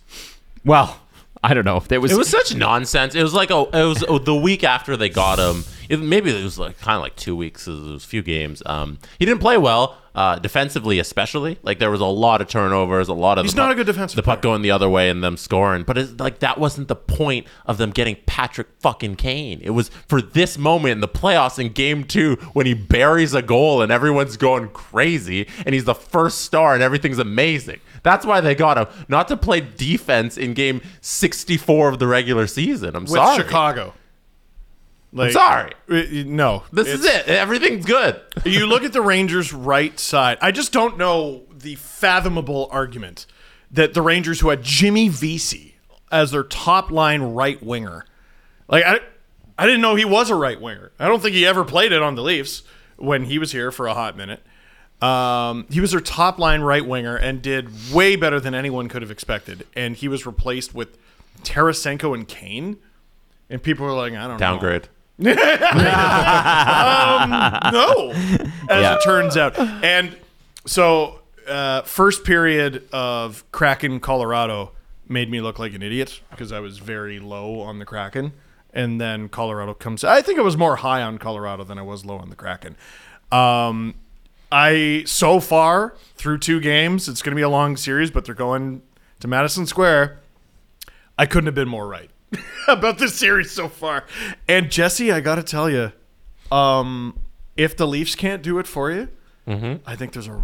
[SPEAKER 3] Well, I don't know. There was
[SPEAKER 4] it was such nonsense. It was like oh, it was oh, the week after they got him. It, maybe it was like kind of like two weeks. It was a few games. Um, he didn't play well uh, defensively, especially. Like there was a lot of turnovers, a lot of
[SPEAKER 5] He's
[SPEAKER 4] the puck-
[SPEAKER 5] not a good defensive
[SPEAKER 4] The puck
[SPEAKER 5] player.
[SPEAKER 4] going the other way and them scoring, but it's like that wasn't the point of them getting Patrick fucking Kane. It was for this moment in the playoffs in Game Two when he buries a goal and everyone's going crazy and he's the first star and everything's amazing. That's why they got him, not to play defense in Game 64 of the regular season. I'm
[SPEAKER 5] With
[SPEAKER 4] sorry.
[SPEAKER 5] Chicago. Like,
[SPEAKER 4] sorry.
[SPEAKER 5] y- y- no.
[SPEAKER 4] This is it. Everything's good.
[SPEAKER 5] <laughs> you look at the Rangers' right side. I just don't know the fathomable argument that the Rangers, who had Jimmy Vesey as their top line right winger, like I, I didn't know he was a right winger. I don't think he ever played it on the Leafs when he was here for a hot minute. Um, he was their top line right winger and did way better than anyone could have expected. And he was replaced with Tarasenko and Kane. And people were like, I don't know
[SPEAKER 4] Downgrade.
[SPEAKER 5] Um, no, as it turns out. And So, uh, first period of Kraken Colorado made me look like an idiot because I was very low on the Kraken. And then Colorado comes. I think I was more high on Colorado than I was low on the Kraken. Um, I so far through two games, it's going to be a long series, but they're going to Madison Square. I couldn't have been more right <laughs> about this series so far. And Jesse, I got to tell you, um, if the Leafs can't do it for you, I think there's a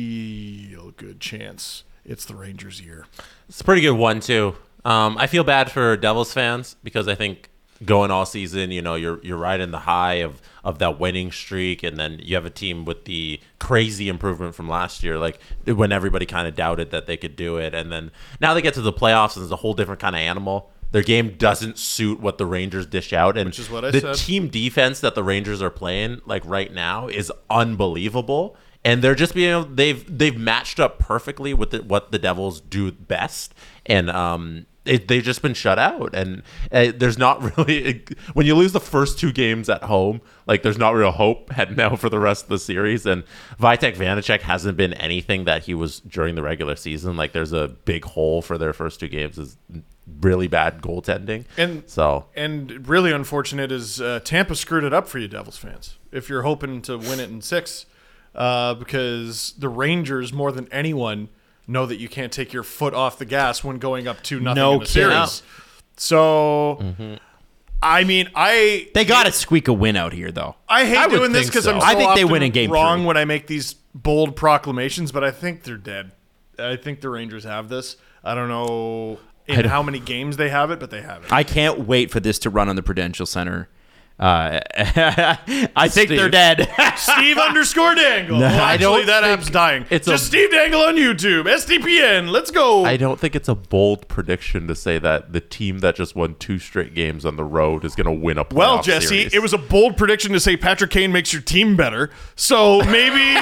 [SPEAKER 5] real good chance it's the Rangers' year.
[SPEAKER 4] It's a pretty good one too. Um, I feel bad for Devils fans because I think going all season, you know, you're you're riding the high of of that winning streak, and then you have a team with the crazy improvement from last year, like when everybody kind of doubted that they could do it, and then now they get to the playoffs and it's a whole different kind of animal. Their game doesn't suit what the Rangers dish out, and Which
[SPEAKER 5] is what I
[SPEAKER 4] the
[SPEAKER 5] said.
[SPEAKER 4] team defense that the Rangers are playing like right now is unbelievable, and they're just being able, they've they've matched up perfectly with the, what the Devils do best, and um it, they've just been shut out, and uh, there's not <laughs> really when you lose the first two games at home, like there's not real hope <laughs> heading now for the rest of the series, and Vitek Vanacek hasn't been anything that he was during the regular season. Like there's a big hole for their first two games is really bad goaltending,
[SPEAKER 5] And-
[SPEAKER 4] so
[SPEAKER 5] And really unfortunate is uh, Tampa screwed it up for you, Devils fans. If you're hoping to win it in six, uh, because the Rangers more than anyone know that you can't take your foot off the gas when going up two nothing
[SPEAKER 3] No
[SPEAKER 5] in the
[SPEAKER 3] kidding.
[SPEAKER 5] series. So, I mean, I
[SPEAKER 3] They got to squeak a win out here, though.
[SPEAKER 5] I hate
[SPEAKER 4] I would
[SPEAKER 5] doing this
[SPEAKER 4] think
[SPEAKER 5] because
[SPEAKER 4] so.
[SPEAKER 5] I'm
[SPEAKER 3] I
[SPEAKER 5] so
[SPEAKER 3] think they
[SPEAKER 5] often
[SPEAKER 3] win in game
[SPEAKER 5] wrong
[SPEAKER 3] three.
[SPEAKER 5] when I make these bold proclamations, but I think they're dead. I think the Rangers have this. I don't know in how many games they have it, but they have it.
[SPEAKER 3] I can't wait for this to run on the Prudential Center. Uh, <laughs> I think they're
[SPEAKER 4] Steve.
[SPEAKER 3] dead.
[SPEAKER 5] Steve <laughs> underscore Dangle. Well,
[SPEAKER 4] I
[SPEAKER 5] actually,
[SPEAKER 4] don't
[SPEAKER 5] that app's dying. It's
[SPEAKER 4] it's
[SPEAKER 5] just
[SPEAKER 4] a-
[SPEAKER 5] Steve Dangle on YouTube. SDPN. Let's go.
[SPEAKER 4] I don't think it's a bold prediction to say that the team that just won two straight games on the road is going to win a playoff
[SPEAKER 5] well, Jesse,
[SPEAKER 4] series.
[SPEAKER 5] it was a bold prediction to say Patrick Kane makes your team better. So
[SPEAKER 4] <laughs>
[SPEAKER 5] maybe.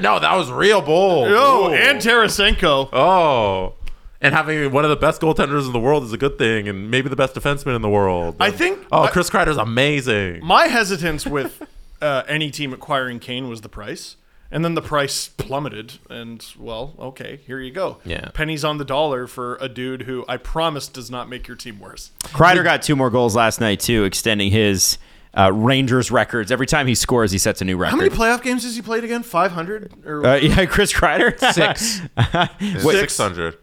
[SPEAKER 4] no, that was real bold.
[SPEAKER 5] oh,
[SPEAKER 4] Ooh.
[SPEAKER 5] and Tarasenko.
[SPEAKER 4] oh, and having one of the best goaltenders in the world is a good thing, and maybe the best defenseman in the world.
[SPEAKER 5] I
[SPEAKER 4] And-
[SPEAKER 5] think-
[SPEAKER 4] Oh,
[SPEAKER 5] I-
[SPEAKER 4] Chris Kreider's amazing.
[SPEAKER 5] My hesitance with <laughs> uh, any team acquiring Kane was the price, and then the price plummeted. And well, okay, here you go.
[SPEAKER 4] Yeah.
[SPEAKER 5] pennies on the dollar for a dude who I promise does not make your team worse.
[SPEAKER 3] <laughs> Kreider got two more goals last night too, extending his uh, Rangers records. Every time he scores, he sets a new
[SPEAKER 5] How many
[SPEAKER 3] record.
[SPEAKER 5] playoff games has he played again? Five hundred or
[SPEAKER 3] uh, yeah, <laughs> Chris Kreider. <laughs>
[SPEAKER 4] Six. Six hundred.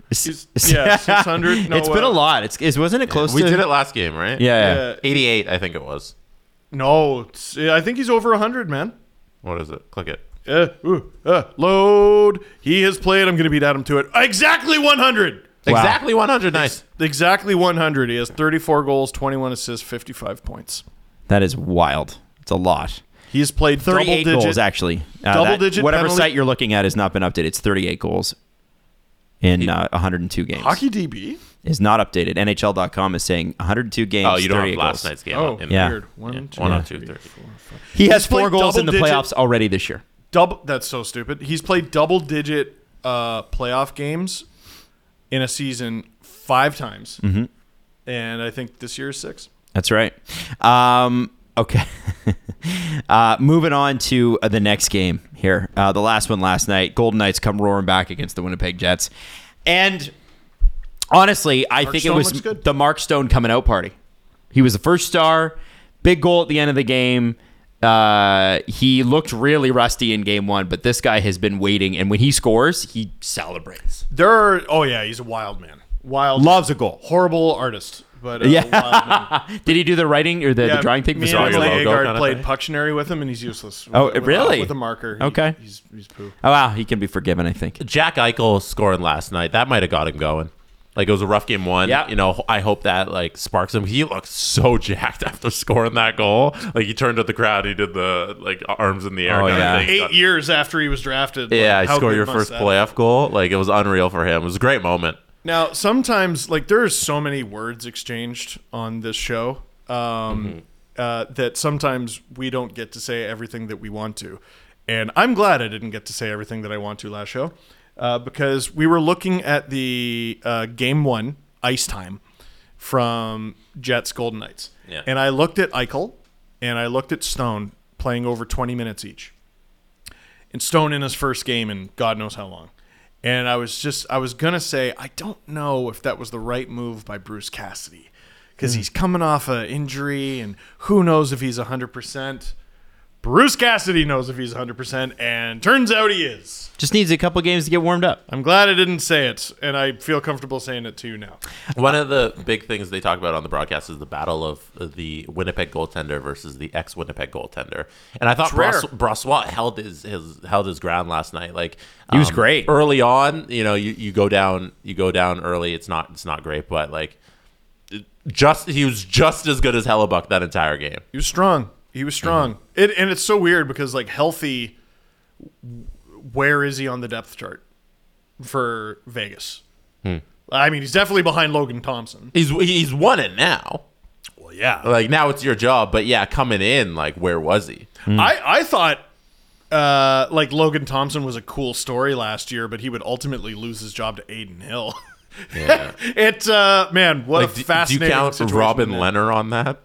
[SPEAKER 5] yeah, six hundred. No,
[SPEAKER 3] it's been
[SPEAKER 5] uh,
[SPEAKER 3] a lot. It's, is wasn't it close
[SPEAKER 4] We
[SPEAKER 3] to?
[SPEAKER 4] did it last game, right?
[SPEAKER 3] Yeah.
[SPEAKER 5] Yeah.
[SPEAKER 4] Eighty-eight, I think it was.
[SPEAKER 5] No, it's- I think he's over hundred, man.
[SPEAKER 4] What is it? Click it.
[SPEAKER 5] Uh, ooh, uh, load. He has played. I'm going to beat Adam to it. Exactly 100.
[SPEAKER 4] Exactly one hundred. Nice.
[SPEAKER 5] Exactly 100. He has 34 goals, 21 assists, 55 points.
[SPEAKER 3] That is wild. It's a lot.
[SPEAKER 5] He's played
[SPEAKER 3] Thirty-eight
[SPEAKER 5] double digit,
[SPEAKER 3] goals actually. Uh,
[SPEAKER 5] double digit
[SPEAKER 3] Whatever
[SPEAKER 5] penalty-
[SPEAKER 3] site you're looking at has not been updated. It's thirty-eight goals in uh, 102 games.
[SPEAKER 5] Hockey DB.
[SPEAKER 3] is not updated. NHL.com is saying 102 games.
[SPEAKER 4] Oh, you don't
[SPEAKER 3] 38
[SPEAKER 4] have last
[SPEAKER 3] goals.
[SPEAKER 4] night's game.
[SPEAKER 5] Oh,
[SPEAKER 4] in
[SPEAKER 3] yeah.
[SPEAKER 5] weird. One, two,
[SPEAKER 4] One on
[SPEAKER 5] three.
[SPEAKER 4] two thirty.
[SPEAKER 3] He has
[SPEAKER 5] played
[SPEAKER 3] four goals in the
[SPEAKER 5] double-digit-
[SPEAKER 3] playoffs already this year.
[SPEAKER 5] Double. That's so stupid. He's played double digit uh, playoff games in a season five times,
[SPEAKER 3] Mm-hmm.
[SPEAKER 5] and I think this year is six.
[SPEAKER 3] That's right. Um, okay. <laughs> uh, moving on to uh, the next game here. Uh, the last one last night. Golden Knights come roaring back against the Winnipeg Jets. And honestly, I think
[SPEAKER 5] Stone
[SPEAKER 3] it was
[SPEAKER 5] looks good.
[SPEAKER 3] the Mark Stone coming out party. He was the first star, big goal at the end of the game. Uh, he looked really rusty in game one, but this guy has been waiting. And when he scores, he celebrates.
[SPEAKER 5] There are. Oh yeah, he's a wild man. Wild.
[SPEAKER 3] Loves a goal.
[SPEAKER 5] Horrible artist, but uh,
[SPEAKER 3] Yeah.
[SPEAKER 5] Wild man.
[SPEAKER 3] <laughs> Did he do the writing or the, the drawing thing?
[SPEAKER 5] Me
[SPEAKER 3] Bizarre.
[SPEAKER 5] and
[SPEAKER 4] your
[SPEAKER 5] Clay
[SPEAKER 4] logo
[SPEAKER 5] Agard
[SPEAKER 4] kinda
[SPEAKER 5] played
[SPEAKER 4] thing?
[SPEAKER 5] Puctionary with him, and he's useless. With,
[SPEAKER 3] Oh,
[SPEAKER 5] with a-
[SPEAKER 3] really?
[SPEAKER 5] with a marker. He-
[SPEAKER 3] Okay.
[SPEAKER 5] he's, he's poo.
[SPEAKER 3] Oh, wow. He can be forgiven, I think.
[SPEAKER 4] Jack Eichel scoring last night, that might have got him going. Like it was a rough game one.
[SPEAKER 3] Yeah.
[SPEAKER 4] You know, I hope that like sparks him. He looked so <laughs> jacked after scoring that goal. Like he turned to the crowd, he did the like arms in the air
[SPEAKER 3] Oh,
[SPEAKER 4] kind
[SPEAKER 3] yeah.
[SPEAKER 4] of thing.
[SPEAKER 5] Eight years after he was drafted. like,
[SPEAKER 4] yeah, I
[SPEAKER 5] how
[SPEAKER 4] score
[SPEAKER 5] good
[SPEAKER 4] your
[SPEAKER 5] must
[SPEAKER 4] first
[SPEAKER 5] that
[SPEAKER 4] playoff goal. Like it was unreal for him. It was a great moment.
[SPEAKER 5] Now, sometimes, like, there are so many words exchanged on this show um, uh, that sometimes we don't get to say everything that we want to. And I'm glad I didn't get to say everything that I want to last show uh, because we were looking at the uh, game one ice time from Jets Golden Knights.
[SPEAKER 4] Yeah.
[SPEAKER 5] And I looked at Eichel and I looked at Stone playing over 20 minutes each. and Stone in his first game in God knows how long. And I was just, I was going to say, I don't know if that was the right move by Bruce Cassidy because he's coming off an injury and who knows if he's 100%. Bruce Cassidy knows if he's 100%, and turns out he is.
[SPEAKER 3] Just needs a couple games to get warmed up.
[SPEAKER 5] I'm glad I didn't say it, and I feel comfortable saying it to you now.
[SPEAKER 4] One of the big things they talk about on the broadcast is the battle of uh, the Winnipeg goaltender versus the ex Winnipeg goaltender. And I thought
[SPEAKER 5] It's rare.
[SPEAKER 4] Bras- Brassois held his, his held his ground last night. Like um,
[SPEAKER 3] He was great.
[SPEAKER 4] early on. You know, you, you go down you go down early. It's not it's not great, but like it- just he was just as good as Hellebuck that entire game.
[SPEAKER 5] He was strong. He was strong. It and it's so weird because like healthy, where is he on the depth chart for Vegas? I mean, he's definitely behind Logan Thompson.
[SPEAKER 4] He's he's won it now.
[SPEAKER 5] Well, yeah.
[SPEAKER 4] Like now it's your job. But yeah, coming in, like where was he?
[SPEAKER 5] I I thought. Uh, like Logan Thompson was a cool story last year, but he would ultimately lose his job to Aiden Hill. <laughs> it uh, man, what a
[SPEAKER 4] Like, do, do you
[SPEAKER 5] fascinating
[SPEAKER 4] count
[SPEAKER 5] situation
[SPEAKER 4] Robin
[SPEAKER 5] that-
[SPEAKER 4] Leonard on that?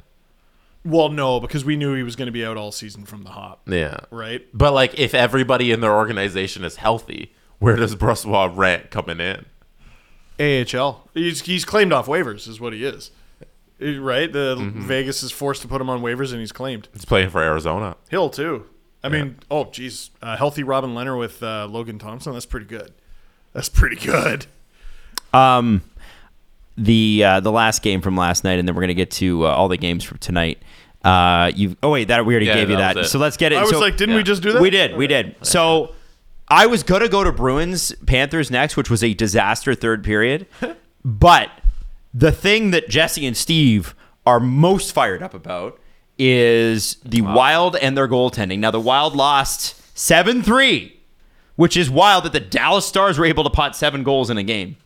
[SPEAKER 5] Well, no, because we knew he was going to be out all season from the hop.
[SPEAKER 4] Yeah.
[SPEAKER 5] Right?
[SPEAKER 4] But like, if everybody in their organization is healthy, where does Brossois rank coming in?
[SPEAKER 5] AHL. He's he's claimed off waivers, is what he is. Eh, Right? The
[SPEAKER 3] Mm-hmm.
[SPEAKER 5] Vegas is forced to put him on waivers, and he's claimed
[SPEAKER 4] He's playing for Arizona.
[SPEAKER 5] Hill too. I mean, oh geez, uh, healthy Robin Leonard with uh, Logan Thompson. That's pretty good. That's pretty good.
[SPEAKER 3] Um, the uh, the last game from last night, and then we're gonna get to uh, all the games from tonight. Uh, you. Oh wait, that we already
[SPEAKER 4] Yeah,
[SPEAKER 3] gave you
[SPEAKER 4] that
[SPEAKER 3] that.
[SPEAKER 4] was it.
[SPEAKER 3] So let's get it.
[SPEAKER 5] I was
[SPEAKER 3] So-
[SPEAKER 5] like, didn't we
[SPEAKER 4] yeah.
[SPEAKER 5] just do that?
[SPEAKER 3] We did. We did. So I was going to go to Bruins Panthers next, which was a disaster third period.
[SPEAKER 4] <laughs>
[SPEAKER 3] but the thing that Jesse and Steve are most fired up about is the Wild and their goaltending. Now, the Wild lost 7 3, which is wild that the Dallas Stars were able to pot seven goals in a game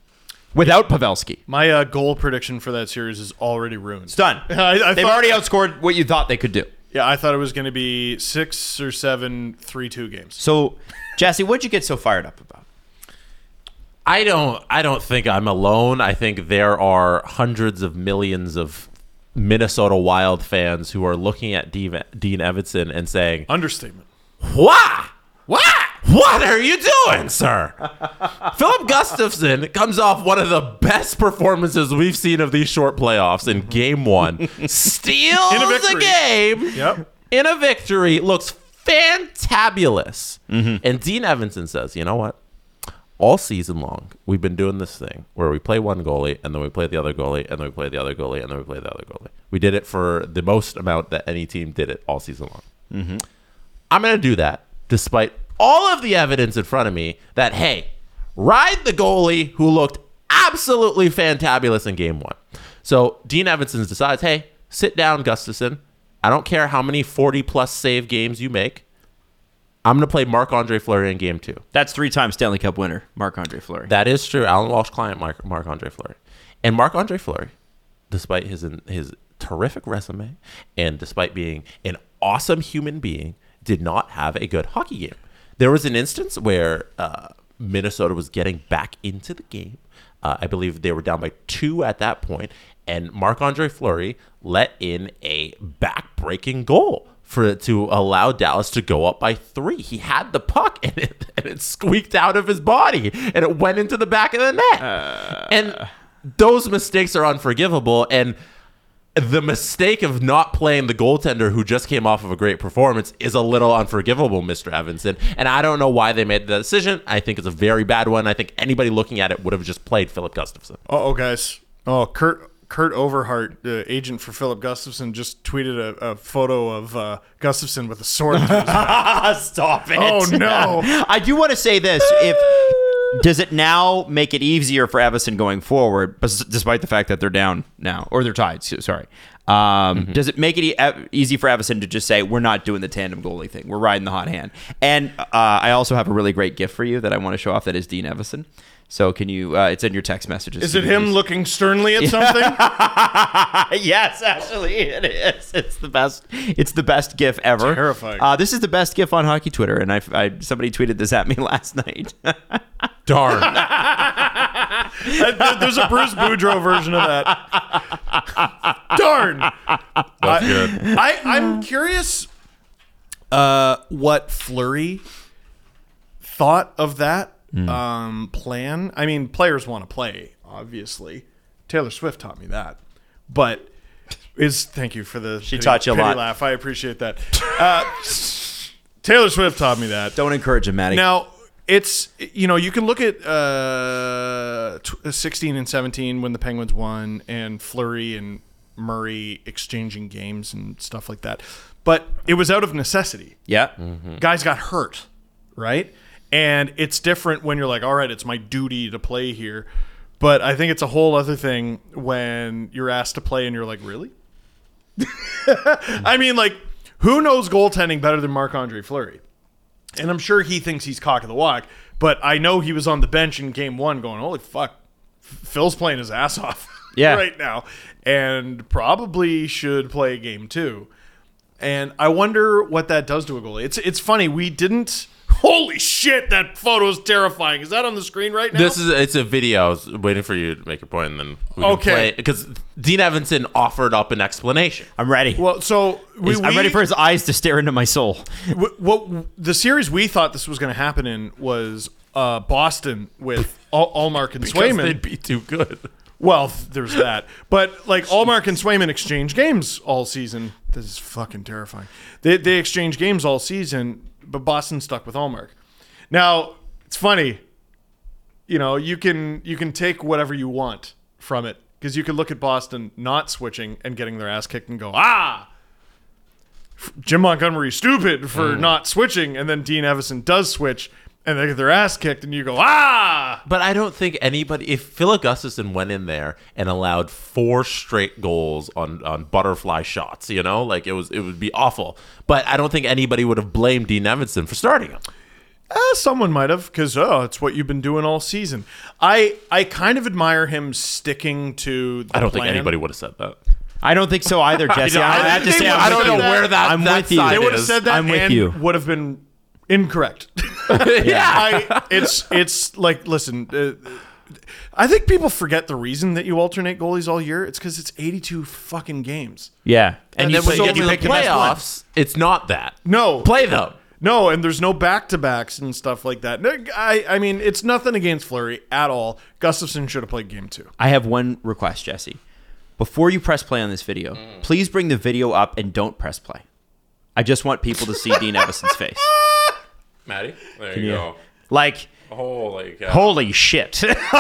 [SPEAKER 3] without Pavelski.
[SPEAKER 5] My uh, goal prediction for that series is already ruined.
[SPEAKER 3] It's done.
[SPEAKER 5] <laughs> I- I
[SPEAKER 3] They've
[SPEAKER 5] thought-
[SPEAKER 3] already outscored what you thought they could do.
[SPEAKER 5] Yeah, I thought it was going to be six or seven three-two games.
[SPEAKER 3] So, Jesse, what'd you get so fired up about?
[SPEAKER 4] I don't. I don't think I'm alone. I think there are hundreds of millions of Minnesota Wild fans who are looking at Dean Dean Evanson and saying,
[SPEAKER 3] <laughs>
[SPEAKER 5] Understatement.
[SPEAKER 4] What? What? What are you doing, sir? <laughs> Philip Gustafson comes off one of the best performances we've seen of these short playoffs in game <laughs> one. Steals
[SPEAKER 5] In a
[SPEAKER 4] the
[SPEAKER 5] victory.
[SPEAKER 4] game
[SPEAKER 5] Yep.
[SPEAKER 4] in a victory looks fantabulous. And Dean Evanson says, you know what? All season long, we've been doing this thing where we play one goalie and then we play the other goalie and then we play the other goalie and then we play the other goalie. We did it for the most amount that any team did it all season long. I'm going to do that despite all of the evidence in front of me that, hey, ride the goalie who looked absolutely fantabulous in game one. So Dean Evanson decides, hey, sit down, Gustafson. I don't care how many 40 plus save games you make. I'm going to play Marc Andre Fleury in game two.
[SPEAKER 3] That's three time Stanley Cup winner, Marc Andre Fleury.
[SPEAKER 4] That is true. Alan Walsh client Mark Mark Andre Fleury, and Mark Andre Fleury, despite his his terrific resume and despite being an awesome human being, did not have a good hockey game. There was an instance where uh, Minnesota was getting back into the game. Uh, I believe they were down by two at that point, and Marc Andre Fleury let in a back-breaking goal for to allow Dallas to go up by three. He had the puck <laughs> and it, and it squeaked out of his body and it went into the back of the net. and those mistakes are unforgivable. And the mistake of not playing the goaltender who just came off of a great performance is a little unforgivable, Mr. Evanson. And I don't know why they made that decision. I think it's a very bad one. I think anybody looking at it would have just played Philip Gustafson.
[SPEAKER 5] Uh oh, guys. Oh, Kurt Kurt Overhart, the agent for Philip Gustafson, just tweeted a, a photo of uh, Gustafson with a sword. <laughs> through his back.
[SPEAKER 3] Stop it.
[SPEAKER 5] Oh, no.
[SPEAKER 3] <laughs> I do want to say this. If does it now make it easier for Everson going forward, bes- despite the fact that they're down now or they're tied? so- Sorry. Um,
[SPEAKER 5] Mm-hmm.
[SPEAKER 3] Does it make it e- ev- easy for Everson to just say we're not doing the tandem goalie thing? We're riding the hot hand. And uh, I also have a really great gift for you that I want to show off. That is Dean Everson. So can you? Uh, it's in your text messages.
[SPEAKER 5] <laughs> Is it him looking sternly <laughs> at something?
[SPEAKER 3] <laughs> yes, actually, it is. It's the best. It's the best GIF ever.
[SPEAKER 5] Terrifying.
[SPEAKER 3] Uh, this is the best GIF on hockey Twitter, and I, I somebody tweeted this at me <laughs> last night.
[SPEAKER 4] Darn.
[SPEAKER 5] There- There's a Bruce Boudreau version of that. Darn. I, I, I'm curious uh, what Flurry thought of that
[SPEAKER 3] Hmm.
[SPEAKER 5] um, plan. I mean, players want to play, obviously. Taylor Swift taught me that, but is thank you for the she
[SPEAKER 3] taught you a lot.
[SPEAKER 5] Laugh, I appreciate that. Uh, Taylor Swift taught me that.
[SPEAKER 3] Don't encourage him, Maddie.
[SPEAKER 5] Now it's you know you can look at uh, tw- 16 and 17 when the Penguins won and Flurry and Murray exchanging games and stuff like that, but it was out of necessity.
[SPEAKER 3] yeah.
[SPEAKER 5] Guys got hurt, right? And it's different when you're like, all right, it's my duty to play here. But I think it's a whole other thing when you're asked to play and you're like, really? <laughs> I mean, like, who knows goaltending better than Marc Andre Fleury? And I'm sure he thinks he's cock of the walk, but I know he was on the bench in game one going, holy fuck, Phil's playing his ass off <laughs>
[SPEAKER 3] Yeah.
[SPEAKER 5] right now and probably should play game two. And I wonder what that does to a goalie. It's it's funny, we didn't. Holy shit, that photo is terrifying. Is that on the screen right now?
[SPEAKER 4] This is it's a video. I was waiting for you to make your point, and then we can
[SPEAKER 5] Okay.
[SPEAKER 4] because Dean Evanson offered up an explanation.
[SPEAKER 3] I'm ready.
[SPEAKER 5] well, so we,
[SPEAKER 3] I'm ready
[SPEAKER 5] we-
[SPEAKER 3] for his eyes to stare into my soul.
[SPEAKER 5] Wh- what the series we thought this was going to happen in was uh, Boston with Al- Allmark and
[SPEAKER 4] Because
[SPEAKER 5] Swayman.
[SPEAKER 4] they'd be too good.
[SPEAKER 5] well, th- there's that, but like Allmark and Swayman exchange games all season. This is fucking terrifying. They they exchange games all season, but Boston stuck with Allmark. Now it's funny, you know you can you can take whatever you want from it because you can look at Boston not switching and getting their ass kicked and go ah. Jim Montgomery's stupid for not switching, and then Dean Evison does switch, and they get their ass kicked, and you go, ah!
[SPEAKER 4] But I don't think anybody. If Phil Gustafson went in there and allowed four straight goals on on butterfly shots, you know, like it was it would be awful. But I don't think anybody would have blamed Dean Evanson for starting him.
[SPEAKER 5] Uh, someone might have, because oh, it's what you've been doing all season. I I kind of admire him sticking to. The
[SPEAKER 4] I don't
[SPEAKER 5] plan.
[SPEAKER 4] think anybody would have said that.
[SPEAKER 3] I don't think so either, Jesse. I,
[SPEAKER 5] I
[SPEAKER 3] have to
[SPEAKER 5] think
[SPEAKER 3] say,
[SPEAKER 5] they
[SPEAKER 3] I'm
[SPEAKER 5] would've
[SPEAKER 4] I don't
[SPEAKER 3] with
[SPEAKER 4] know
[SPEAKER 5] said
[SPEAKER 3] you.
[SPEAKER 5] that.
[SPEAKER 4] where that
[SPEAKER 3] I'm
[SPEAKER 4] that
[SPEAKER 3] with you.
[SPEAKER 4] side
[SPEAKER 5] They would have
[SPEAKER 4] is.
[SPEAKER 5] said that.
[SPEAKER 3] I'm with
[SPEAKER 5] and
[SPEAKER 3] you.
[SPEAKER 5] Would have been <laughs> incorrect. yeah, I, it's it's like listen. Uh, I think people forget the reason that you alternate goalies all year. It's because it's 82 fucking games.
[SPEAKER 3] Yeah, and,
[SPEAKER 4] And then
[SPEAKER 3] you
[SPEAKER 4] when you
[SPEAKER 3] so
[SPEAKER 4] get to the
[SPEAKER 5] pick the best one.
[SPEAKER 4] playoffs, it's not that.
[SPEAKER 5] No.
[SPEAKER 4] play them.
[SPEAKER 5] No, and there's no back to backs and stuff like that. No, I, I mean, it's nothing against Flurry at all. Gustafson should have played game two.
[SPEAKER 3] I have one request, Jesse. Before you press play on this video, please bring the video up and don't press play. I just want people to see Dean Evison's face.
[SPEAKER 4] Maddie, there you Oh,
[SPEAKER 3] Yeah. Like,
[SPEAKER 4] go. Holy cow.
[SPEAKER 3] holy shit. <laughs>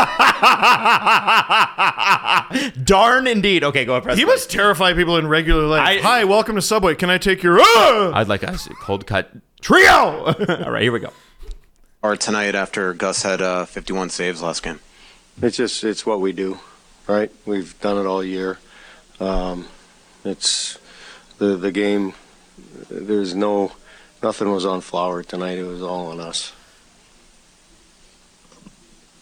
[SPEAKER 3] Darn indeed. Okay, go ahead, press
[SPEAKER 5] He
[SPEAKER 3] play.
[SPEAKER 5] must terrify people in regular life.
[SPEAKER 3] I-
[SPEAKER 5] Hi, welcome to Subway. Can I take your Ah!
[SPEAKER 3] I'd like a cold cut.
[SPEAKER 5] trio?
[SPEAKER 3] All right, here we go.
[SPEAKER 9] or tonight after Gus had uh, 51 saves last game?
[SPEAKER 10] It's just it's what we do, right? We've done it all year. Um, it's the the game. There's no nothing was on flower tonight. It was all on us.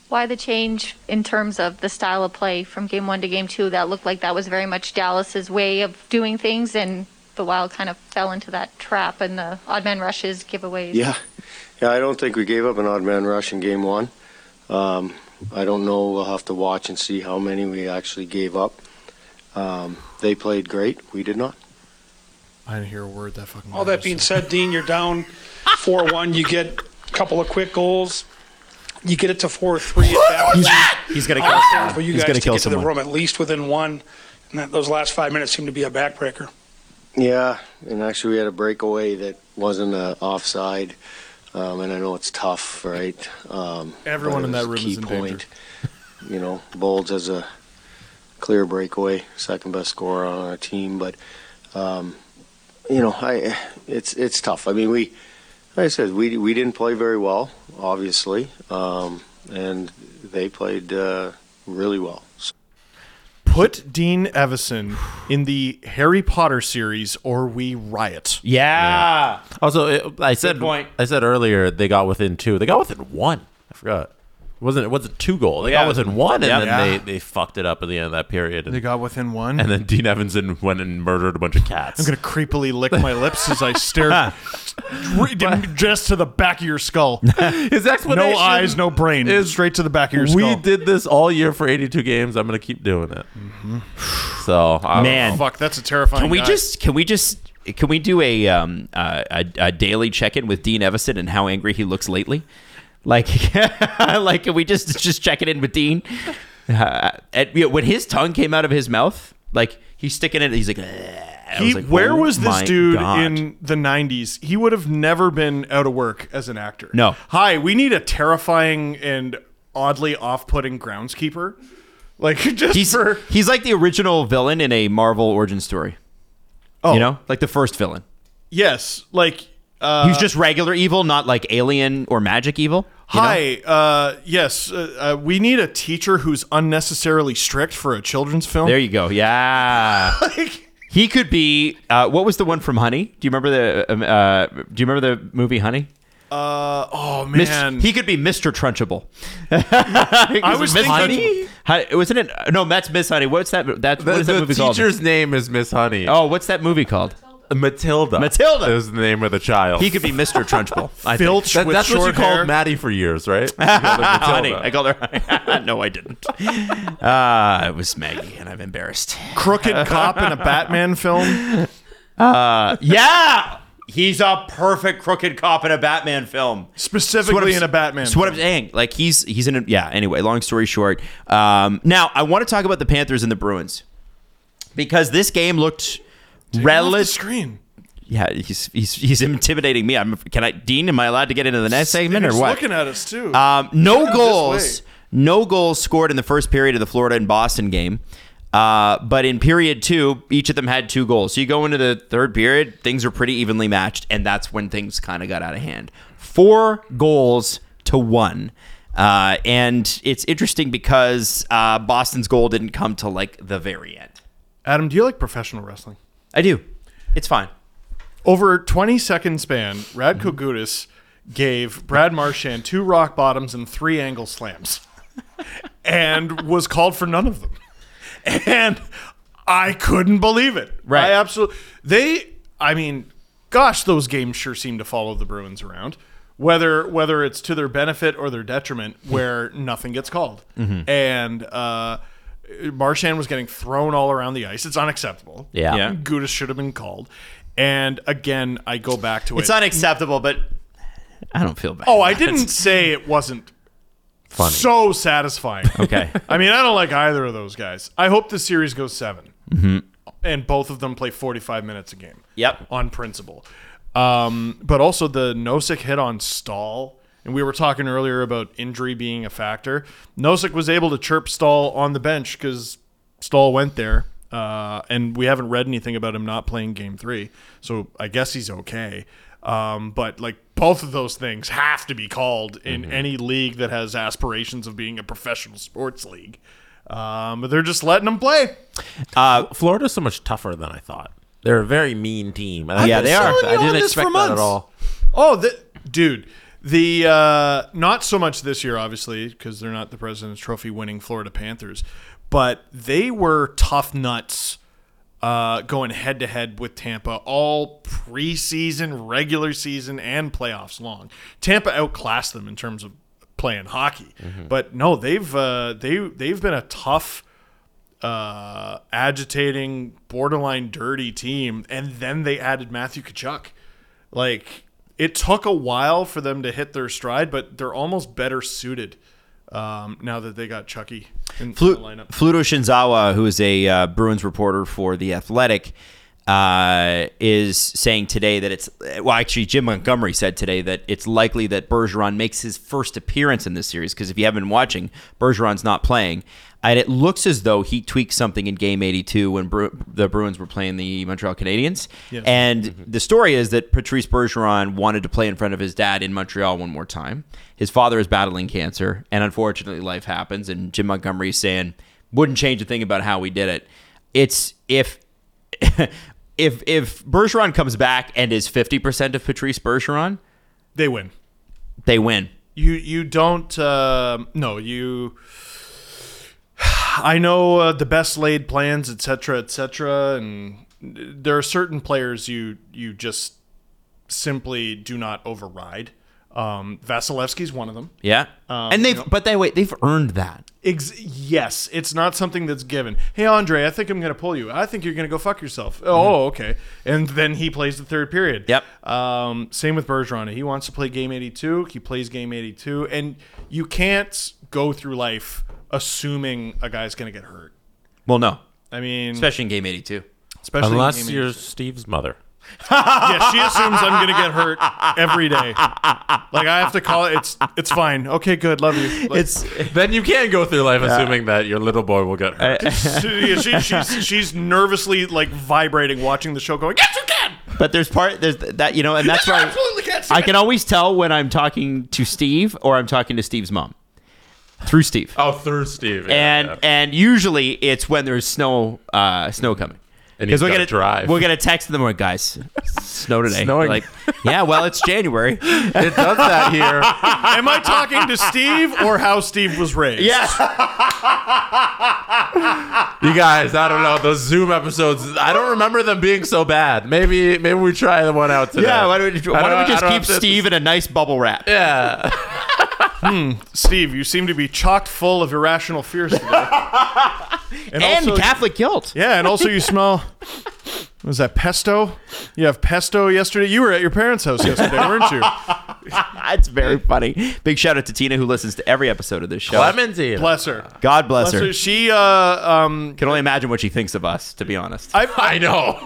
[SPEAKER 11] Why the change in terms of the style of play from game one to game two? That looked like that was very much Dallas's way of doing things, and the Wild kind of fell into that trap and the odd man rushes, giveaways.
[SPEAKER 10] Yeah, yeah. I don't think we gave up an odd man rush in game one. Um, I don't know. We'll have to watch and see how many we actually gave up. Um, they played great. We did not.
[SPEAKER 5] I didn't hear a word that fucking.
[SPEAKER 12] All that being said, Dean, you're down 4 1. You get a couple of quick goals. You get it to 4 3 at that point.
[SPEAKER 3] He's going to kill
[SPEAKER 12] Opportunities For you
[SPEAKER 13] He's
[SPEAKER 12] guys
[SPEAKER 13] gonna
[SPEAKER 12] to
[SPEAKER 13] kill
[SPEAKER 12] get to the
[SPEAKER 13] someone.
[SPEAKER 12] room, at least within one. And that, those last five minutes seem to be a backbreaker.
[SPEAKER 10] Yeah, and actually we had a breakaway that wasn't an offside, um, and I know it's tough, right? Um,
[SPEAKER 5] Everyone
[SPEAKER 10] but
[SPEAKER 5] in
[SPEAKER 10] it was
[SPEAKER 5] that
[SPEAKER 10] a
[SPEAKER 5] room
[SPEAKER 10] key
[SPEAKER 5] is in
[SPEAKER 10] point. You know, Bolds has a clear breakaway, second best scorer on our team, but um, you know, I it's it's tough. I mean, we like I said we we didn't play very <sighs> well, obviously, um, and they played uh, really well.
[SPEAKER 5] Put Dean Evison in the Harry Potter series, or we riot.
[SPEAKER 3] <laughs> Yeah.
[SPEAKER 4] Also, it, I said
[SPEAKER 3] point.
[SPEAKER 4] I said earlier they got within two. They got within one. I forgot. It wasn't it wasn't two goal. They
[SPEAKER 3] Yeah.
[SPEAKER 4] got within one, and
[SPEAKER 3] Yeah.
[SPEAKER 4] then
[SPEAKER 5] Yeah.
[SPEAKER 4] they they fucked it up at the end of that period. And,
[SPEAKER 5] They got within one.
[SPEAKER 4] and then Dean Evanson went and murdered a bunch of cats.
[SPEAKER 5] I'm gonna creepily lick my lips as I <laughs> stare just to the back of your <laughs> skull.
[SPEAKER 4] <laughs> His explanation.
[SPEAKER 5] No eyes, no brain.
[SPEAKER 4] is-
[SPEAKER 5] Straight to the back of your skull.
[SPEAKER 4] We did this all year for 82 games. I'm gonna keep doing it. So I don't
[SPEAKER 3] Man.
[SPEAKER 4] know.
[SPEAKER 5] Oh, Fuck, that's a terrifying.
[SPEAKER 3] Can we
[SPEAKER 5] guy.
[SPEAKER 3] just can we just can we do a um uh, a, a daily check in with Dean Evison and how angry he looks lately? Like, <laughs> like can we just just check it in with Dean? Uh, and, you know, when his tongue came out of his mouth, like he's sticking it, he's like, "Ugh." I
[SPEAKER 5] He,
[SPEAKER 3] like,
[SPEAKER 5] where
[SPEAKER 3] "Oh
[SPEAKER 5] was this
[SPEAKER 3] my
[SPEAKER 5] dude
[SPEAKER 3] God."
[SPEAKER 5] in the 90s? He would have never been out of work as an actor.
[SPEAKER 3] No.
[SPEAKER 5] Hi, we need a terrifying and oddly off putting groundskeeper. Like, <laughs> just
[SPEAKER 3] he's
[SPEAKER 5] for.
[SPEAKER 3] he's like the original villain in a Marvel origin story.
[SPEAKER 5] Oh.
[SPEAKER 3] you know, like the first villain.
[SPEAKER 5] Yes. Like. Uh,
[SPEAKER 3] he's just regular evil, not like alien or magic evil. you know?
[SPEAKER 5] Hi, uh, yes, uh, uh, we need a teacher who's unnecessarily strict for a children's film.
[SPEAKER 3] There you go.
[SPEAKER 5] <laughs>
[SPEAKER 3] Yeah. he could be. Uh, what was the one from Honey? Do you remember the? um, Uh, do you remember the movie Honey?
[SPEAKER 5] Uh, oh
[SPEAKER 3] Mis-
[SPEAKER 5] man,
[SPEAKER 3] he could be Mr. Trunchable.
[SPEAKER 5] <laughs>
[SPEAKER 3] <laughs>
[SPEAKER 5] I was
[SPEAKER 3] Miss
[SPEAKER 5] thinking-
[SPEAKER 3] Honey. Hi- wasn't it? No, that's Miss Honey. What's that? That
[SPEAKER 4] The,
[SPEAKER 3] what is that
[SPEAKER 4] the
[SPEAKER 3] movie called?
[SPEAKER 4] teacher's name is Miss Honey.
[SPEAKER 3] Oh, what's that movie called?
[SPEAKER 4] Matilda.
[SPEAKER 3] Matilda.
[SPEAKER 4] is the name of the child.
[SPEAKER 3] He could be Mr. Trunchbull. I think.
[SPEAKER 4] Filch That- with that's what you short called hair. Maddie for
[SPEAKER 3] <laughs>
[SPEAKER 4] years, right? You called her Matilda.
[SPEAKER 3] honey. I called her honey. <laughs> no, I didn't. Uh, it was Maggie, and I'm embarrassed.
[SPEAKER 5] crooked cop in a Batman film.
[SPEAKER 3] Uh, yeah, he's a perfect crooked cop in a Batman film,
[SPEAKER 5] Specifically in a Batman
[SPEAKER 3] That's what I'm
[SPEAKER 5] film.
[SPEAKER 3] saying. Like he's he's in. A, yeah. Anyway, long story short. Um, now I want to talk about the Panthers and the Bruins because this game looked
[SPEAKER 5] Off the
[SPEAKER 3] relative.
[SPEAKER 5] screen.
[SPEAKER 3] Yeah, he's he's he's intimidating me. I'm. Can I, Dean? Am I allowed to get into the next segment or
[SPEAKER 5] He's
[SPEAKER 3] what?
[SPEAKER 5] looking at us too.
[SPEAKER 3] Um, no
[SPEAKER 5] This
[SPEAKER 3] goals.
[SPEAKER 5] way.
[SPEAKER 3] No goals scored in the first period of the Florida and Boston game. Uh, but in period two, each of them had two goals. So you go into the third period, things are pretty evenly matched, and that's when things kind of got out of hand. Four goals to one. Uh, and it's interesting because uh, Boston's goal didn't come to like the very end.
[SPEAKER 5] Adam, do you like professional wrestling?
[SPEAKER 3] I do. It's fine.
[SPEAKER 5] Over a 20 second span, Radko Gudis gave Brad Marchand two rock bottoms and three angle slams <laughs> and was called for none of them. And I couldn't believe it.
[SPEAKER 3] Right.
[SPEAKER 5] I absolutely. They, I mean, gosh, those games sure seem to follow the Bruins around. Whether whether it's to their benefit or their detriment,
[SPEAKER 3] Hmm.
[SPEAKER 5] where nothing gets called,
[SPEAKER 3] Mhm.
[SPEAKER 5] and uh, Marchand was getting thrown all around the ice. It's unacceptable.
[SPEAKER 3] Yeah. Yeah.
[SPEAKER 5] Gudis should have been called. And again, I go back to it.
[SPEAKER 3] It's unacceptable, but I don't feel bad.
[SPEAKER 5] Oh, I
[SPEAKER 3] <laughs>
[SPEAKER 5] didn't say it wasn't
[SPEAKER 3] Funny.
[SPEAKER 5] so satisfying.
[SPEAKER 3] Okay.
[SPEAKER 5] <laughs> I mean, I don't like either of those guys. I hope the series goes seven
[SPEAKER 3] Mhm.
[SPEAKER 5] and both of them play 45 minutes a game.
[SPEAKER 3] Yep.
[SPEAKER 5] On principle. Um, but also the Nosek hit on Stall. And we were talking earlier about injury being a factor. Nosek was able to chirp Stall on the bench because Stall went there. Uh, and we haven't read anything about him not playing game three. So I guess he's okay. Um, but like both of those things have to be called in any league that has aspirations of being a professional sports league. Um, but they're just letting them play.
[SPEAKER 3] Uh,
[SPEAKER 4] Florida's so much tougher than I thought. They're a very mean team. I
[SPEAKER 5] I've
[SPEAKER 4] didn't
[SPEAKER 5] been
[SPEAKER 4] expect
[SPEAKER 5] selling you
[SPEAKER 4] that. I
[SPEAKER 5] on
[SPEAKER 4] didn't
[SPEAKER 5] this for
[SPEAKER 4] expect that at
[SPEAKER 5] months.
[SPEAKER 4] all.
[SPEAKER 5] Oh, the, dude, the uh, not so much this year, obviously, because they're not the President's Trophy winning Florida Panthers, but they were tough nuts uh, going head to head with Tampa all preseason, regular season, and playoffs long. Tampa outclassed them in terms of playing hockey,
[SPEAKER 4] Mm-hmm.
[SPEAKER 5] but no, they've uh, they they've been a tough uh, agitating, borderline dirty team, and then they added Matthew Kachuk. Like it took a while for them to hit their stride, but they're almost better suited um, now that they got Chucky in,
[SPEAKER 3] Flu-
[SPEAKER 5] in the lineup.
[SPEAKER 3] Fluto Shinzawa, who is a uh, Bruins reporter for The Athletic, uh, is saying today that it's well, actually, Jim Montgomery said today that it's likely that Bergeron makes his first appearance in this series because if you haven't been watching, Bergeron's not playing. And it looks as though he tweaked something in Game 82 when Bru- the Bruins were playing the Montreal Canadiens.
[SPEAKER 5] Yes.
[SPEAKER 3] And the story is that Patrice Bergeron wanted to play in front of his dad in Montreal one more time. His father is battling cancer, and unfortunately, life happens. And Jim Montgomery is saying, wouldn't change a thing about how we did it. It's if <laughs> if if Bergeron comes back and is fifty percent of Patrice Bergeron,
[SPEAKER 5] They win.
[SPEAKER 3] they win.
[SPEAKER 5] You you don't um no you. I know uh, the best laid plans, etc., etc., and there are certain players you you just simply do not override. Um, Vasilevsky's one of them.
[SPEAKER 3] Yeah.
[SPEAKER 5] Um,
[SPEAKER 3] and they've,
[SPEAKER 5] you know-
[SPEAKER 3] but they wait, they've earned that.
[SPEAKER 5] Ex- yes, it's not something that's given. Hey, Andre, I think I'm going to pull you. I think you're going to go fuck yourself. Oh,
[SPEAKER 4] Mm-hmm.
[SPEAKER 5] okay. And then he plays the third period. Yep. Um, same with Bergeron. He wants to play game 82. He plays game 82. And you can't go through life assuming a guy's going to get hurt.
[SPEAKER 3] Well, no.
[SPEAKER 5] I mean,
[SPEAKER 3] Especially in game 82.
[SPEAKER 5] Especially in
[SPEAKER 4] Unless
[SPEAKER 5] game
[SPEAKER 4] you're Steve's mother.
[SPEAKER 5] yeah, she assumes I'm going to get hurt every day. Like I have to call it. It's it's fine. Okay, good. Love you. Like-
[SPEAKER 4] then you can go through life
[SPEAKER 5] Yeah.
[SPEAKER 4] assuming that your little boy will get hurt.
[SPEAKER 5] <laughs> she, she- she's, she's nervously like vibrating watching the show going yes you can
[SPEAKER 3] But there's part, there's that, you know, and
[SPEAKER 5] <laughs>
[SPEAKER 3] that's
[SPEAKER 5] You
[SPEAKER 3] why
[SPEAKER 5] absolutely can't see
[SPEAKER 3] I
[SPEAKER 5] it.
[SPEAKER 3] can always tell when I'm talking to Steve or I'm talking to Steve's mom through Steve.
[SPEAKER 4] oh, through Steve. yeah,
[SPEAKER 3] and
[SPEAKER 4] yeah.
[SPEAKER 3] and usually it's when there's snow uh, snow coming.
[SPEAKER 4] And
[SPEAKER 3] Because
[SPEAKER 4] he's
[SPEAKER 3] we'll
[SPEAKER 4] gotta
[SPEAKER 3] get a
[SPEAKER 4] drive.
[SPEAKER 3] We'll get a text in the morning, guys. Snow today.
[SPEAKER 4] Snowing.
[SPEAKER 3] Like, yeah, well, it's January.
[SPEAKER 4] <laughs>
[SPEAKER 3] it
[SPEAKER 4] does that here.
[SPEAKER 5] am I talking to Steve or how Steve was raised
[SPEAKER 3] yes
[SPEAKER 4] You guys, I don't know those Zoom episodes. I don't remember them being so <laughs> bad. Maybe maybe we try the one out today.
[SPEAKER 3] Yeah, why don't we,
[SPEAKER 4] I
[SPEAKER 3] why don't we
[SPEAKER 4] I
[SPEAKER 3] just
[SPEAKER 4] don't
[SPEAKER 3] keep
[SPEAKER 4] have to- <laughs>
[SPEAKER 3] Steve in a nice bubble wrap?
[SPEAKER 4] Yeah.
[SPEAKER 5] hmm Steve you seem to be chocked full of irrational
[SPEAKER 3] <laughs>
[SPEAKER 5] fears today
[SPEAKER 3] And, Catholic guilt
[SPEAKER 5] yeah and also you smell was that pesto you have pesto yesterday you were at your parents house yesterday weren't you
[SPEAKER 3] it's very funny. Big shout out to Tina who listens to every episode of this show.
[SPEAKER 4] Clementine.
[SPEAKER 5] bless her
[SPEAKER 3] God bless,
[SPEAKER 5] Bless
[SPEAKER 3] her.
[SPEAKER 5] her. she uh um
[SPEAKER 3] Can only imagine what she thinks of us, to be honest.
[SPEAKER 5] I've,
[SPEAKER 4] I know.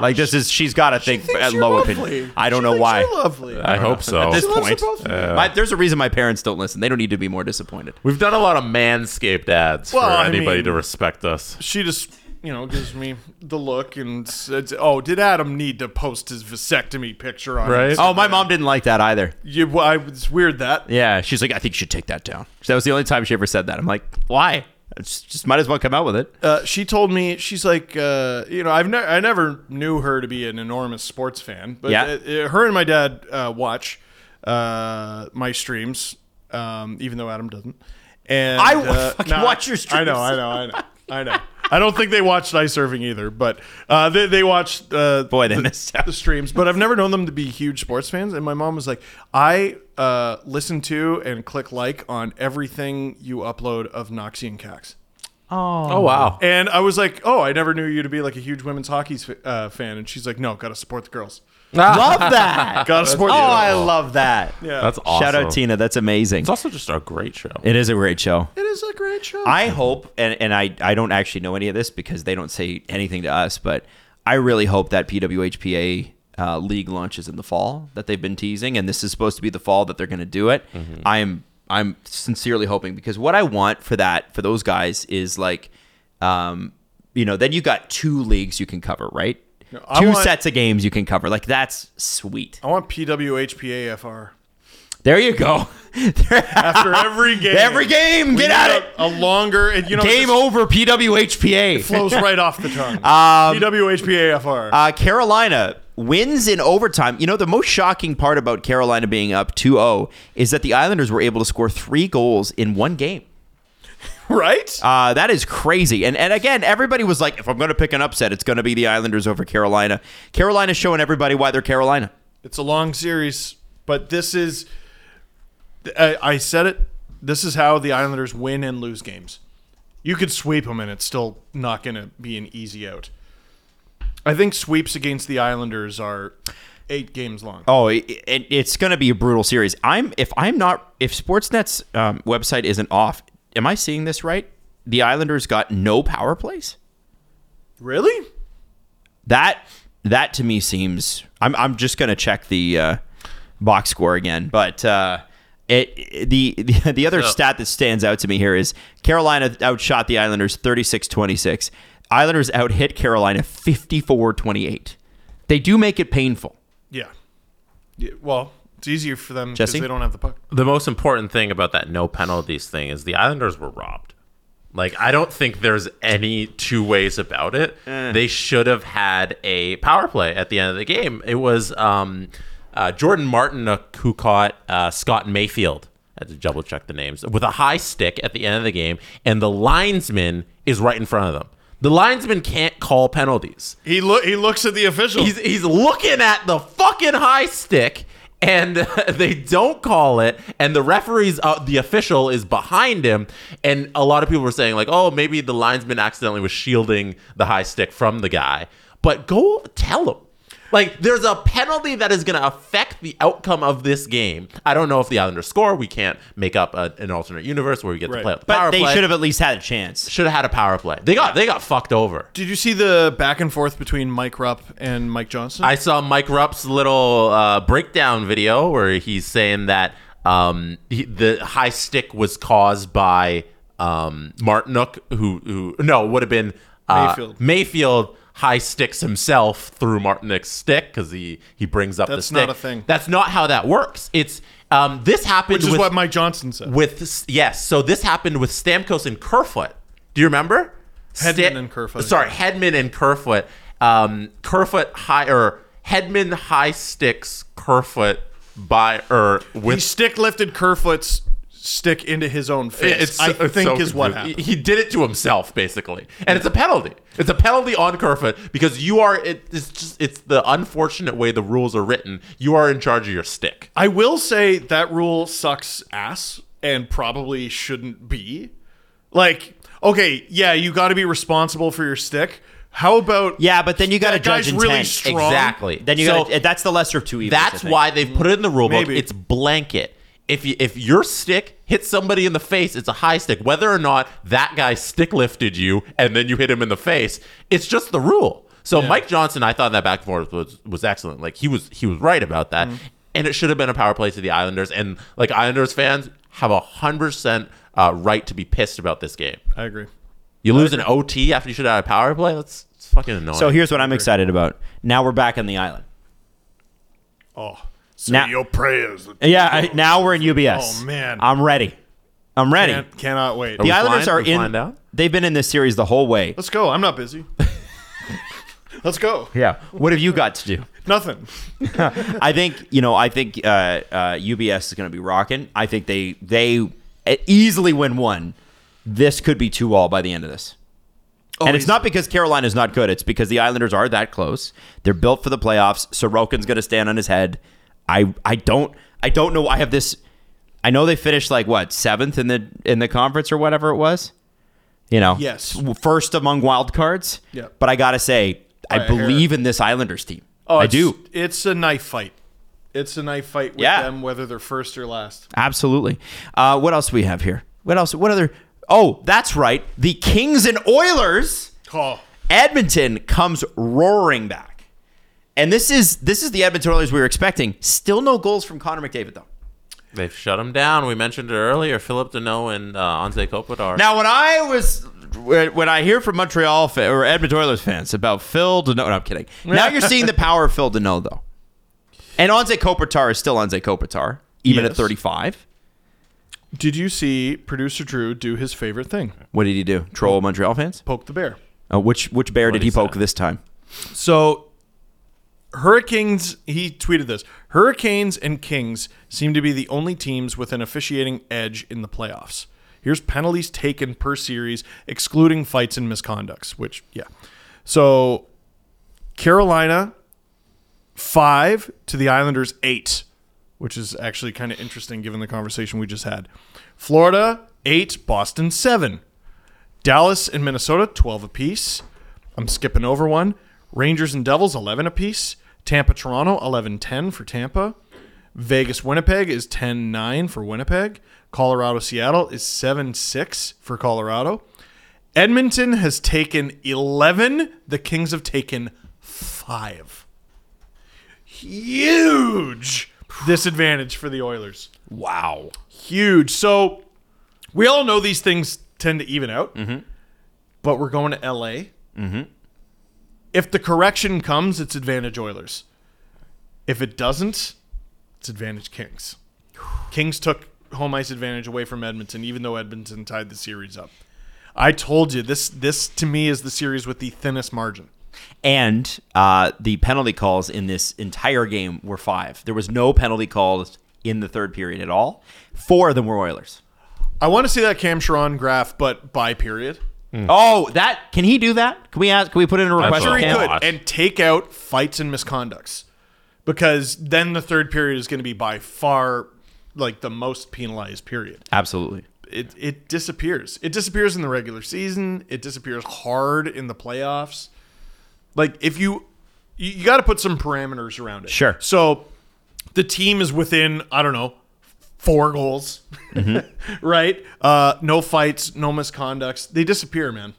[SPEAKER 3] Like this is she's got to think at
[SPEAKER 5] you're
[SPEAKER 3] low
[SPEAKER 5] lovely.
[SPEAKER 3] opinion. I don't
[SPEAKER 5] She
[SPEAKER 3] know
[SPEAKER 5] thinks
[SPEAKER 3] why.
[SPEAKER 5] you're lovely.
[SPEAKER 4] I
[SPEAKER 3] don't
[SPEAKER 4] hope
[SPEAKER 3] know. <laughs>
[SPEAKER 4] so.
[SPEAKER 3] At this
[SPEAKER 4] She loves
[SPEAKER 3] point,
[SPEAKER 4] the both of you. Yeah.
[SPEAKER 3] My- there's a reason my parents don't listen. They don't need to be more disappointed.
[SPEAKER 4] We've done a lot of manscaped ads
[SPEAKER 5] Well,
[SPEAKER 4] for
[SPEAKER 5] I
[SPEAKER 4] anybody
[SPEAKER 5] mean-
[SPEAKER 4] to respect us.
[SPEAKER 5] she just you know gives me the look and says oh did Adam need to post his vasectomy picture on Instagram?"
[SPEAKER 3] Oh, my mom didn't like that either.
[SPEAKER 5] You, well, I, it's weird that.
[SPEAKER 3] Yeah, she's like, I think you should take that down. That was the only time she ever said that. I'm like, why? It's just might as well come out with it.
[SPEAKER 5] Uh, she told me she's like, uh, you know, I've never, I never knew her to be an enormous sports fan, but
[SPEAKER 3] Yeah.
[SPEAKER 5] it- it- her and my dad uh, watch uh, my streams, um, even though Adam doesn't. And
[SPEAKER 3] I
[SPEAKER 5] uh,
[SPEAKER 3] <laughs> fucking watch your
[SPEAKER 5] I know, I know, I know, I know. I don't think they watched ice surfing either, but uh, they they watched uh,
[SPEAKER 3] Boy, they
[SPEAKER 5] the,
[SPEAKER 3] missed out.
[SPEAKER 5] the streams. But I've never known them to be huge sports fans. And my mom was like, I uh, listen to and click like on everything you upload of Noxie and Cax.
[SPEAKER 4] Oh wow.
[SPEAKER 5] And I was like, "Oh, I never knew you to be like a huge women's hockey s- uh, fan." And she's like, "No, gotta support the girls.
[SPEAKER 3] love that.
[SPEAKER 5] Gotta support."
[SPEAKER 3] oh,
[SPEAKER 5] the girls.
[SPEAKER 3] I love that.
[SPEAKER 5] Yeah.
[SPEAKER 4] That's awesome.
[SPEAKER 3] Shout out Tina. That's amazing.
[SPEAKER 4] It's also just a great show.
[SPEAKER 3] It is a great show.
[SPEAKER 5] It is a great show.
[SPEAKER 3] I hope, and, and I, I don't actually know any of this because they don't say anything to us, but I really hope that PWHPA uh, league launches in the fall that they've been teasing, and this is supposed to be the fall that they're going to do it. I'm I'm sincerely hoping because what I want for that for those guys is like, um, you know, then you got two leagues you can cover, right?
[SPEAKER 5] I
[SPEAKER 3] two
[SPEAKER 5] want- Oh.
[SPEAKER 3] sets of games you can cover. Like that's sweet.
[SPEAKER 5] I want PWHPAFR
[SPEAKER 3] There you go.
[SPEAKER 5] after <laughs> every game.
[SPEAKER 3] Every game,
[SPEAKER 5] We
[SPEAKER 3] get
[SPEAKER 5] need
[SPEAKER 3] at
[SPEAKER 5] a-
[SPEAKER 3] it.
[SPEAKER 5] A longer, and you know,
[SPEAKER 3] Game
[SPEAKER 5] it
[SPEAKER 3] over, PWHPA.
[SPEAKER 5] just flows right off the
[SPEAKER 3] <laughs>
[SPEAKER 5] tongue. PWHPAFR.
[SPEAKER 3] Um, Uh, Carolina wins in overtime. You know, the most shocking part about Carolina being up 2 0 is that the Islanders were able to score three goals in one game.
[SPEAKER 5] right?
[SPEAKER 3] Uh, that is crazy. And, and again, everybody was like, if I'm going to pick an upset, it's going to be the Islanders over Carolina. Carolina's showing everybody why they're Carolina.
[SPEAKER 5] It's a long series, but this is. I, I said it. This is how the Islanders win and lose games. You could sweep them, and it's still not going to be an easy out. I think sweeps against the Islanders are eight games long.
[SPEAKER 3] Oh, it, it, it's going to be a brutal series. I'm if I'm not if Sportsnet's um, website isn't off. Am I seeing this right? The Islanders got no power plays.
[SPEAKER 5] Really?
[SPEAKER 3] that that to me seems I'm I'm just gonna check the uh, box score again, but uh, it, it- the, the <laughs> the other stat that stands out to me here is Carolina outshot the Islanders 36-26. Islanders outhit Carolina 54-28. They do make it painful.
[SPEAKER 5] Yeah. yeah well, it's easier for them because
[SPEAKER 3] Jesse?
[SPEAKER 5] they don't have the puck.
[SPEAKER 4] the most important thing about that no penalties thing is the Islanders were robbed. Like I don't think there's any two ways about it. They should have had a power play at the end of the game. It was um, uh, Jordan Martin uh, who caught uh, Scott Mayfield. I had to double check the names with a high stick at the end of the game, and the linesman is right in front of them. The linesman can't call penalties.
[SPEAKER 5] He look. He looks at the official.
[SPEAKER 4] He's he's looking at the fucking high stick, and <laughs> they don't call it and the referee's uh, the official is behind him and a lot of people were saying like oh maybe the linesman accidentally was shielding the high stick from the guy but go tell him like there's a penalty that is going to affect the outcome of this game i don't know if the islanders score we can't make up a, an alternate universe where we get to play out the
[SPEAKER 3] But
[SPEAKER 4] power
[SPEAKER 3] they
[SPEAKER 4] play
[SPEAKER 3] should have at least had a chance.
[SPEAKER 4] should have had a power play they got they got fucked over
[SPEAKER 5] Did you see the back and forth between Mike Rupp and Mike Johnson?
[SPEAKER 4] I saw Mike Rupp's little uh, breakdown video where he's saying that um, he, the high stick was caused by um, Martinook, who, who no, it would have been uh,
[SPEAKER 5] Mayfield.
[SPEAKER 4] Mayfield high sticks himself through Martinook's stick because he he brings up the
[SPEAKER 5] That's
[SPEAKER 4] stick.
[SPEAKER 5] not a thing.
[SPEAKER 4] That's not how that works. It's um, this happened
[SPEAKER 5] Which is
[SPEAKER 4] with-
[SPEAKER 5] what Mike Johnson said.
[SPEAKER 4] with yes. So this happened with Stamkos and Kerfoot. Do you remember?
[SPEAKER 5] Hedman
[SPEAKER 4] Sta- uh,
[SPEAKER 5] and Kerfoot.
[SPEAKER 4] Sorry, Hedman and Kerfoot. Um, Kerfoot high or Hedman high sticks Kerfoot by or
[SPEAKER 5] He
[SPEAKER 4] with.
[SPEAKER 5] stick lifted Kerfoot's stick into his own face. I
[SPEAKER 4] so- it's
[SPEAKER 5] think
[SPEAKER 4] so
[SPEAKER 5] is what
[SPEAKER 4] confusing.
[SPEAKER 5] happened.
[SPEAKER 4] He he did it to himself, basically, and it's a penalty. It's a penalty on Kerfoot because you are. It, it's just it's the unfortunate way the rules are written. You are in charge of your stick.
[SPEAKER 5] I will say that rule sucks ass and probably shouldn't be. Like, okay, yeah, you got to be responsible for your stick. How about
[SPEAKER 3] yeah, but then you got to judge
[SPEAKER 5] guy's really
[SPEAKER 3] intent.
[SPEAKER 5] strong.
[SPEAKER 3] Then you
[SPEAKER 4] So-
[SPEAKER 3] got to that's the lesser of two evils. I
[SPEAKER 4] That's
[SPEAKER 3] think.
[SPEAKER 4] why they've put it in the rule book.
[SPEAKER 3] Maybe.
[SPEAKER 4] It's blanket. If you, if your stick hits somebody in the face, it's a high stick. Whether or not that guy stick lifted you and then you hit him in the face, it's just the rule. So Mike Johnson, I thought that back and forth was, was excellent. Like he was he was right about that,
[SPEAKER 3] Mm-hmm.
[SPEAKER 4] and it should have been a power play to the Islanders. And like Islanders fans have a hundred percent uh, right to be pissed about this game.
[SPEAKER 5] I agree.
[SPEAKER 4] You lose an OT after you should have had a power play. That's it's fucking annoying.
[SPEAKER 3] So here's what I'm excited about. Now we're back on the island.
[SPEAKER 5] Oh, say
[SPEAKER 3] Now-
[SPEAKER 5] your prayers.
[SPEAKER 3] Yeah, I, now we're in UBS.
[SPEAKER 5] Oh, man.
[SPEAKER 3] I'm ready. I'm ready.
[SPEAKER 5] Can't- cannot wait.
[SPEAKER 3] the Islanders are in. They've been in this series the whole way.
[SPEAKER 5] Let's go. I'm
[SPEAKER 3] <laughs>
[SPEAKER 5] not busy. Let's go.
[SPEAKER 3] Yeah. What have you got to do?
[SPEAKER 5] Nothing.
[SPEAKER 3] I think you know. I think uh, uh, UBS is going to be rocking. I think they they eh, easily win one. This could be two all by the end of this.
[SPEAKER 5] Oh,
[SPEAKER 3] and it's not because Carolina's not good. It's because the Islanders are that close. They're built for the playoffs. Sorokin's going to stand on his head. I I don't I don't know. I have this. I know they finished like what seventh in the in the conference or whatever it was. You know,
[SPEAKER 5] Yes.
[SPEAKER 3] first among wild cards.
[SPEAKER 5] Yeah.
[SPEAKER 3] But I gotta say, I
[SPEAKER 5] By a hair.
[SPEAKER 3] believe in this Islanders team.
[SPEAKER 5] Oh,
[SPEAKER 3] I
[SPEAKER 5] it's-
[SPEAKER 3] do.
[SPEAKER 5] It's a knife fight. It's a knife fight with
[SPEAKER 3] Yeah.
[SPEAKER 5] them, whether they're first or last.
[SPEAKER 3] Absolutely. Uh, what else do we have here? What else? What other? Oh, that's right. The Kings and Oilers.
[SPEAKER 5] Oh.
[SPEAKER 3] Edmonton comes roaring back, and this is this is the Edmonton Oilers we were expecting. Still no goals from Connor McDavid though.
[SPEAKER 4] They've shut him down. We mentioned it earlier. Philip Deneau and uh, Anze Kopitar.
[SPEAKER 3] Now, when I was when when I hear from Montreal fa- or Edmonton Oilers fans about Phil Deneau, no, I'm kidding. Now you're seeing the power of Phil Deneau though, and Anze Kopitar is still Anze Kopitar even at
[SPEAKER 5] Yes.
[SPEAKER 3] 35.
[SPEAKER 5] Did you see producer Drew do his favorite thing?
[SPEAKER 3] What did he do? Troll Montreal fans?
[SPEAKER 5] Poke the bear.
[SPEAKER 3] Uh, which which bear did he poke this time?
[SPEAKER 5] So, Hurricanes, he tweeted this Hurricanes and Kings seem to be the only teams with an officiating edge in the playoffs. Here's penalties taken per series, excluding fights and misconducts, which, yeah. So, Carolina, five to the Islanders, eight, which is actually kind of interesting given the conversation we just had. Florida, eight, Boston, seven. Dallas and Minnesota, 12 apiece. I'm skipping over one. Rangers and Devils, 11 apiece. Tampa, Toronto, 11 10 for Tampa. Vegas, Winnipeg is 10 9 for Winnipeg. Colorado, Seattle is 7 6 for Colorado. Edmonton has taken 11. The Kings have taken 5. Huge disadvantage for the Oilers.
[SPEAKER 3] Wow.
[SPEAKER 5] Huge. So we all know these things tend to even out, but we're going to LA.
[SPEAKER 3] Mm-hmm.
[SPEAKER 5] If the correction comes, it's advantage Oilers. If it doesn't, it's
[SPEAKER 3] <sighs>
[SPEAKER 5] advantage Kings. Kings took home ice advantage away from Edmonton, even though Edmonton tied the series up. I told you this. This to me is the series with the thinnest margin.
[SPEAKER 3] And uh, the penalty calls in this entire game were five. There was no penalty calls in the third period at all. Four of them were Oilers.
[SPEAKER 5] I want to see that Cam Sharon graph, but by period.
[SPEAKER 3] Oh, that can he do that? Can we ask? Can we put in a
[SPEAKER 5] I'm
[SPEAKER 3] request?
[SPEAKER 5] sure
[SPEAKER 3] for
[SPEAKER 5] he
[SPEAKER 3] Cam?
[SPEAKER 5] could, and take out fights and misconducts because then the third period is going to be by far like the most penalized period.
[SPEAKER 3] Absolutely.
[SPEAKER 5] It it disappears. It disappears in the regular season. It disappears hard in the playoffs. Like if you you, you got to put some parameters around it.
[SPEAKER 3] Sure.
[SPEAKER 5] So the team is within I don't know four goals, <laughs> right? Uh, no fights, no misconducts. They disappear, man.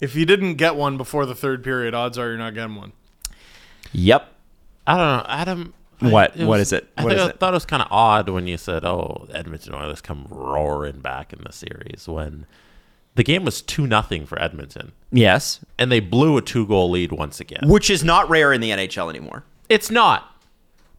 [SPEAKER 5] If you didn't get one before the third period, odds are you're not getting one.
[SPEAKER 3] Yep.
[SPEAKER 4] I don't know, Adam.
[SPEAKER 3] What?
[SPEAKER 4] I-
[SPEAKER 3] What is it?
[SPEAKER 4] I,
[SPEAKER 3] What
[SPEAKER 4] think
[SPEAKER 3] is
[SPEAKER 4] I
[SPEAKER 3] it?
[SPEAKER 4] thought it was kind of odd when you said, "Oh, Edmonton Oilers come roaring back in the series." When the game was two nothing for Edmonton.
[SPEAKER 3] Yes.
[SPEAKER 4] and they blew a two goal lead once again.
[SPEAKER 3] Which is not rare in the NHL anymore.
[SPEAKER 4] It's not,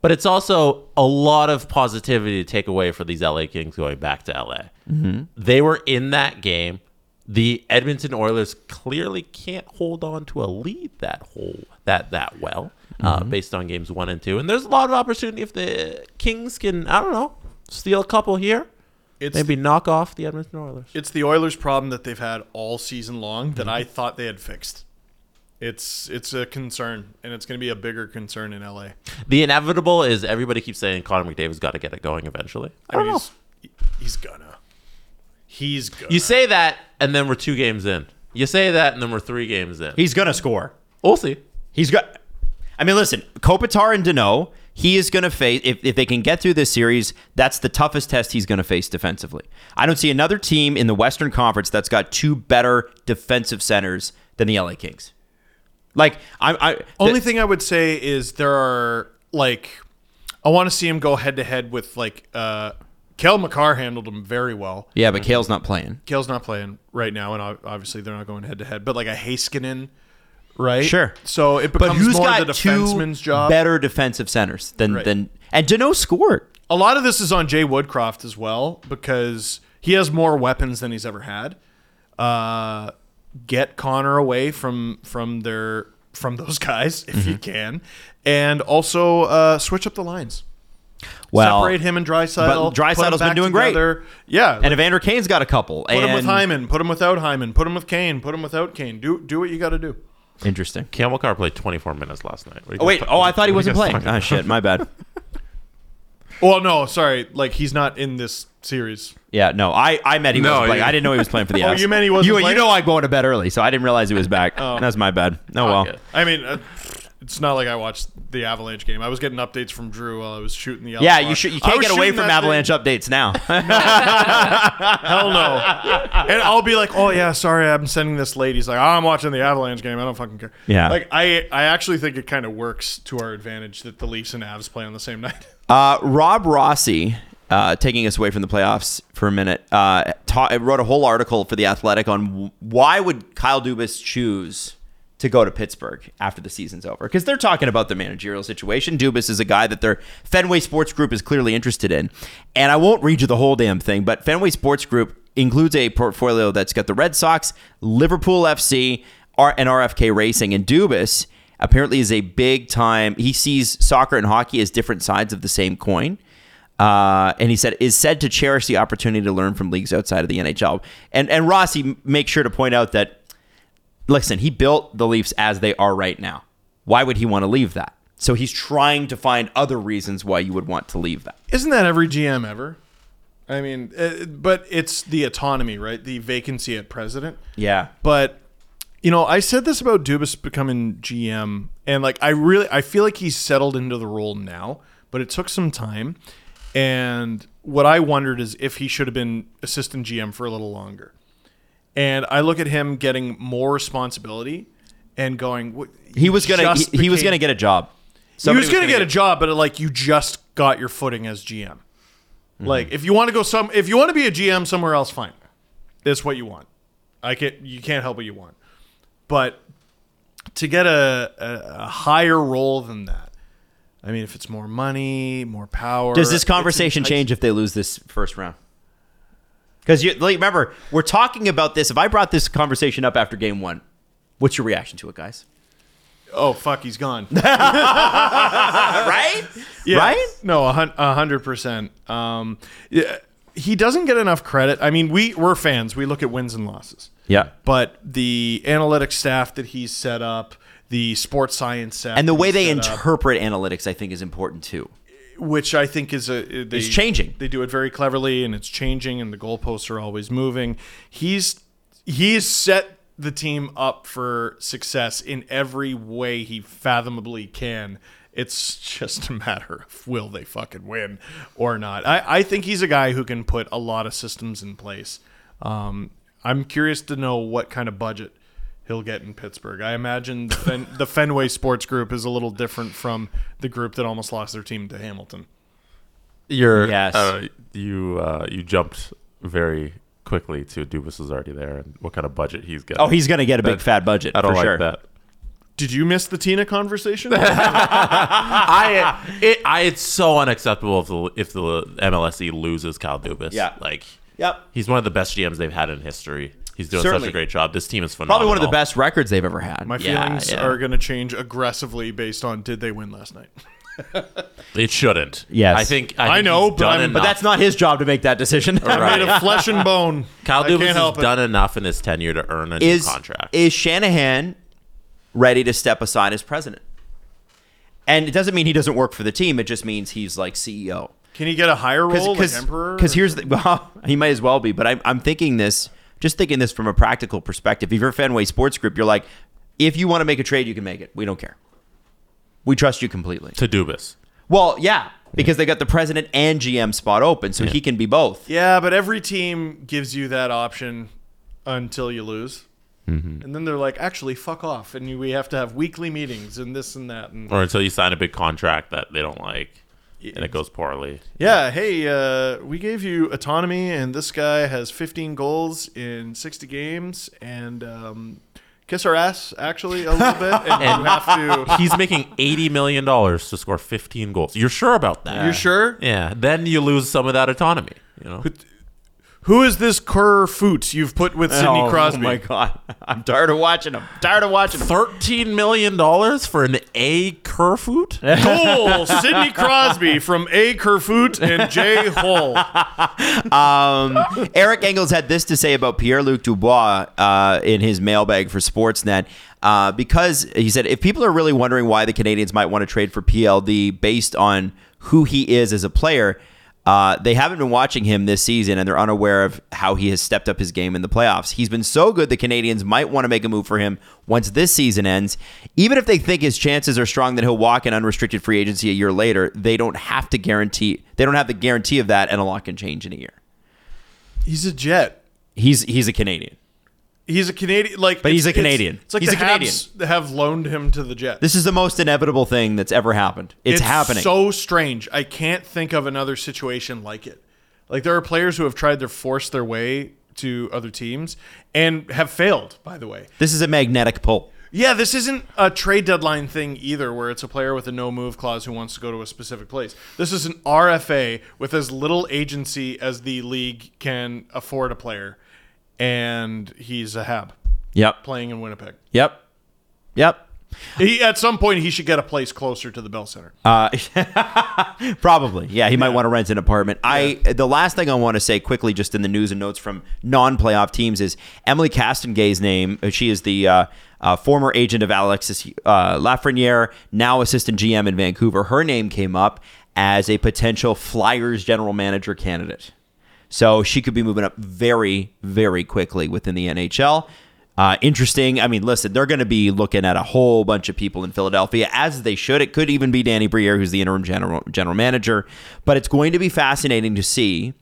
[SPEAKER 4] but it's also a lot of positivity to take away for these LA Kings going back to LA.
[SPEAKER 3] Mhm.
[SPEAKER 4] They were in that game. The Edmonton Oilers clearly can't hold on to a lead that whole that that well, uh,
[SPEAKER 3] Mhm.
[SPEAKER 4] based on games one and two. And there's a lot of opportunity if the Kings can, I don't know, steal a couple here,
[SPEAKER 5] It's-
[SPEAKER 4] maybe knock off the Edmonton Oilers.
[SPEAKER 5] It's the Oilers' problem that they've had all season long
[SPEAKER 3] Mm-hmm.
[SPEAKER 5] that I thought they had fixed. It's it's a concern, and it's going to be a bigger concern in LA.
[SPEAKER 4] The inevitable is everybody keeps saying Connor McDavid's got to get it going eventually.
[SPEAKER 5] I mean, he's, he's gonna, he's gonna.
[SPEAKER 4] You say that, and then we're two games in. You say that, and then we're three games in.
[SPEAKER 3] He's gonna score.
[SPEAKER 4] We'll see.
[SPEAKER 3] He's got. I mean, listen, Kopitar and Dano. He is going to face if, if they can get through this series. That's the toughest test he's going to face defensively. I don't see another team in the Western Conference that's got two better defensive centers than the LA Kings. Like I, I
[SPEAKER 5] Only thing I would say is there are like, I want to see him go head to head with like, uh, Kel McCarr handled him very well.
[SPEAKER 3] yeah, but Kale's not playing.
[SPEAKER 5] Kale's not playing right now, and ob- obviously they're not going head to head. But like a Haskinen, right?
[SPEAKER 3] Sure.
[SPEAKER 5] So it
[SPEAKER 3] But
[SPEAKER 5] becomes
[SPEAKER 3] who's
[SPEAKER 5] more
[SPEAKER 3] got
[SPEAKER 5] the
[SPEAKER 3] two
[SPEAKER 5] defenseman's job.
[SPEAKER 3] better defensive centers than
[SPEAKER 5] Right.
[SPEAKER 3] than and Dano scored.
[SPEAKER 5] A lot of this is on Jay Woodcroft as well because he has more weapons than he's ever had. Uh, get Connor away from from their from those <laughs> guys if
[SPEAKER 3] Mm-hmm.
[SPEAKER 5] you can, and also uh, switch up the lines.
[SPEAKER 3] Well,
[SPEAKER 5] separate him and
[SPEAKER 3] but
[SPEAKER 5] Drysaitel.
[SPEAKER 3] Dreisaitl's been doing great.
[SPEAKER 5] great. Yeah,
[SPEAKER 3] And Evander Kane's got a couple.
[SPEAKER 5] put
[SPEAKER 3] and
[SPEAKER 5] him with Hyman. Put him without Hyman. Put him with Kane. Put him without Kane. Do do what you got to do.
[SPEAKER 3] Interesting.
[SPEAKER 4] Campbell Carr played 24 minutes last night. What are you
[SPEAKER 3] Oh wait!
[SPEAKER 4] guys
[SPEAKER 3] Oh, I
[SPEAKER 4] talking-
[SPEAKER 3] thought he
[SPEAKER 4] what are
[SPEAKER 3] wasn't
[SPEAKER 4] you guys
[SPEAKER 3] playing.
[SPEAKER 4] talking
[SPEAKER 3] Ah,
[SPEAKER 4] about?
[SPEAKER 3] shit. My bad.
[SPEAKER 5] Well, no, sorry. Like he's not in this series.
[SPEAKER 3] Yeah, no, I, I meant he
[SPEAKER 5] No,
[SPEAKER 3] wasn't playing.
[SPEAKER 5] you-
[SPEAKER 3] I didn't know he was
[SPEAKER 5] <laughs>
[SPEAKER 3] playing for the
[SPEAKER 5] Oh,
[SPEAKER 3] Avs.
[SPEAKER 5] you meant he wasn't
[SPEAKER 3] you,
[SPEAKER 5] playing?
[SPEAKER 3] You know I go to bed early, so I didn't realize he was back.
[SPEAKER 5] Oh.
[SPEAKER 3] That's my bad. No, well.
[SPEAKER 5] I mean, uh, it's not like I watched the Avalanche game. I was getting updates from Drew while I was shooting the.
[SPEAKER 3] Yeah,
[SPEAKER 5] Avalanche.
[SPEAKER 3] you should. You
[SPEAKER 5] Oh, I
[SPEAKER 3] can't
[SPEAKER 5] was
[SPEAKER 3] get away
[SPEAKER 5] shooting
[SPEAKER 3] from
[SPEAKER 5] that thing.
[SPEAKER 3] Avalanche updates now.
[SPEAKER 5] <laughs> Hell no. <laughs> And I'll be like, oh yeah, sorry, I'm sending this late. He's like, oh, I'm watching the Avalanche game. I don't fucking care.
[SPEAKER 3] Yeah.
[SPEAKER 5] Like I, I actually think it kind of works to our advantage that the Leafs and Avs play on the same <laughs> night.
[SPEAKER 3] Uh, Rob Rossi, uh, taking us away from the playoffs for a minute, uh, ta- wrote a whole article for The Athletic on w- why would Kyle Dubas choose to go to Pittsburgh after the season's over? Because they're talking about the managerial situation. Dubas is a guy that their Fenway Sports Group is clearly interested in. And I won't read you the whole damn thing, but Fenway Sports Group includes a portfolio that's got the Red Sox, Liverpool FC, R- and RFK Racing. And Dubas apparently is a big time. He sees soccer and hockey as different sides of the same coin. Uh, and he said is said to cherish the opportunity to learn from leagues outside of the NHL. And and Rossi m- make sure to point out that listen, he built the Leafs as they are right now. Why would he want to leave that? So he's trying to find other reasons why you would want to leave that.
[SPEAKER 5] Isn't that every GM ever? I mean, uh, but it's the autonomy, right? The vacancy at president.
[SPEAKER 3] Yeah.
[SPEAKER 5] But you know, I said this about Dubas becoming GM, and like I really, I feel like he's settled into the role now, but it took some time. And what I wondered is if he should have been assistant GM for a little longer. And I look at him getting more responsibility and going. "What-
[SPEAKER 3] He was
[SPEAKER 5] you
[SPEAKER 3] gonna he,
[SPEAKER 5] just
[SPEAKER 3] he was
[SPEAKER 5] became-
[SPEAKER 3] gonna get a job.
[SPEAKER 5] he was going to get a job, but like you just got your footing as GM. Like if you want to go some, if you want to be a GM somewhere else, fine. That's what you want. I can you can't help what you want, but to get a, a, a higher role than that, I mean, if it's more money, more power.
[SPEAKER 3] Does this
[SPEAKER 5] it's
[SPEAKER 3] conversation
[SPEAKER 5] enticing.
[SPEAKER 3] change if they lose this first round? Because you like, remember, we're talking about this. If I brought this conversation up after game one, what's your reaction to it, guys?
[SPEAKER 5] Oh fuck,
[SPEAKER 3] <laughs>
[SPEAKER 5] he's gone.
[SPEAKER 3] right? Right?
[SPEAKER 5] No, a hun- a hundred percent. Um, yeah, he doesn't get enough credit. I mean, we we're fans. We look at wins and losses.
[SPEAKER 3] Yeah.
[SPEAKER 5] But the analytics staff that he's set up, the sports science set,
[SPEAKER 3] and the way they
[SPEAKER 5] set up,
[SPEAKER 3] interpret analytics, I think, is important too.
[SPEAKER 5] which I think is a they,
[SPEAKER 3] It's changing.
[SPEAKER 5] They do it very cleverly, and it's changing, and the goalposts are always moving. He's he's set the team up for success in every way he fathomably can. It's just a matter of will they fucking win or not. I, I think he's a guy who can put a lot of systems in place. Um, I'm curious to know what kind of budget he'll get in Pittsburgh. I imagine the, Fen- the Fenway Sports Group is a little different from the group that almost lost their team to Hamilton.
[SPEAKER 4] You're
[SPEAKER 5] Yes.
[SPEAKER 4] uh, you uh, you jumped very quickly to Dubas is already there and what kind of budget he's getting.
[SPEAKER 3] Oh, he's gonna get a big
[SPEAKER 4] That-
[SPEAKER 3] fat budget,
[SPEAKER 4] I don't
[SPEAKER 3] for
[SPEAKER 4] like
[SPEAKER 3] sure.
[SPEAKER 4] that.
[SPEAKER 5] Did you miss the Tina conversation?
[SPEAKER 4] I Ah, it I it's so unacceptable if the if the MLSE E loses Kyle Dubas.
[SPEAKER 3] Yeah.
[SPEAKER 4] like
[SPEAKER 3] Yep.
[SPEAKER 4] he's one of the best GMs they've had in history. He's doing such
[SPEAKER 3] Certainly.
[SPEAKER 4] a great job. This team is phenomenal.
[SPEAKER 3] Probably one of the best records they've ever had.
[SPEAKER 5] My feelings are going to change aggressively based on did they win last
[SPEAKER 4] <laughs>
[SPEAKER 5] night.
[SPEAKER 4] It shouldn't.
[SPEAKER 3] Yes.
[SPEAKER 4] I think I,
[SPEAKER 5] I
[SPEAKER 4] think
[SPEAKER 5] know,
[SPEAKER 4] he's
[SPEAKER 5] but
[SPEAKER 4] done
[SPEAKER 5] I'm-
[SPEAKER 3] but
[SPEAKER 4] enough.
[SPEAKER 3] that's not his job to make that decision. <laughs>
[SPEAKER 5] I made of flesh and bone.
[SPEAKER 4] Kyle
[SPEAKER 5] I
[SPEAKER 4] Dubas
[SPEAKER 5] can't help
[SPEAKER 4] has
[SPEAKER 5] it.
[SPEAKER 4] done enough in his tenure to earn a
[SPEAKER 3] is
[SPEAKER 4] new contract.
[SPEAKER 3] is Shanahan ready to step aside as president? And it doesn't mean he doesn't work for the team. It just means he's like E CEO.
[SPEAKER 5] Can he get a higher role like
[SPEAKER 3] Because
[SPEAKER 5] Emperor?
[SPEAKER 3] here's the, <laughs> well, he might as well be. But I'm, I'm thinking this, just thinking this from a practical perspective. If you're Fenway Sports Group, you're like, if you want to make a trade, you can make it. We don't care. We trust you completely.
[SPEAKER 4] To Dubas.
[SPEAKER 3] Well, yeah, because they got the president and GM spot open, so he can be both.
[SPEAKER 5] Yeah, but every team gives you that option until you lose.
[SPEAKER 4] Mm-hmm.
[SPEAKER 5] And then they're like, actually, fuck off. And you, we have to have weekly meetings and this and that. And
[SPEAKER 4] or until you sign a big contract that they don't like and it goes poorly.
[SPEAKER 5] Yeah, hey, uh, we gave you autonomy, and this guy has 15 goals in 60 games, and um, kiss our ass actually a little bit, and, you
[SPEAKER 3] <laughs>
[SPEAKER 5] have to.
[SPEAKER 4] He's making eighty million dollars to score fifteen goals. You're sure about that?
[SPEAKER 5] You're sure?
[SPEAKER 4] Yeah. Then you lose some of that autonomy. You know.
[SPEAKER 5] Who is this Kerfoot you've put with Sidney
[SPEAKER 4] Oh,
[SPEAKER 5] Crosby?
[SPEAKER 4] my
[SPEAKER 3] god, <laughs> I'm tired of watching him. Tired of watching him.
[SPEAKER 4] Thirteen million dollars for an A
[SPEAKER 3] <laughs>
[SPEAKER 4] Kerfoot?
[SPEAKER 5] Goal, Sidney Crosby from A. Kerfoot and J. Hull.
[SPEAKER 3] um, <laughs> Eric Engels had this to say about Pierre Luc Dubois uh, in his mailbag for Sportsnet. Uh, because he said, if people are really wondering why the Canadians might want to trade for PLD based on who he is as a player, uh, they haven't been watching him this season and they're unaware of how he has stepped up his game in the playoffs. He's been so good, the Canadians might want to make a move for him once this season ends. Even if they think his chances are strong that he'll walk in unrestricted free agency a year later, they don't have to guarantee, they don't have the guarantee of that, and a lot can change in a year.
[SPEAKER 5] He's a jet.
[SPEAKER 3] He's he's a Canadian.
[SPEAKER 5] He's a Canadian, like,
[SPEAKER 3] But he's
[SPEAKER 5] it's-
[SPEAKER 3] a
[SPEAKER 5] it's-
[SPEAKER 3] Canadian.
[SPEAKER 5] It's, like
[SPEAKER 3] He's
[SPEAKER 5] the
[SPEAKER 3] a Canadian.
[SPEAKER 5] Habs have loaned him to the Jets.
[SPEAKER 3] This is the most inevitable thing that's ever happened. It's, happening.
[SPEAKER 5] So strange. I can't think of another situation like it. Like there are players who have tried to force their way to other teams and have failed. By the way,
[SPEAKER 3] this is a magnetic pull.
[SPEAKER 5] yeah, this isn't a trade deadline thing either, where it's a player with a no move clause who wants to go to a specific place. This is an RFA with as little agency as the league can afford a player, and he's a Hab.
[SPEAKER 3] Yep.
[SPEAKER 5] playing in Winnipeg.
[SPEAKER 3] Yep. Yep.
[SPEAKER 5] He, at some point, he should get a place closer to the Bell Center.
[SPEAKER 3] Uh, probably. Yeah, he might want to rent an apartment. I the last thing I want to say quickly, just in the news and notes from non-playoff teams, is Emily Castengay's name. Uh, She is the uh, uh, former agent of Alexis uh, Lafreniere, now assistant GM in Vancouver. Her name came up as a potential Flyers general manager candidate. So she could be moving up very, very quickly within the NHL. Uh, interesting. I mean, listen, they're going to be looking at a whole bunch of people in Philadelphia, as they should. It could even be Danny Briere, who's the interim general general manager. But it's going to be fascinating to see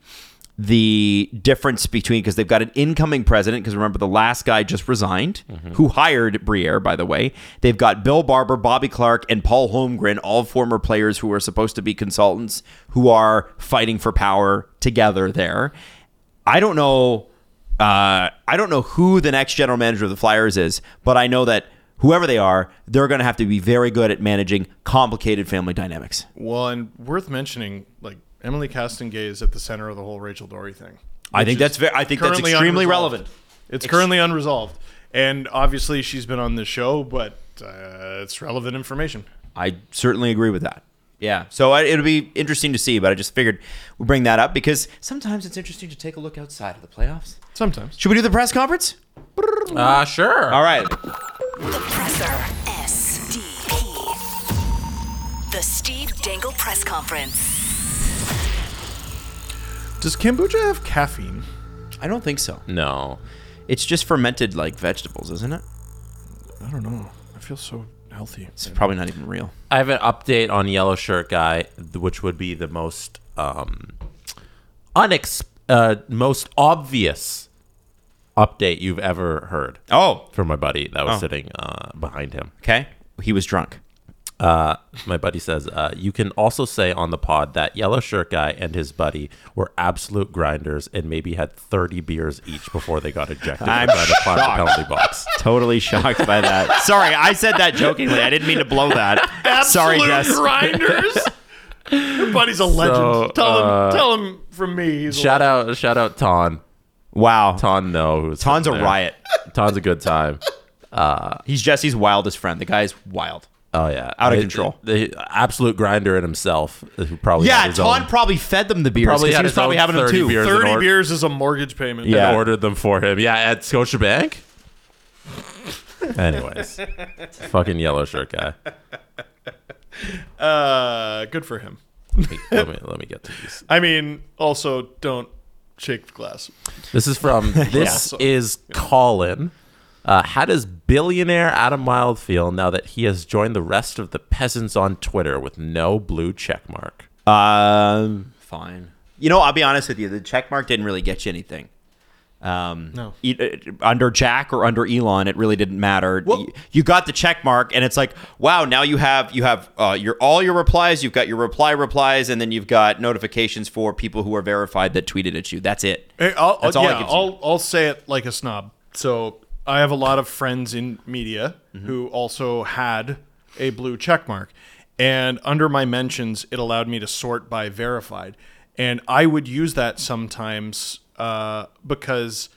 [SPEAKER 3] the difference between because they've got an incoming president. Because remember, the last guy just resigned, who hired Briere, by the way. They've got Bill Barber, Bobby Clark, and Paul Holmgren, all former players who are supposed to be consultants, who are fighting for power together there. I don't know. Uh, I don't know who the next general manager of the Flyers is, but I know that whoever they are, they're going to have to be very good at managing complicated family dynamics.
[SPEAKER 5] Well, and worth mentioning, like Emily Castengay is at the center of the whole Rachel Dory thing.
[SPEAKER 3] I
[SPEAKER 5] which
[SPEAKER 3] think
[SPEAKER 5] is
[SPEAKER 3] that's ve- I think that's
[SPEAKER 5] currently
[SPEAKER 3] extremely
[SPEAKER 5] unresolved.
[SPEAKER 3] relevant.
[SPEAKER 5] It's currently unresolved, and obviously she's been on this show, but uh, it's relevant information.
[SPEAKER 3] I certainly agree with that. Yeah. So I, it'll be interesting to see, but I just figured we'd bring that up because sometimes it's interesting to take a look outside of the playoffs.
[SPEAKER 5] Sometimes.
[SPEAKER 3] Should we do the press conference?
[SPEAKER 4] Uh, sure.
[SPEAKER 3] All right.
[SPEAKER 2] Presser. S. E.
[SPEAKER 14] Steve Dangle press conference.
[SPEAKER 5] Does kombucha have caffeine?
[SPEAKER 3] I don't think so. No. It's just fermented like vegetables, isn't it?
[SPEAKER 5] I don't know. I feel so healthy.
[SPEAKER 3] It's probably not even real.
[SPEAKER 4] I have an update on Yellow Shirt Guy, th- which would be the most um, unex- uh, most obvious update you've ever heard.
[SPEAKER 3] Oh,
[SPEAKER 4] for my buddy that was
[SPEAKER 3] Oh.
[SPEAKER 4] sitting uh, behind him.
[SPEAKER 3] Okay, he was drunk.
[SPEAKER 4] Uh, my buddy says uh, you can also say on the pod that Yellow Shirt Guy and his buddy were absolute grinders and maybe had thirty beers each before they got ejected
[SPEAKER 3] I'm
[SPEAKER 4] inside the plastic
[SPEAKER 3] shocked. <laughs>
[SPEAKER 4] penalty box.
[SPEAKER 3] Totally shocked by that. <laughs> Sorry, I said that jokingly. I didn't mean to blow that. Sorry,
[SPEAKER 5] Absolute
[SPEAKER 3] Jess.
[SPEAKER 5] grinders. Your buddy's a legend.
[SPEAKER 4] So,
[SPEAKER 5] tell him,
[SPEAKER 4] uh,
[SPEAKER 5] tell him from me. He's a
[SPEAKER 4] Shout out, shout out, Ton.
[SPEAKER 3] Wow,
[SPEAKER 4] Ton, no, who's
[SPEAKER 3] Ton's a riot.
[SPEAKER 4] Ton's a
[SPEAKER 3] <laughs>
[SPEAKER 4] good time. Uh,
[SPEAKER 3] he's Jesse's wildest friend. The guy's wild.
[SPEAKER 4] Oh yeah,
[SPEAKER 3] Out of
[SPEAKER 4] The-
[SPEAKER 3] control.
[SPEAKER 4] The, absolute grinder in himself, uh, who probably had
[SPEAKER 3] yeah,
[SPEAKER 4] his
[SPEAKER 3] Ton
[SPEAKER 4] own-
[SPEAKER 3] probably fed them the beers.
[SPEAKER 4] Probably
[SPEAKER 3] 'cause
[SPEAKER 4] had
[SPEAKER 3] he was
[SPEAKER 4] his
[SPEAKER 3] probably
[SPEAKER 4] own
[SPEAKER 3] having
[SPEAKER 4] 30
[SPEAKER 3] them too.
[SPEAKER 4] beers.
[SPEAKER 5] Thirty
[SPEAKER 4] an or-
[SPEAKER 5] beers is a mortgage payment.
[SPEAKER 4] and ordered them for him. Yeah, at Scotiabank.
[SPEAKER 3] <laughs>
[SPEAKER 4] Anyways, fucking yellow shirt guy.
[SPEAKER 5] Uh, good for him.
[SPEAKER 4] Let me let me get to these.
[SPEAKER 5] I mean, also don't shake the glass.
[SPEAKER 4] This is <laughs> from this
[SPEAKER 5] Also-
[SPEAKER 4] is Colin. Uh, how does billionaire Adam Mild feel now that he has joined the rest of the peasants on Twitter with no blue check mark?
[SPEAKER 3] Um, fine. You know, I'll be honest with you. The check mark didn't really get you anything. Um,
[SPEAKER 5] No.
[SPEAKER 3] e- uh, under Jack or under Elon, it really didn't matter. You, you got the check mark, and it's like, wow, now you have you have uh, your all your replies. You've got your reply replies, and then you've got notifications for people who are verified that tweeted at you. That's it.
[SPEAKER 5] Hey, I'll,
[SPEAKER 3] That's
[SPEAKER 5] That's
[SPEAKER 3] all I
[SPEAKER 5] yeah,
[SPEAKER 3] can see.
[SPEAKER 5] I'll, I'll say it like a snob. So I have a lot of friends in media
[SPEAKER 3] Mm-hmm.
[SPEAKER 5] who also had a blue check mark. And under my mentions, it allowed me to sort by verified. And I would use that sometimes uh, because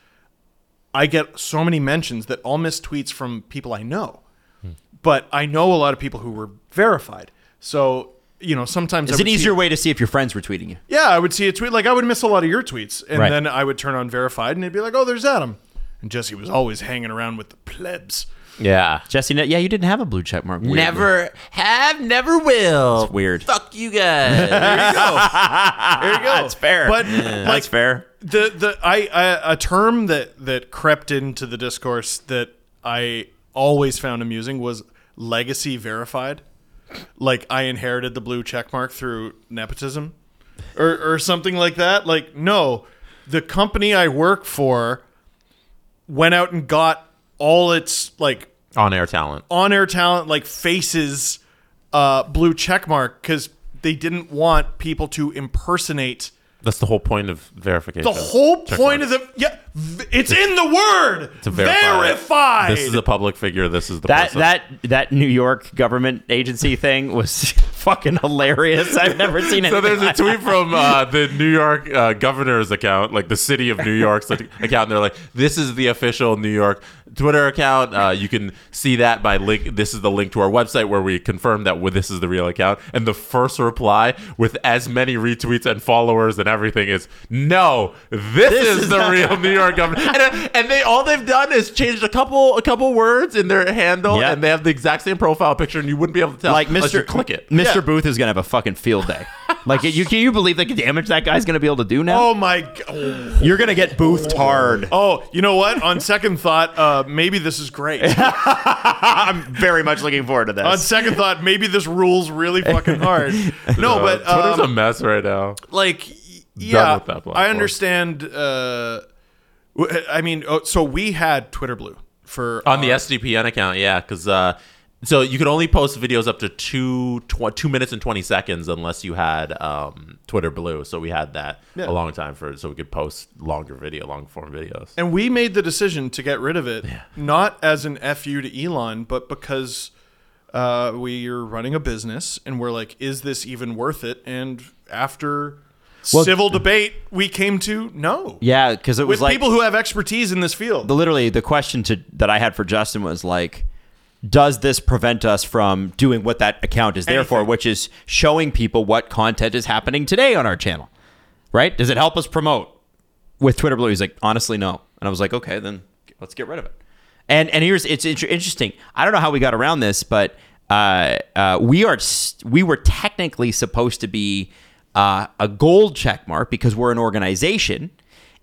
[SPEAKER 5] I get so many mentions that I'll miss tweets from people I know.
[SPEAKER 3] Hmm.
[SPEAKER 5] But I know a lot of people who were verified. So, you know, sometimes I
[SPEAKER 3] It's an
[SPEAKER 5] would see-
[SPEAKER 3] easier way to see if your friends were tweeting you.
[SPEAKER 5] yeah, I would see a tweet. Like I would miss a lot of your tweets, and
[SPEAKER 3] Right.
[SPEAKER 5] then I would turn on verified, and it'd be like, "Oh, there's Adam." And Jesse was always hanging around with the plebs.
[SPEAKER 4] Yeah,
[SPEAKER 3] Jesse. no- Yeah, you didn't have a blue check mark. weirdly.
[SPEAKER 4] have, never will.
[SPEAKER 3] It's weird.
[SPEAKER 4] Fuck you guys.
[SPEAKER 5] There you go. there you go. That's
[SPEAKER 3] fair.
[SPEAKER 5] But
[SPEAKER 3] Yeah.
[SPEAKER 5] like,
[SPEAKER 3] That's fair.
[SPEAKER 5] The the I, I a term that that crept into the discourse that I always found amusing was legacy verified. Like I inherited the blue check mark through nepotism, or or something like that. Like no, the company I work for went out and got all its like
[SPEAKER 4] On air talent.
[SPEAKER 5] on air talent like faces uh, blue check mark because they didn't want people to impersonate
[SPEAKER 4] That's the whole point of verification.
[SPEAKER 5] the whole
[SPEAKER 4] Check
[SPEAKER 5] point of the yeah v- it's in the word
[SPEAKER 4] To verify.
[SPEAKER 5] verified
[SPEAKER 4] This is a public figure. This is the
[SPEAKER 3] That
[SPEAKER 4] person.
[SPEAKER 3] that that New York government agency thing was <laughs> fucking hilarious. I've never seen it.
[SPEAKER 4] So there's a tweet from uh, the New York uh, governor's account, like the city of New York's account. And they're like, "This is the official New York Twitter account. Uh, you can see that by link. This is the link to our website where we confirm that w- this is the real account." And the first reply with as many retweets and followers and everything is, "No, this, is, the real New
[SPEAKER 3] <laughs>
[SPEAKER 4] York governor." And, uh, and they all they've done is changed a couple a couple words in their handle,
[SPEAKER 3] Yeah.
[SPEAKER 4] and they have the exact same profile picture, and you wouldn't be able to tell.
[SPEAKER 3] like
[SPEAKER 4] unless you
[SPEAKER 3] Mr.
[SPEAKER 4] click it,
[SPEAKER 3] Mr.
[SPEAKER 4] Yeah.
[SPEAKER 3] Booth is gonna have a fucking field day. like you can you believe the damage that guy's gonna be able to do now?
[SPEAKER 5] oh my oh. god
[SPEAKER 3] You're gonna get Booth tarred.
[SPEAKER 5] oh you know what on second thought uh, maybe this is
[SPEAKER 4] <laughs>
[SPEAKER 5] great
[SPEAKER 3] I'm very much looking forward to
[SPEAKER 5] on
[SPEAKER 3] this.
[SPEAKER 5] second thought maybe this rules really fucking
[SPEAKER 4] <laughs>
[SPEAKER 5] hard no
[SPEAKER 4] Uh,
[SPEAKER 5] but
[SPEAKER 4] Twitter's
[SPEAKER 5] um,
[SPEAKER 4] a mess right now.
[SPEAKER 5] like y- yeah
[SPEAKER 4] with that platform.
[SPEAKER 5] i understand uh, w- i mean oh, so we had twitter blue for
[SPEAKER 4] on the SDPN account, yeah, because uh, so you could only post videos up to two tw- two minutes and twenty seconds unless you had um, Twitter Blue. So we had that
[SPEAKER 5] Yeah.
[SPEAKER 4] a long time for so we could post longer video, long form videos.
[SPEAKER 5] And we made the decision to get rid of it, not as an FU to Elon, but because uh, we are running a business and we're like, is this even worth it? And after
[SPEAKER 3] Well-
[SPEAKER 5] civil debate, we came to no.
[SPEAKER 3] Yeah, because it was
[SPEAKER 5] With
[SPEAKER 3] like
[SPEAKER 5] people who have expertise in this field.
[SPEAKER 3] the, literally the question to that I had for Justin was like, does this prevent us from doing what that account is there for, which is showing people what content is happening today on our channel, right? Does it help us promote with Twitter Blue? He's like, honestly, no. And I was like, okay, then let's get rid of it. And and here's it's inter- interesting. I don't know how we got around this, but uh, uh, we are s- we were technically supposed to be uh, a gold check mark because we're an organization,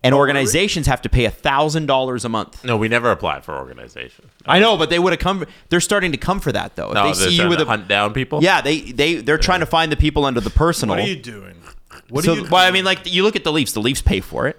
[SPEAKER 3] and organizations have to pay thousand dollars a month.
[SPEAKER 4] No, we never applied for organization.
[SPEAKER 3] I know, but they would have come. They're starting to come for that though. If
[SPEAKER 4] No,
[SPEAKER 3] they
[SPEAKER 4] Oh, they're
[SPEAKER 3] see you
[SPEAKER 4] trying
[SPEAKER 3] with
[SPEAKER 4] to
[SPEAKER 3] a
[SPEAKER 4] hunt down people?
[SPEAKER 3] Yeah, they they they're trying to find the people under the personal.
[SPEAKER 5] What are you doing? What
[SPEAKER 3] so,
[SPEAKER 5] are you?
[SPEAKER 3] Well, I mean, like you look at the Leafs. The Leafs pay for it,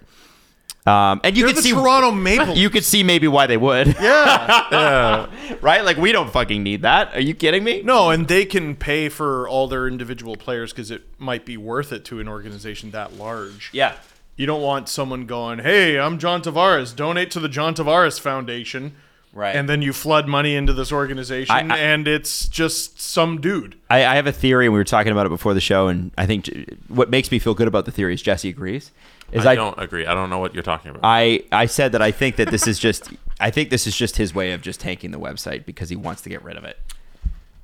[SPEAKER 3] um, and you
[SPEAKER 5] They're
[SPEAKER 3] could
[SPEAKER 5] the
[SPEAKER 3] see
[SPEAKER 5] Toronto Maple
[SPEAKER 3] You could see maybe why they would. <laughs> Yeah. right. Like we don't fucking need that. Are you kidding me?
[SPEAKER 5] No, and they can pay for all their individual players because it might be worth it to an organization that large.
[SPEAKER 3] Yeah.
[SPEAKER 5] You don't want someone going, "Hey, I'm John Tavares. Donate to the John Tavares Foundation."
[SPEAKER 3] Right.
[SPEAKER 5] And then you flood money into this organization,
[SPEAKER 3] I- I-
[SPEAKER 5] and it's just some dude.
[SPEAKER 3] I, I have a theory, and we were talking about it before the show, and I think j- what makes me feel good about the theory is Jesse agrees. Is
[SPEAKER 4] I,
[SPEAKER 3] I,
[SPEAKER 4] don't agree. I don't know what you're talking about.
[SPEAKER 3] I I said that I think that this is just <laughs> I think this is just his way of just tanking the website because he wants to get rid of it.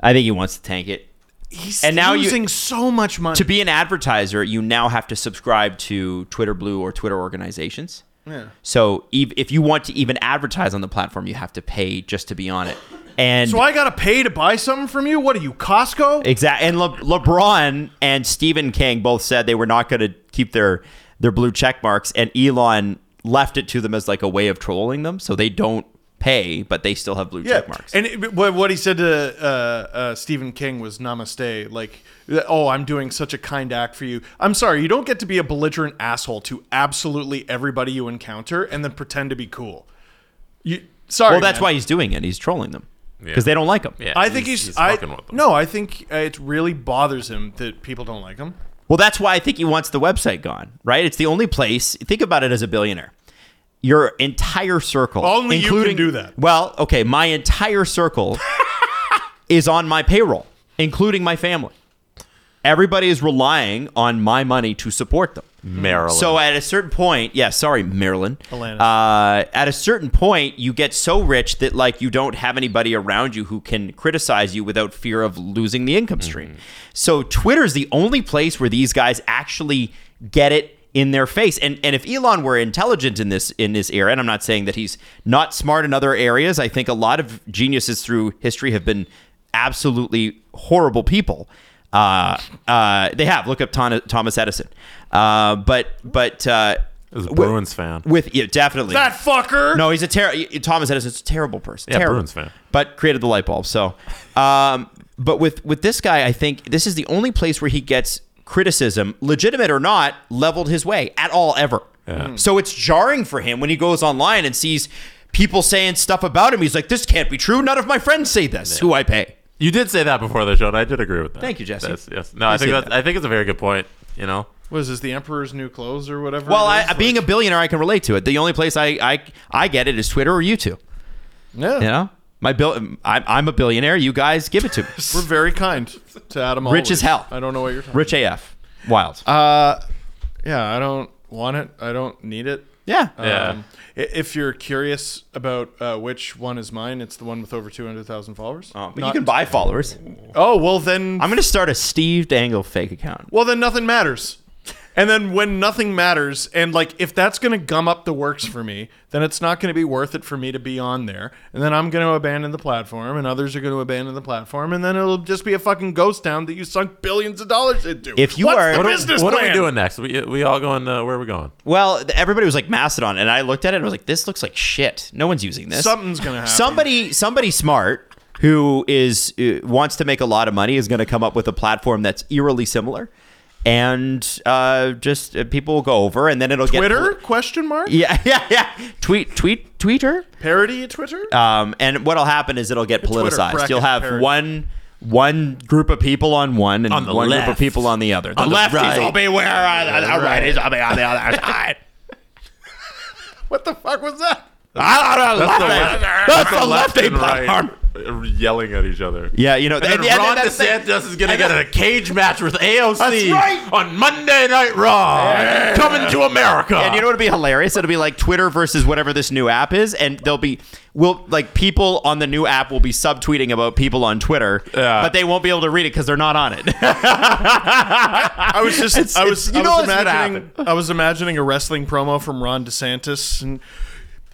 [SPEAKER 3] I think he wants to tank it.
[SPEAKER 5] He's
[SPEAKER 3] And now you-
[SPEAKER 5] losing so much money.
[SPEAKER 3] To be an advertiser, you now have to subscribe to Twitter Blue or Twitter organizations.
[SPEAKER 5] Yeah.
[SPEAKER 3] So ev- if you want to even advertise on the platform, you have to pay just to be on it. And
[SPEAKER 5] so I gotta pay to buy something from you. What are you, Costco?
[SPEAKER 3] Exactly. And Le- LeBron and Stephen King both said they were not going to keep their their blue check marks, and Elon left it to them as like a way of trolling them, so they don't pay, but they still have blue check marks.
[SPEAKER 5] And it, what what he said to uh, uh, Stephen King was namaste. Like, oh, I'm doing such a kind act for you. I'm sorry, you don't get to be a belligerent asshole to absolutely everybody you encounter and then pretend to be cool. You, sorry.
[SPEAKER 3] well, that's
[SPEAKER 5] man.
[SPEAKER 3] why he's doing it. He's trolling them because they don't like him.
[SPEAKER 5] I think he's, I, No, I think uh, it really bothers him that people don't like him.
[SPEAKER 3] Well, that's why I think he wants the website gone, right? It's the only place. Think about it as a billionaire. Your entire circle,
[SPEAKER 5] Only you can
[SPEAKER 3] including,
[SPEAKER 5] do that.
[SPEAKER 3] Well, okay, my entire
[SPEAKER 5] <laughs>
[SPEAKER 3] circle is on my payroll, including my family. Everybody is relying on my money to support them.
[SPEAKER 4] Maryland.
[SPEAKER 3] So at a certain point, yeah, sorry, Maryland.
[SPEAKER 5] Atlanta.
[SPEAKER 3] Uh, at a certain point, you get so rich that like you don't have anybody around you who can criticize you without fear of losing the income stream.
[SPEAKER 4] Mm-hmm.
[SPEAKER 3] So Twitter's the only place where these guys actually get it in their face. And and if Elon were intelligent in this in this era, and I'm not saying that he's not smart in other areas, I think a lot of geniuses through history have been absolutely horrible people. Uh, uh, they have. Look up Ton- Thomas Edison. Uh, but but uh,
[SPEAKER 4] As a
[SPEAKER 3] wi-
[SPEAKER 4] Bruins fan.
[SPEAKER 3] with yeah, definitely
[SPEAKER 5] That fucker.
[SPEAKER 3] No, he's a terrible. Thomas Edison's a terrible person.
[SPEAKER 4] Yeah,
[SPEAKER 3] terrible.
[SPEAKER 4] Bruins fan.
[SPEAKER 3] But created the light bulb. So, um, but with with this guy, I think this is the only place where he gets criticism, legitimate or not, leveled his way at all ever.
[SPEAKER 5] Hmm.
[SPEAKER 3] So it's jarring for him when he goes online and sees people saying stuff about him. He's like, "This can't be true. None of my friends say this. Who I pay."
[SPEAKER 4] You did say that before the show, and I did agree with that.
[SPEAKER 3] Thank you, Jesse.
[SPEAKER 4] That's- yes. No,
[SPEAKER 3] I
[SPEAKER 4] I think
[SPEAKER 3] see
[SPEAKER 4] that's, I think it's a very good point. You know,
[SPEAKER 5] What is this, the Emperor's New Clothes or whatever?
[SPEAKER 3] Well,
[SPEAKER 5] it
[SPEAKER 3] I, uh,
[SPEAKER 5] is?
[SPEAKER 3] being a billionaire, I can relate to it. The only place I I, I get it is Twitter or YouTube.
[SPEAKER 5] Yeah.
[SPEAKER 3] You know, my bill. I'm, I'm a billionaire. You guys give it to me.
[SPEAKER 5] We're very kind to Adam.
[SPEAKER 3] Rich
[SPEAKER 5] Alves.
[SPEAKER 3] as hell.
[SPEAKER 5] I don't know what you're talking.
[SPEAKER 3] Rich AF. Wild.
[SPEAKER 5] Uh, yeah, I don't want it. I don't need it. Um,
[SPEAKER 3] Yeah.
[SPEAKER 4] Yeah.
[SPEAKER 5] i- If you're curious about uh, which one is mine, it's the one with over 200,000 followers. Oh,
[SPEAKER 3] but you can buy followers.
[SPEAKER 5] Oh, well then.
[SPEAKER 3] I'm gonna start a Steve Dangle fake account.
[SPEAKER 5] Well, then nothing matters. And then when nothing matters, and like if that's going to gum up the works for me, then it's not going to be worth it for me to be on there. And then I'm going to abandon the platform, and others are going to abandon the platform, and then it'll just be a fucking ghost town that you sunk billions of dollars into.
[SPEAKER 3] If you
[SPEAKER 5] What's
[SPEAKER 3] are-
[SPEAKER 5] the
[SPEAKER 3] What are-
[SPEAKER 5] business
[SPEAKER 4] what are we
[SPEAKER 5] plan?
[SPEAKER 4] doing next? We, we all going? Uh, where are we going?
[SPEAKER 3] Well, th- everybody was like Mastodon, and I looked at it and I was like, "This looks like shit. No one's using this.
[SPEAKER 5] Something's gonna happen.
[SPEAKER 3] Somebody, somebody smart who is uh, wants to make a lot of money is gonna come up with a platform that's eerily similar, and uh, just uh, people will go over, and then it'll
[SPEAKER 5] Twitter?
[SPEAKER 3] get
[SPEAKER 5] Question
[SPEAKER 3] <laughs>
[SPEAKER 5] mark.
[SPEAKER 3] Yeah, yeah, yeah. Tweet, tweet, tweeter.
[SPEAKER 5] Parody at Twitter.
[SPEAKER 3] Um, and what'll happen is it'll get
[SPEAKER 5] Twitter
[SPEAKER 3] politicized.
[SPEAKER 5] bracket
[SPEAKER 3] You'll have
[SPEAKER 5] parody.
[SPEAKER 3] one one group of people on one and
[SPEAKER 4] On the
[SPEAKER 3] one group
[SPEAKER 4] left.
[SPEAKER 3] of people on the other.
[SPEAKER 4] On the right.
[SPEAKER 3] beware.
[SPEAKER 4] Yeah,
[SPEAKER 3] All
[SPEAKER 4] right.
[SPEAKER 3] I'll be on the other <laughs> side.
[SPEAKER 5] What the fuck was that?
[SPEAKER 3] That's
[SPEAKER 4] the left- that's the
[SPEAKER 3] lefty
[SPEAKER 4] and right yelling at each other.
[SPEAKER 3] Yeah, you know,
[SPEAKER 4] And,
[SPEAKER 3] and- and
[SPEAKER 4] Ron
[SPEAKER 3] that's the-
[SPEAKER 4] DeSantis is going to
[SPEAKER 3] and
[SPEAKER 4] get in
[SPEAKER 3] that-
[SPEAKER 4] a cage match with AOC
[SPEAKER 3] That's right.
[SPEAKER 4] on Monday Night Raw. Coming to America.
[SPEAKER 3] And you know what'd be hilarious? It'll be like Twitter versus whatever this new app is, and there'll be will like people on the new app will be subtweeting about people on Twitter,
[SPEAKER 4] Yeah.
[SPEAKER 3] but they won't be able to read it because they're not on it. <laughs>
[SPEAKER 5] I was just
[SPEAKER 3] It's-
[SPEAKER 5] I was
[SPEAKER 3] it's- you
[SPEAKER 5] I
[SPEAKER 3] know
[SPEAKER 5] was
[SPEAKER 3] it's gonna
[SPEAKER 5] imagining I was imagining a wrestling promo from Ron DeSantis and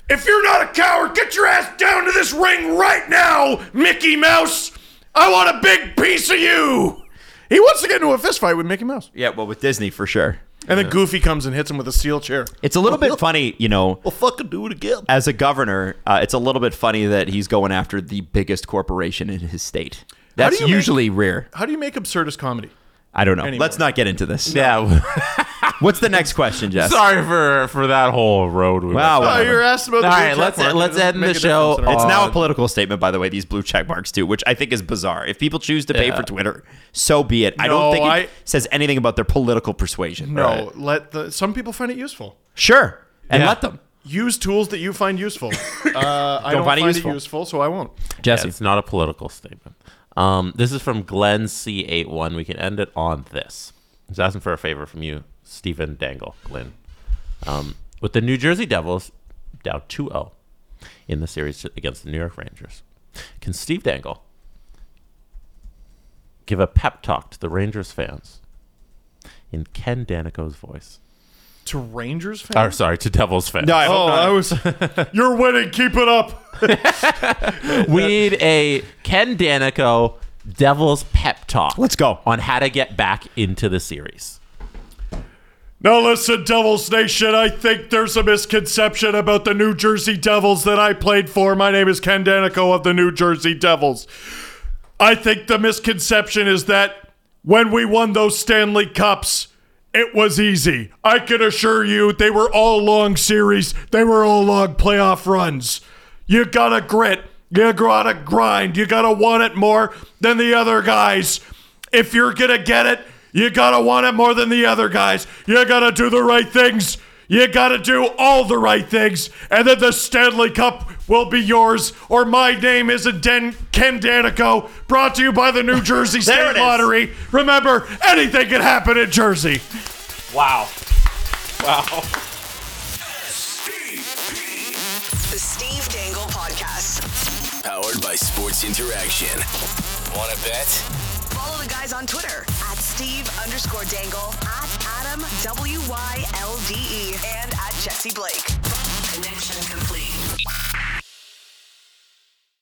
[SPEAKER 5] if you're not a coward, get your ass down to this ring right now, Mickey Mouse. I want a big piece of you. He wants to get into a fist fight with Mickey Mouse.
[SPEAKER 3] Yeah, well, with Disney for sure.
[SPEAKER 5] And then
[SPEAKER 3] Yeah.
[SPEAKER 5] Goofy comes and hits him with a steel chair.
[SPEAKER 3] It's a little bit funny, you know.
[SPEAKER 5] We'll fucking do it again.
[SPEAKER 3] As a governor, uh, it's a little bit funny that he's going after the biggest corporation in his state.
[SPEAKER 5] How do
[SPEAKER 3] That's
[SPEAKER 5] you make-
[SPEAKER 3] usually rare.
[SPEAKER 5] How do you make absurdist comedy?
[SPEAKER 3] I don't know.
[SPEAKER 5] Anyway.
[SPEAKER 3] Let's not get into this. Yeah.
[SPEAKER 5] <laughs>
[SPEAKER 3] What's the next question, Jess?
[SPEAKER 4] Sorry for for that whole road. We
[SPEAKER 3] Wow.
[SPEAKER 4] went down.
[SPEAKER 3] whatever.
[SPEAKER 4] All right, let's let's end the show.
[SPEAKER 3] It's
[SPEAKER 4] on-
[SPEAKER 3] now a political statement, by the way. These blue check marks too, which I think is bizarre. If people choose to pay
[SPEAKER 5] Yeah.
[SPEAKER 3] for Twitter, so be it. I don't
[SPEAKER 5] No,
[SPEAKER 3] think it
[SPEAKER 5] I-
[SPEAKER 3] says anything about their political persuasion.
[SPEAKER 5] No, let the some people find it useful.
[SPEAKER 3] sure, and
[SPEAKER 5] Yeah.
[SPEAKER 3] let them.
[SPEAKER 5] Use tools that you find
[SPEAKER 3] <laughs>
[SPEAKER 5] useful. Uh, I
[SPEAKER 3] Don't
[SPEAKER 5] don't
[SPEAKER 3] find
[SPEAKER 5] find,
[SPEAKER 3] it
[SPEAKER 5] it
[SPEAKER 3] useful.
[SPEAKER 5] useful, so I won't.
[SPEAKER 3] Jesse.
[SPEAKER 4] Yeah, it's not a political statement. Um, this is from Glenn C81. We can end it on this. He's asking for a favor from you, Stephen Dangle, Glenn. Um, with the New Jersey Devils down 2 0 in the series against the New York Rangers, can Steve Dangle give a pep talk to the Rangers fans in Ken Danico's voice?
[SPEAKER 5] To Rangers fans?
[SPEAKER 4] Or, sorry, to Devils fans.
[SPEAKER 5] oh, I was.
[SPEAKER 3] <laughs>
[SPEAKER 5] You're winning. Keep it up.
[SPEAKER 4] we need a Ken Danico Devil's pep talk. Let's
[SPEAKER 3] go
[SPEAKER 4] on how to get back into the series.
[SPEAKER 5] Now listen, Devils Nation, I think there's a misconception about the New Jersey Devils that I played for. My name is Ken Danico of the New Jersey Devils. I think the misconception is that when we won those Stanley Cups, it was easy. I can assure you they were all long series, they were all long playoff runs. You gotta grit, you gotta grind, you gotta want it more than the other guys. If you're gonna get it, you gotta want it more than the other guys. You gotta do the right things. You gotta do all the right things, and then the Stanley Cup will be yours. Or my name isn't Den- Ken Danico. Brought to you by the
[SPEAKER 3] <laughs>
[SPEAKER 5] New Jersey
[SPEAKER 3] There
[SPEAKER 5] State
[SPEAKER 3] it is.
[SPEAKER 5] Lottery. Remember, anything can happen in Jersey.
[SPEAKER 3] Wow.
[SPEAKER 5] Wow.
[SPEAKER 2] The Steve Dangle Podcast.
[SPEAKER 1] Powered by Sports Interaction. Want to bet?
[SPEAKER 2] Follow the guys on Twitter at Steve underscore Dangle, at Adam W Y L D E, and at Jesse Blake.